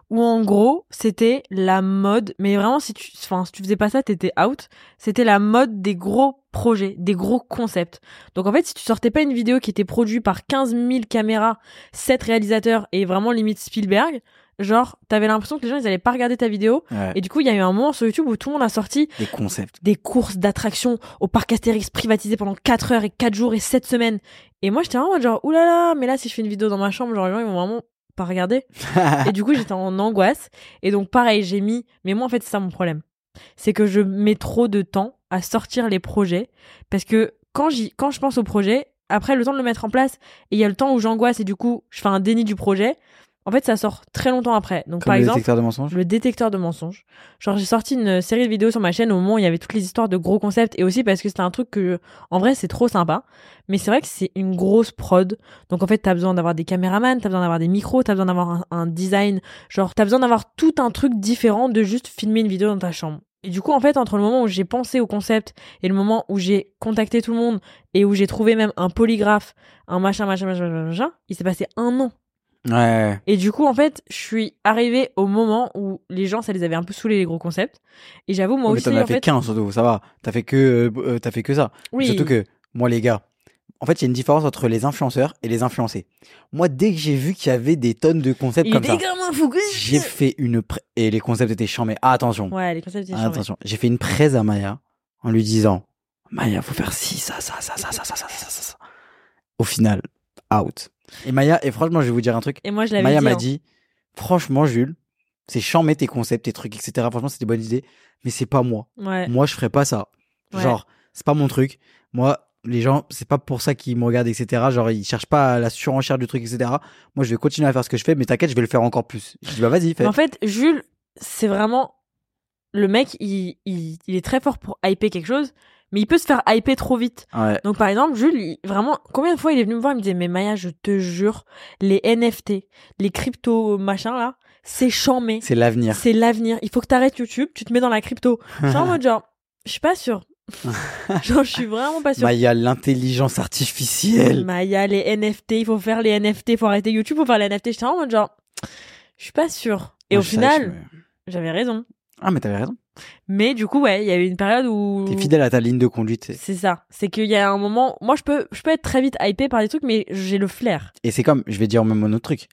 [SPEAKER 2] où, en gros, c'était la mode, mais vraiment, si tu, enfin, si tu faisais pas ça, t'étais out, c'était la mode des gros projets, des gros concepts. Donc, en fait, si tu sortais pas une vidéo qui était produite par 15 000 caméras, 7 réalisateurs et vraiment limite Spielberg, genre, t'avais l'impression que les gens, ils allaient pas regarder ta vidéo,
[SPEAKER 3] Ouais.
[SPEAKER 2] et du coup, il y a eu un moment sur YouTube où tout le monde a sorti [laughs]
[SPEAKER 3] Des concepts.
[SPEAKER 2] des courses d'attractions au parc Astérix privatisé pendant 4 heures et 4 jours et 7 semaines. Et moi, j'étais vraiment en mode genre, oulala, mais là, si je fais une vidéo dans ma chambre, genre, les gens, ils vont vraiment pas regarder.
[SPEAKER 3] Ah.
[SPEAKER 2] et du coup, j'étais en angoisse. Et donc, pareil, j'ai mis, mais moi, en fait, c'est ça mon problème. C'est que je mets trop de temps à sortir les projets parce que quand j'y, quand je pense au projet, après, le temps de le mettre en place et il y a le temps où j'angoisse et du coup, je fais un déni du projet. En fait, ça sort très longtemps après. Donc,
[SPEAKER 3] [laughs] Comme
[SPEAKER 2] par
[SPEAKER 3] le
[SPEAKER 2] exemple,
[SPEAKER 3] détecteur de mensonges.
[SPEAKER 2] le détecteur de mensonges. Genre, j'ai sorti une série de vidéos sur ma chaîne au moment où il y avait toutes les histoires de gros concepts et aussi parce que c'était un truc que, en vrai, c'est trop sympa. Mais c'est vrai que c'est une grosse prod. Donc, en fait, t'as besoin d'avoir des caméramans, t'as besoin d'avoir des micros, t'as besoin d'avoir un, un design. Genre, t'as besoin d'avoir tout un truc différent de juste filmer une vidéo dans ta chambre. Et du coup, en fait, entre le moment où j'ai pensé au concept et le moment où j'ai contacté tout le monde et où j'ai trouvé même un polygraphe, un machin, machin, machin, machin, machin, il s'est passé un an.
[SPEAKER 3] Ouais, Ouais.
[SPEAKER 2] Et du coup, en fait, je suis arrivée au moment où les gens, ça les avait un peu saoulés, les gros concepts. Et j'avoue, moi
[SPEAKER 3] Oh, mais
[SPEAKER 2] aussi,
[SPEAKER 3] t'en as
[SPEAKER 2] en
[SPEAKER 3] fait,
[SPEAKER 2] fait.
[SPEAKER 3] 15 surtout, ça va. T'as fait que, euh, euh, t'as fait que ça.
[SPEAKER 2] Oui,
[SPEAKER 3] Surtout que, moi, les gars, en fait, il y a une différence entre les influenceurs et les influencés. Moi, dès que j'ai vu qu'il y avait des tonnes de concepts
[SPEAKER 2] il
[SPEAKER 3] comme
[SPEAKER 2] était
[SPEAKER 3] ça,
[SPEAKER 2] comme un fou.
[SPEAKER 3] j'ai fait une pré- et les concepts étaient chiants, mais attention.
[SPEAKER 2] Ouais, les concepts, ils
[SPEAKER 3] Ah,
[SPEAKER 2] changent.
[SPEAKER 3] attention, j'ai fait une presse à Maya en lui disant Maya, faut faire ci, ça, ça, ça, ça, ça, ça, ça, ça, ça, ça. Au final, out. Et Maya, et franchement, je vais vous dire un truc.
[SPEAKER 2] Et moi, je l'avais
[SPEAKER 3] Maya
[SPEAKER 2] dit.
[SPEAKER 3] m'a
[SPEAKER 2] hein.
[SPEAKER 3] dit Franchement, Jules, c'est chiant, mais tes concepts, tes trucs, etc. Franchement, c'est des bonnes idées, mais c'est pas moi.
[SPEAKER 2] Ouais.
[SPEAKER 3] Moi, je ferais pas ça.
[SPEAKER 2] Ouais.
[SPEAKER 3] Genre, c'est pas mon truc. Moi, les gens, c'est pas pour ça qu'ils me regardent, etc. Genre, ils cherchent pas la surenchère du truc, etc. Moi, je vais continuer à faire ce que je fais, mais t'inquiète, je vais le faire encore plus. Je dis Bah, vas-y, fais.
[SPEAKER 2] Mais en fait, Jules, c'est vraiment. Le mec, il, il, il est très fort pour hyper quelque chose, mais il peut se faire hyper trop vite.
[SPEAKER 3] Ouais.
[SPEAKER 2] Donc, par exemple, Jules, il- vraiment, combien de fois il est venu me voir, il me disait, mais Maya, je te jure, les NFT, les crypto machins là, c'est chambé.
[SPEAKER 3] C'est l'avenir.
[SPEAKER 2] C'est l'avenir. Il faut que t'arrêtes YouTube, tu te mets dans la crypto. Je
[SPEAKER 3] [laughs]
[SPEAKER 2] suis en mode genre, je suis pas sûre. genre, je suis vraiment pas sûre.
[SPEAKER 3] Maya, l'intelligence artificielle.
[SPEAKER 2] Maya, les NFT, il faut faire les NFT, faut arrêter YouTube, faut faire les NFT. J'étais en mode genre, je suis pas sûre. Et
[SPEAKER 3] Moi,
[SPEAKER 2] au
[SPEAKER 3] je savais,
[SPEAKER 2] final,
[SPEAKER 3] je me-
[SPEAKER 2] j'avais raison.
[SPEAKER 3] Ah, mais t'avais raison.
[SPEAKER 2] Mais du coup, ouais, il y a eu une période où.
[SPEAKER 3] T'es fidèle à ta ligne de conduite. c'est-
[SPEAKER 2] C'est ça. C'est qu'il y a un moment. Moi, je peux, je peux être très vite hypée par des trucs, mais j'ai le flair.
[SPEAKER 3] Et c'est comme, je vais dire même un autre truc.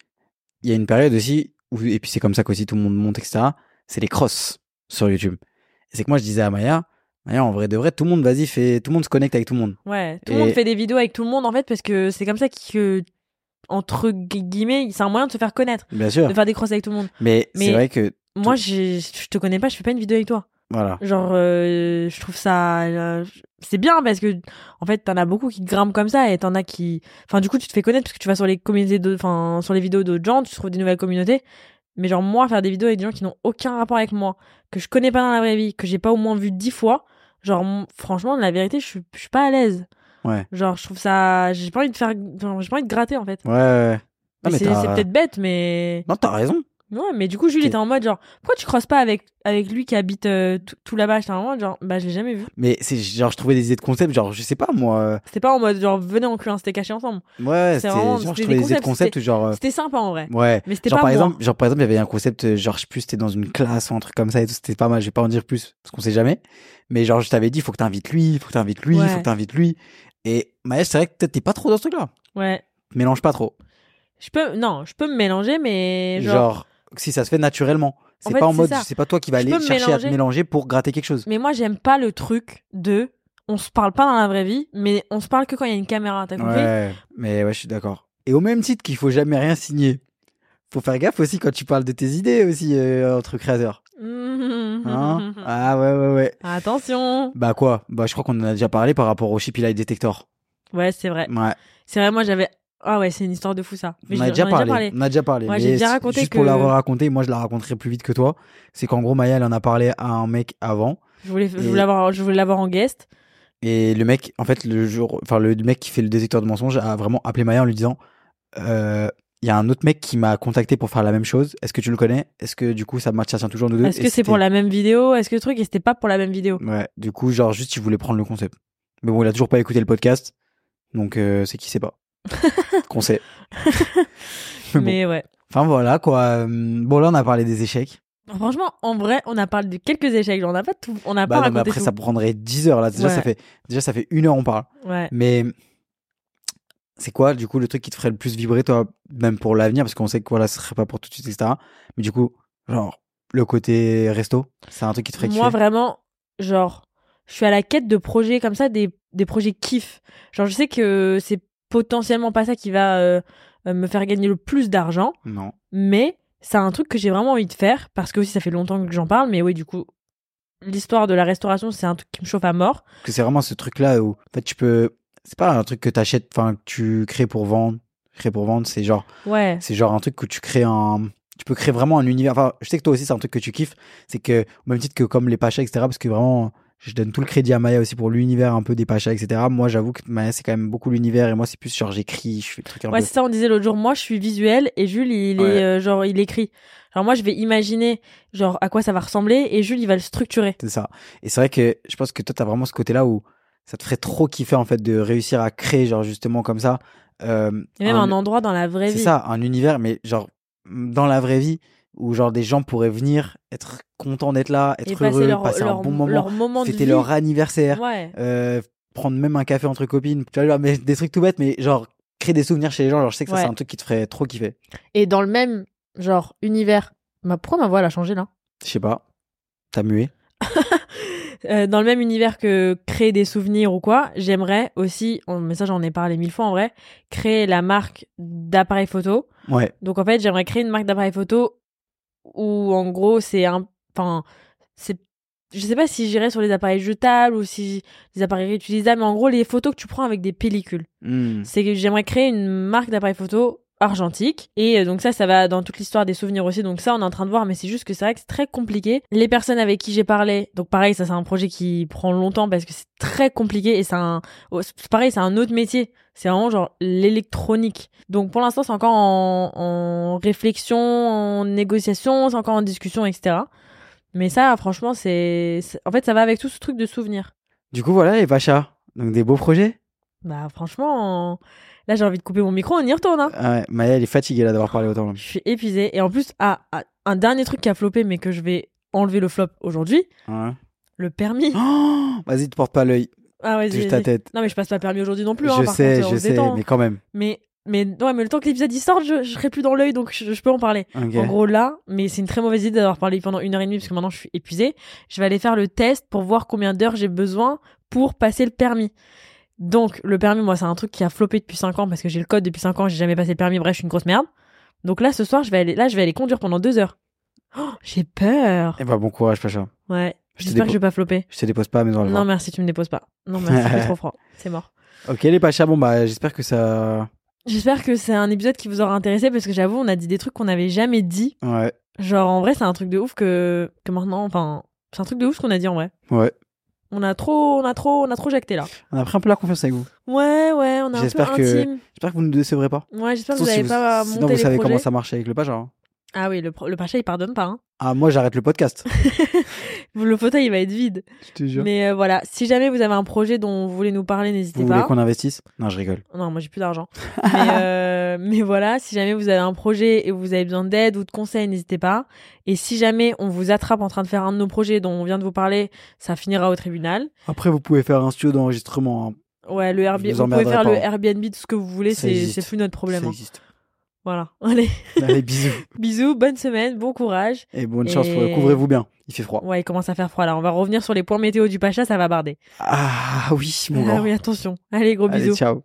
[SPEAKER 3] Il y a une période aussi, où, et puis c'est comme ça qu'aussi tout le monde monte, etc. C'est les crosses sur YouTube. Et c'est que moi, je disais à Maya, Maya, en vrai de vrai, tout le monde, vas-y, fait, tout le monde se connecte avec tout le monde.
[SPEAKER 2] Ouais. Tout
[SPEAKER 3] Et-
[SPEAKER 2] le monde fait des vidéos avec tout le monde, en fait, parce que c'est comme ça que, entre gui- guillemets, c'est un moyen de se faire connaître,
[SPEAKER 3] Bien sûr.
[SPEAKER 2] de faire des crosses avec tout le monde.
[SPEAKER 3] Mais, c'est
[SPEAKER 2] Mais-
[SPEAKER 3] vrai que,
[SPEAKER 2] Moi, j'ai- je te connais pas, je fais pas une vidéo avec toi.
[SPEAKER 3] voilà.
[SPEAKER 2] Genre, euh, je trouve ça. euh, c'est bien parce que, en fait, t'en as beaucoup qui grimpent comme ça et t'en as qui. Enfin, du coup, tu te fais connaître parce que tu vas sur les communautés de. Enfin, sur les vidéos d'autres gens, tu trouves des nouvelles communautés. Mais genre, moi, faire des vidéos avec des gens qui n'ont aucun rapport avec moi, que je connais pas dans la vraie vie, que j'ai pas au moins vu dix fois, genre, m- franchement, la vérité, je suis je suis pas à l'aise.
[SPEAKER 3] Ouais.
[SPEAKER 2] Genre, je trouve ça. J'ai pas envie de faire. enfin, J'ai pas envie de gratter, en fait.
[SPEAKER 3] Ouais, ouais, ouais. Non, mais
[SPEAKER 2] c'est c'est
[SPEAKER 3] t'as,
[SPEAKER 2] peut-être bête, mais.
[SPEAKER 3] non, t'as raison.
[SPEAKER 2] Ouais, mais du coup, Jules
[SPEAKER 3] T'es-
[SPEAKER 2] était en mode genre, pourquoi tu crosses pas avec, avec lui qui habite euh, tout, tout là-bas J'étais en mode genre, bah, je l'ai jamais vu.
[SPEAKER 3] Mais c'est, genre, je trouvais des idées de concept, genre, je sais pas, moi. euh,
[SPEAKER 2] C'était pas en mode genre, venez en cul, c'était caché ensemble.
[SPEAKER 3] Ouais,
[SPEAKER 2] C'est
[SPEAKER 3] c'était,
[SPEAKER 2] vraiment-
[SPEAKER 3] genre, je
[SPEAKER 2] c'était
[SPEAKER 3] trouvais
[SPEAKER 2] des
[SPEAKER 3] des idées de
[SPEAKER 2] concepts,
[SPEAKER 3] concept, ou genre, euh,
[SPEAKER 2] C'était sympa en vrai.
[SPEAKER 3] ouais.
[SPEAKER 2] Mais c'était
[SPEAKER 3] Genre
[SPEAKER 2] pas
[SPEAKER 3] par,
[SPEAKER 2] moi.
[SPEAKER 3] exemple, genre par exemple, il y avait un concept, euh, genre je sais plus, c'était dans une classe ou un truc comme ça et tout, c'était pas mal, je vais pas en dire plus, parce qu'on sait jamais. Mais genre je t'avais dit, faut que t'invites lui, faut que t'invites lui,
[SPEAKER 2] Ouais.
[SPEAKER 3] faut que t'invites lui. Et Maël, c'est vrai que peut-être t'es pas trop dans ce truc-là.
[SPEAKER 2] Ouais.
[SPEAKER 3] Mélange pas trop.
[SPEAKER 2] Je peux, non, je peux me mélanger, mais
[SPEAKER 3] Genre,
[SPEAKER 2] genre.
[SPEAKER 3] si ça se fait naturellement. C'est
[SPEAKER 2] fait,
[SPEAKER 3] pas en
[SPEAKER 2] c'est
[SPEAKER 3] mode,
[SPEAKER 2] ça.
[SPEAKER 3] c'est pas toi qui vas
[SPEAKER 2] Je
[SPEAKER 3] aller
[SPEAKER 2] peux me
[SPEAKER 3] chercher à te
[SPEAKER 2] mélanger.
[SPEAKER 3] mélanger pour gratter quelque chose.
[SPEAKER 2] Mais moi, j'aime pas le truc de, on se parle pas dans la vraie vie, mais on se parle que quand il y a une caméra, t'as compris [laughs]
[SPEAKER 3] Ouais, mais ouais, je suis d'accord. Et au même titre qu'il faut jamais rien signer, faut faire gaffe aussi quand tu parles de tes idées aussi euh, entre créateurs.
[SPEAKER 2] [laughs]
[SPEAKER 3] Hein ah ouais, ouais, ouais.
[SPEAKER 2] Attention
[SPEAKER 3] Bah quoi Bah je crois qu'on en a déjà parlé par rapport au Shipilite Detector.
[SPEAKER 2] Ouais, c'est vrai.
[SPEAKER 3] Ouais,
[SPEAKER 2] C'est vrai, moi, j'avais. Ah ouais, c'est une histoire de fou ça. Mais
[SPEAKER 3] on
[SPEAKER 2] je-
[SPEAKER 3] a,
[SPEAKER 2] j'en
[SPEAKER 3] déjà
[SPEAKER 2] ai
[SPEAKER 3] parlé, on a déjà parlé.
[SPEAKER 2] Ouais,
[SPEAKER 3] mais
[SPEAKER 2] j'ai bien
[SPEAKER 3] c-
[SPEAKER 2] raconté
[SPEAKER 3] Juste pour la
[SPEAKER 2] que-
[SPEAKER 3] raconter, moi je la raconterai plus vite que toi. C'est qu'en gros, Maya, elle en a parlé à un mec avant.
[SPEAKER 2] Je voulais, je
[SPEAKER 3] Et-
[SPEAKER 2] voulais l'avoir, je voulais l'avoir en guest.
[SPEAKER 3] Et le mec, en fait, le jour, enfin, le mec qui fait le détecteur de mensonges a vraiment appelé Maya en lui disant Euh, Il y a un autre mec qui m'a contacté pour faire la même chose. Est-ce que tu le connais Est-ce que du coup ça match tient toujours nous deux
[SPEAKER 2] Est-ce
[SPEAKER 3] Et
[SPEAKER 2] que c'est
[SPEAKER 3] c'était-
[SPEAKER 2] pour la même vidéo Est-ce que le truc et c'était pas pour la même vidéo
[SPEAKER 3] Ouais, du coup, genre, juste il voulait prendre le concept. Mais bon, il a toujours pas écouté le podcast. Donc, euh, c'est qui sait
[SPEAKER 2] [laughs]
[SPEAKER 3] pas. Qu'on sait. Mais [laughs] bon.
[SPEAKER 2] Mais ouais.
[SPEAKER 3] Enfin, voilà quoi. Euh, Bon, là, on a parlé des échecs.
[SPEAKER 2] Franchement, en vrai, on a parlé de quelques échecs. genre, on n'a pas tout, on n'a
[SPEAKER 3] Bah,
[SPEAKER 2] Ah, pas
[SPEAKER 3] non, mais
[SPEAKER 2] raconté
[SPEAKER 3] après,
[SPEAKER 2] tout.
[SPEAKER 3] ça prendrait 10 heures là. Déjà,
[SPEAKER 2] Ouais.
[SPEAKER 3] ça fait, déjà, ça fait une heure, on parle.
[SPEAKER 2] Ouais.
[SPEAKER 3] Mais c'est quoi, du coup, le truc qui te ferait le plus vibrer, toi, même pour l'avenir Parce qu'on sait que voilà, ce serait pas pour tout de suite, etc. Mais du coup, genre, le côté resto, c'est un truc qui te ferait
[SPEAKER 2] Moi,
[SPEAKER 3] kiffer.
[SPEAKER 2] vraiment, genre, je suis à la quête de projets comme ça, des, des projets kiff. Genre, je sais que c'est potentiellement pas ça qui va euh, euh, me faire gagner le plus d'argent,
[SPEAKER 3] Non.
[SPEAKER 2] mais c'est un truc que j'ai vraiment envie de faire parce que aussi ça fait longtemps que j'en parle, mais oui, du coup, l'histoire de la restauration, c'est un truc qui me chauffe à mort.
[SPEAKER 3] Parce que c'est vraiment ce truc-là où, en fait, tu peux. C'est pas un truc que t'achètes, enfin, que tu crées pour vendre. Créer pour vendre, c'est genre,
[SPEAKER 2] Ouais.
[SPEAKER 3] c'est genre un truc où tu crées un. Tu peux créer vraiment un univers. Enfin, je sais que toi aussi, c'est un truc que tu kiffes. C'est que, au même titre que comme les Pachas, etc., parce que vraiment, je donne tout le crédit à Maya aussi pour l'univers un peu des Pachas, etc. Moi, j'avoue que Maya, c'est quand même beaucoup l'univers. Et moi, c'est plus genre, j'écris, je fais des trucs un
[SPEAKER 2] Ouais,
[SPEAKER 3] peu.
[SPEAKER 2] c'est ça, on disait l'autre jour, moi je suis visuel et Jules, il
[SPEAKER 3] Ouais.
[SPEAKER 2] est euh, genre, il écrit. Alors moi, je vais imaginer, genre, à quoi ça va ressembler et Jules, il va le structurer.
[SPEAKER 3] C'est ça. Et c'est vrai que je pense que toi, t'as vraiment ce côté-là où ça te ferait trop kiffer, en fait, de réussir à créer, genre, justement, comme ça. euh,
[SPEAKER 2] Et même
[SPEAKER 3] un-
[SPEAKER 2] un endroit dans la vraie
[SPEAKER 3] C'est
[SPEAKER 2] vie.
[SPEAKER 3] ça, un univers, mais genre, dans la vraie vie, où, genre, des gens pourraient venir, être contents d'être là, être
[SPEAKER 2] et
[SPEAKER 3] heureux,
[SPEAKER 2] passer leur,
[SPEAKER 3] passer
[SPEAKER 2] leur-
[SPEAKER 3] un bon moment,
[SPEAKER 2] leur moment de
[SPEAKER 3] fêter
[SPEAKER 2] vie.
[SPEAKER 3] leur anniversaire,
[SPEAKER 2] Ouais.
[SPEAKER 3] euh, prendre même un café entre copines, tu vois, mais des trucs tout bêtes, mais genre, créer des souvenirs chez les gens, genre, je sais que ça,
[SPEAKER 2] Ouais.
[SPEAKER 3] c'est un truc qui te ferait trop kiffer.
[SPEAKER 2] Et dans le même genre univers. Ma, pourquoi ma voix elle a changé là
[SPEAKER 3] Je sais pas. T'as mué.
[SPEAKER 2] Euh, Dans le même univers que créer des souvenirs ou quoi, j'aimerais aussi, on- mais ça j'en ai parlé mille fois en vrai, créer la marque d'appareil photo.
[SPEAKER 3] Ouais.
[SPEAKER 2] Donc en fait, j'aimerais créer une marque d'appareil photo où en gros c'est un, enfin c'est, je sais pas si j'irais sur les appareils jetables ou si les appareils réutilisables, mais en gros les photos que tu prends avec des pellicules.
[SPEAKER 3] Hmm.
[SPEAKER 2] c'est que j'aimerais créer une marque d'appareil photo argentique et euh, donc ça ça va dans toute l'histoire des souvenirs aussi donc ça on est en train de voir mais c'est juste que c'est vrai que c'est très compliqué les personnes avec qui j'ai parlé donc pareil ça c'est un projet qui prend longtemps parce que c'est très compliqué et c'est un oh, c'est pareil c'est un autre métier c'est vraiment genre l'électronique donc pour l'instant c'est encore en, en réflexion en négociation c'est encore en discussion etc mais ça franchement c'est c'est- en fait ça va avec tout ce truc de souvenirs
[SPEAKER 3] Du coup, voilà, les Pachas. Donc, des beaux projets.
[SPEAKER 2] bah franchement là j'ai envie de couper mon micro on y retourne hein.
[SPEAKER 3] Ouais, Maya, elle est fatiguée là d'avoir parlé autant. là.
[SPEAKER 2] Je suis épuisée. Et en plus, ah, ah, un dernier truc qui a floppé, mais que je vais enlever le flop aujourd'hui, [gasps]
[SPEAKER 3] Ouais.
[SPEAKER 2] le permis.
[SPEAKER 3] Oh, vas-y, te porte pas l'œil,
[SPEAKER 2] Ah, vas-y,
[SPEAKER 3] juste ta
[SPEAKER 2] vas-y.
[SPEAKER 3] tête.
[SPEAKER 2] Non, mais je passe pas permis aujourd'hui non plus. hein,
[SPEAKER 3] je
[SPEAKER 2] par
[SPEAKER 3] sais,
[SPEAKER 2] contre, on
[SPEAKER 3] je
[SPEAKER 2] se
[SPEAKER 3] sais,
[SPEAKER 2] détend.
[SPEAKER 3] mais quand même.
[SPEAKER 2] Mais, mais, ouais, mais le temps que l'épisode il sorte, je, je serai plus dans l'œil, donc je, je peux en parler.
[SPEAKER 3] Ok.
[SPEAKER 2] En gros, là, mais c'est une très mauvaise idée d'avoir parlé pendant une heure et demie, parce que maintenant je suis épuisée. Je vais aller faire le test pour voir combien d'heures j'ai besoin pour passer le permis. Donc, le permis, moi, c'est un truc qui a floppé depuis 5 ans, parce que j'ai le code depuis 5 ans, j'ai jamais passé le permis, bref, je suis une grosse merde. Donc là, ce soir, je vais aller, là, je vais aller conduire pendant 2 heures. Oh, j'ai peur.
[SPEAKER 3] Eh bah, bon courage, Pacha.
[SPEAKER 2] Ouais.
[SPEAKER 3] Je te
[SPEAKER 2] J'espère que
[SPEAKER 3] dépo-
[SPEAKER 2] je vais pas flopper.
[SPEAKER 3] Je te dépose pas à la maison. à le
[SPEAKER 2] Non,
[SPEAKER 3] voir.
[SPEAKER 2] merci, tu me déposes pas. Non, merci,
[SPEAKER 3] [laughs]
[SPEAKER 2] c'est trop froid. C'est mort.
[SPEAKER 3] Ok, les Pachas, bon, bah, j'espère que ça.
[SPEAKER 2] J'espère que c'est un épisode qui vous aura intéressé, parce que j'avoue, on a dit des trucs qu'on n'avait jamais dit.
[SPEAKER 3] Ouais,
[SPEAKER 2] Genre, en vrai, c'est un truc de ouf que, que maintenant, enfin, c'est un truc de ouf ce qu'on a dit en vrai.
[SPEAKER 3] ouais.
[SPEAKER 2] On a trop, on a trop, on a trop jacté là.
[SPEAKER 3] On a pris un peu la confiance avec vous.
[SPEAKER 2] Ouais, ouais, on a un peu
[SPEAKER 3] J'espère que-
[SPEAKER 2] intime.
[SPEAKER 3] J'espère que vous ne nous décevrez pas.
[SPEAKER 2] Ouais, j'espère que vous
[SPEAKER 3] Surtout si
[SPEAKER 2] n'avez pas monté
[SPEAKER 3] Sinon, vous
[SPEAKER 2] les
[SPEAKER 3] savez
[SPEAKER 2] projets.
[SPEAKER 3] comment ça marche avec le Pacha. hein.
[SPEAKER 2] Ah oui, le, pro- le pacha, il pardonne pas. hein.
[SPEAKER 3] Ah, moi, j'arrête
[SPEAKER 2] [laughs]
[SPEAKER 3] le podcast.
[SPEAKER 2] Le fauteuil, il va être vide.
[SPEAKER 3] je te jure.
[SPEAKER 2] Mais euh, voilà, si jamais vous avez un projet dont vous voulez nous parler, n'hésitez
[SPEAKER 3] Vous voulez
[SPEAKER 2] pas.
[SPEAKER 3] qu'on investisse Non, je rigole.
[SPEAKER 2] Non, moi j'ai plus d'argent. mais, euh, [laughs] mais voilà, si jamais vous avez un projet et vous avez besoin d'aide ou de conseils, n'hésitez pas. Et si jamais on vous attrape en train de faire un de nos projets dont on vient de vous parler, ça finira au tribunal.
[SPEAKER 3] Après, vous pouvez faire un studio d'enregistrement. hein.
[SPEAKER 2] Ouais, le Airbnb,
[SPEAKER 3] vous
[SPEAKER 2] vous, pouvez
[SPEAKER 3] emmerderai
[SPEAKER 2] faire
[SPEAKER 3] pas,
[SPEAKER 2] le
[SPEAKER 3] hein.
[SPEAKER 2] Airbnb de ce que vous voulez,
[SPEAKER 3] Ça
[SPEAKER 2] c'est
[SPEAKER 3] existe.
[SPEAKER 2] c'est plus notre problème.
[SPEAKER 3] Ça
[SPEAKER 2] hein.
[SPEAKER 3] existe.
[SPEAKER 2] Voilà. [laughs] Allez,
[SPEAKER 3] Allez, bisous.
[SPEAKER 2] bisous, bonne semaine, bon courage.
[SPEAKER 3] Et bonne
[SPEAKER 2] Et-
[SPEAKER 3] chance. pour- Couvrez-vous bien. Il fait froid.
[SPEAKER 2] Ouais, il commence à faire froid là. On va revenir sur les points météo du Pacha, ça va barder.
[SPEAKER 3] Ah, oui, mon
[SPEAKER 2] ah
[SPEAKER 3] grand.
[SPEAKER 2] oui, attention. Allez, gros
[SPEAKER 3] Allez,
[SPEAKER 2] bisous.
[SPEAKER 3] ciao.